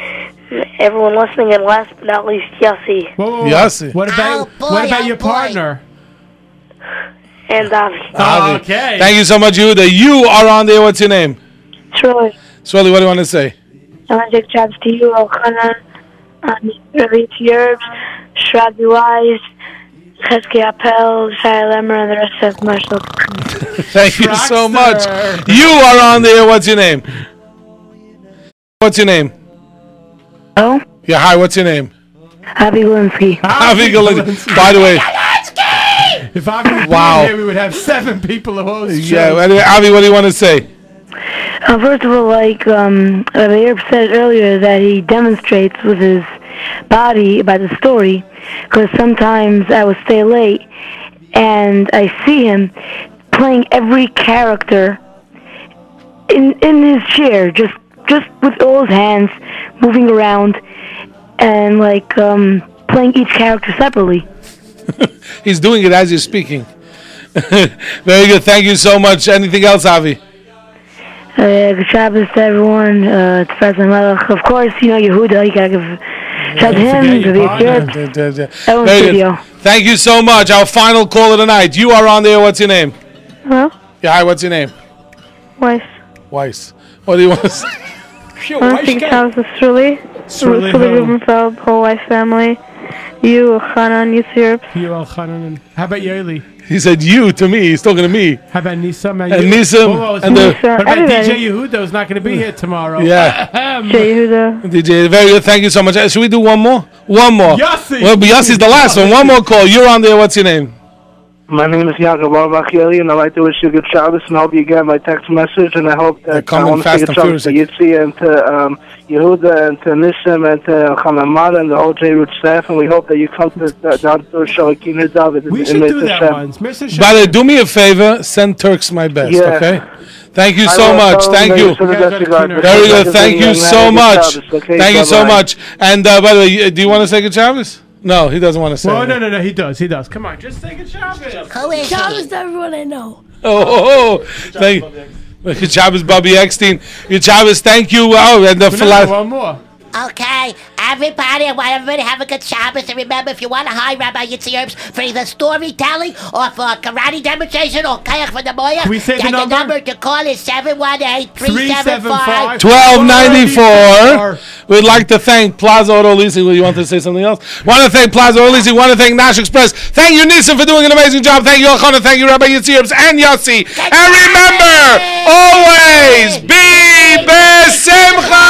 Speaker 24: everyone listening, and last but not least, Yossi.
Speaker 5: Whoa, whoa. What about what about your partner?
Speaker 24: And Avi. uh,
Speaker 4: Avi. Thank you so much, Yehuda. You are on the air. What's your name?
Speaker 24: Troy.
Speaker 4: Swelly, what do you want to say?
Speaker 24: I want to give jobs to you, um, O'Connor, and Ravit Yerbs, Shrabi Wise, Chesky Appel, Shia Lemmer, and the rest of Marshall.
Speaker 4: Thank you so much. You are on the air. What's your name? What's your name?
Speaker 24: Oh?
Speaker 4: Yeah, hi, what's your name?
Speaker 24: Avi Galinsky.
Speaker 4: Avi Galinsky. By the way,
Speaker 5: If Avi was
Speaker 4: Wow.
Speaker 5: wow. here, we would have seven people who host
Speaker 4: yeah,
Speaker 5: shows.
Speaker 4: anyway, Avi, what do you want to say?
Speaker 24: Uh, first of all, like um, uh, the Arab said earlier, that he demonstrates with his body about the story, because sometimes I would stay late and I see him playing every character in in his chair, just just with all his hands moving around and like um, playing each character separately.
Speaker 4: He's doing it as you're speaking. Very good. Thank you so much. Anything else, Avi?
Speaker 24: Uh, good Shabbos to everyone. Uh, it's President Melech. Of course, you know Yehuda. You gotta give shout to him, to the Arab. Everyone
Speaker 4: Very
Speaker 24: studio.
Speaker 4: good. Thank you so much. Our final call of the night. You are on there. What's your name?
Speaker 24: Hello?
Speaker 4: Yeah, hi, what's your name?
Speaker 24: Weiss.
Speaker 4: Weiss. What do you want to say?
Speaker 24: I think I was Srilly. Surely
Speaker 5: Surely who?
Speaker 24: Rubenfeld, whole wife family. You, Hanan, Yisirp.
Speaker 5: You all Hanan. How about Yaeli?
Speaker 4: He said you to me. He's talking to me.
Speaker 5: How about Nisam?
Speaker 4: And Nisam and the- Nisam,
Speaker 5: what about
Speaker 4: everybody.
Speaker 5: DJ Yehuda who's not going to be here tomorrow?
Speaker 4: Yeah.
Speaker 24: DJ Yehuda.
Speaker 4: DJ, very good. Thank you so much. Uh, Should we do one more? One more.
Speaker 5: Yossi.
Speaker 4: Well, but Yossi's the last one. One more call. You're on there. What's your name?
Speaker 16: My name is Yaakov Arbachieli, and I'd like to wish you a good Shabbos, and hope you get my text message, and I hope that uh,
Speaker 4: come
Speaker 16: I
Speaker 4: in
Speaker 16: want to
Speaker 4: fast
Speaker 16: say good
Speaker 4: and
Speaker 16: Shabbos to Yitzi and to um, Yehuda and to Nissim and to Hanamada and the whole J-Root staff, and we hope that you come to the Dr. Shalakina David. We
Speaker 5: should do that once. Mr.
Speaker 4: By the way, do me a favor. Send Turks my best,
Speaker 16: Yeah.
Speaker 4: okay? Thank
Speaker 16: I
Speaker 4: you so
Speaker 16: will.
Speaker 4: much.
Speaker 16: Tell
Speaker 4: Thank
Speaker 16: them
Speaker 4: you.
Speaker 16: that you said that you got the
Speaker 4: Very good.
Speaker 16: Shabbos
Speaker 4: Thank you
Speaker 16: and
Speaker 4: so
Speaker 16: have a good
Speaker 4: much.
Speaker 16: Shabbos, okay?
Speaker 4: Thank you so
Speaker 16: Bye-bye.
Speaker 4: much. And uh, by the way, you- do you want to say good Shabbos? No, he doesn't want to say.
Speaker 5: Oh,
Speaker 4: it.
Speaker 5: no, no, no. He does. He does. Come on. Just say good Shabbos.
Speaker 25: Shabbos to everyone I know.
Speaker 4: Oh, oh, oh. thank you. Good job is Bobby Eckstein. Good job is thank you. Oh, and the philosophy.
Speaker 5: more.
Speaker 17: Okay, everybody, I want everybody to have a good Shabbos. And remember, if you want to hire Rabbi Yitzhak Herbs for either storytelling or for a karate demonstration or kayak for the boya,
Speaker 4: Can we say the
Speaker 17: then
Speaker 4: number?
Speaker 17: to call is 718 375
Speaker 4: 1294. We'd like to thank Plaza Auto Leasing. Will You want to say something else? Want to thank Plaza Auto Leasing. Want to thank Nash Express. Thank you, Nissan, for doing an amazing job. Thank you, Elchana. Thank you, Rabbi Yitzhak and Yossi. And remember, always be besimcha.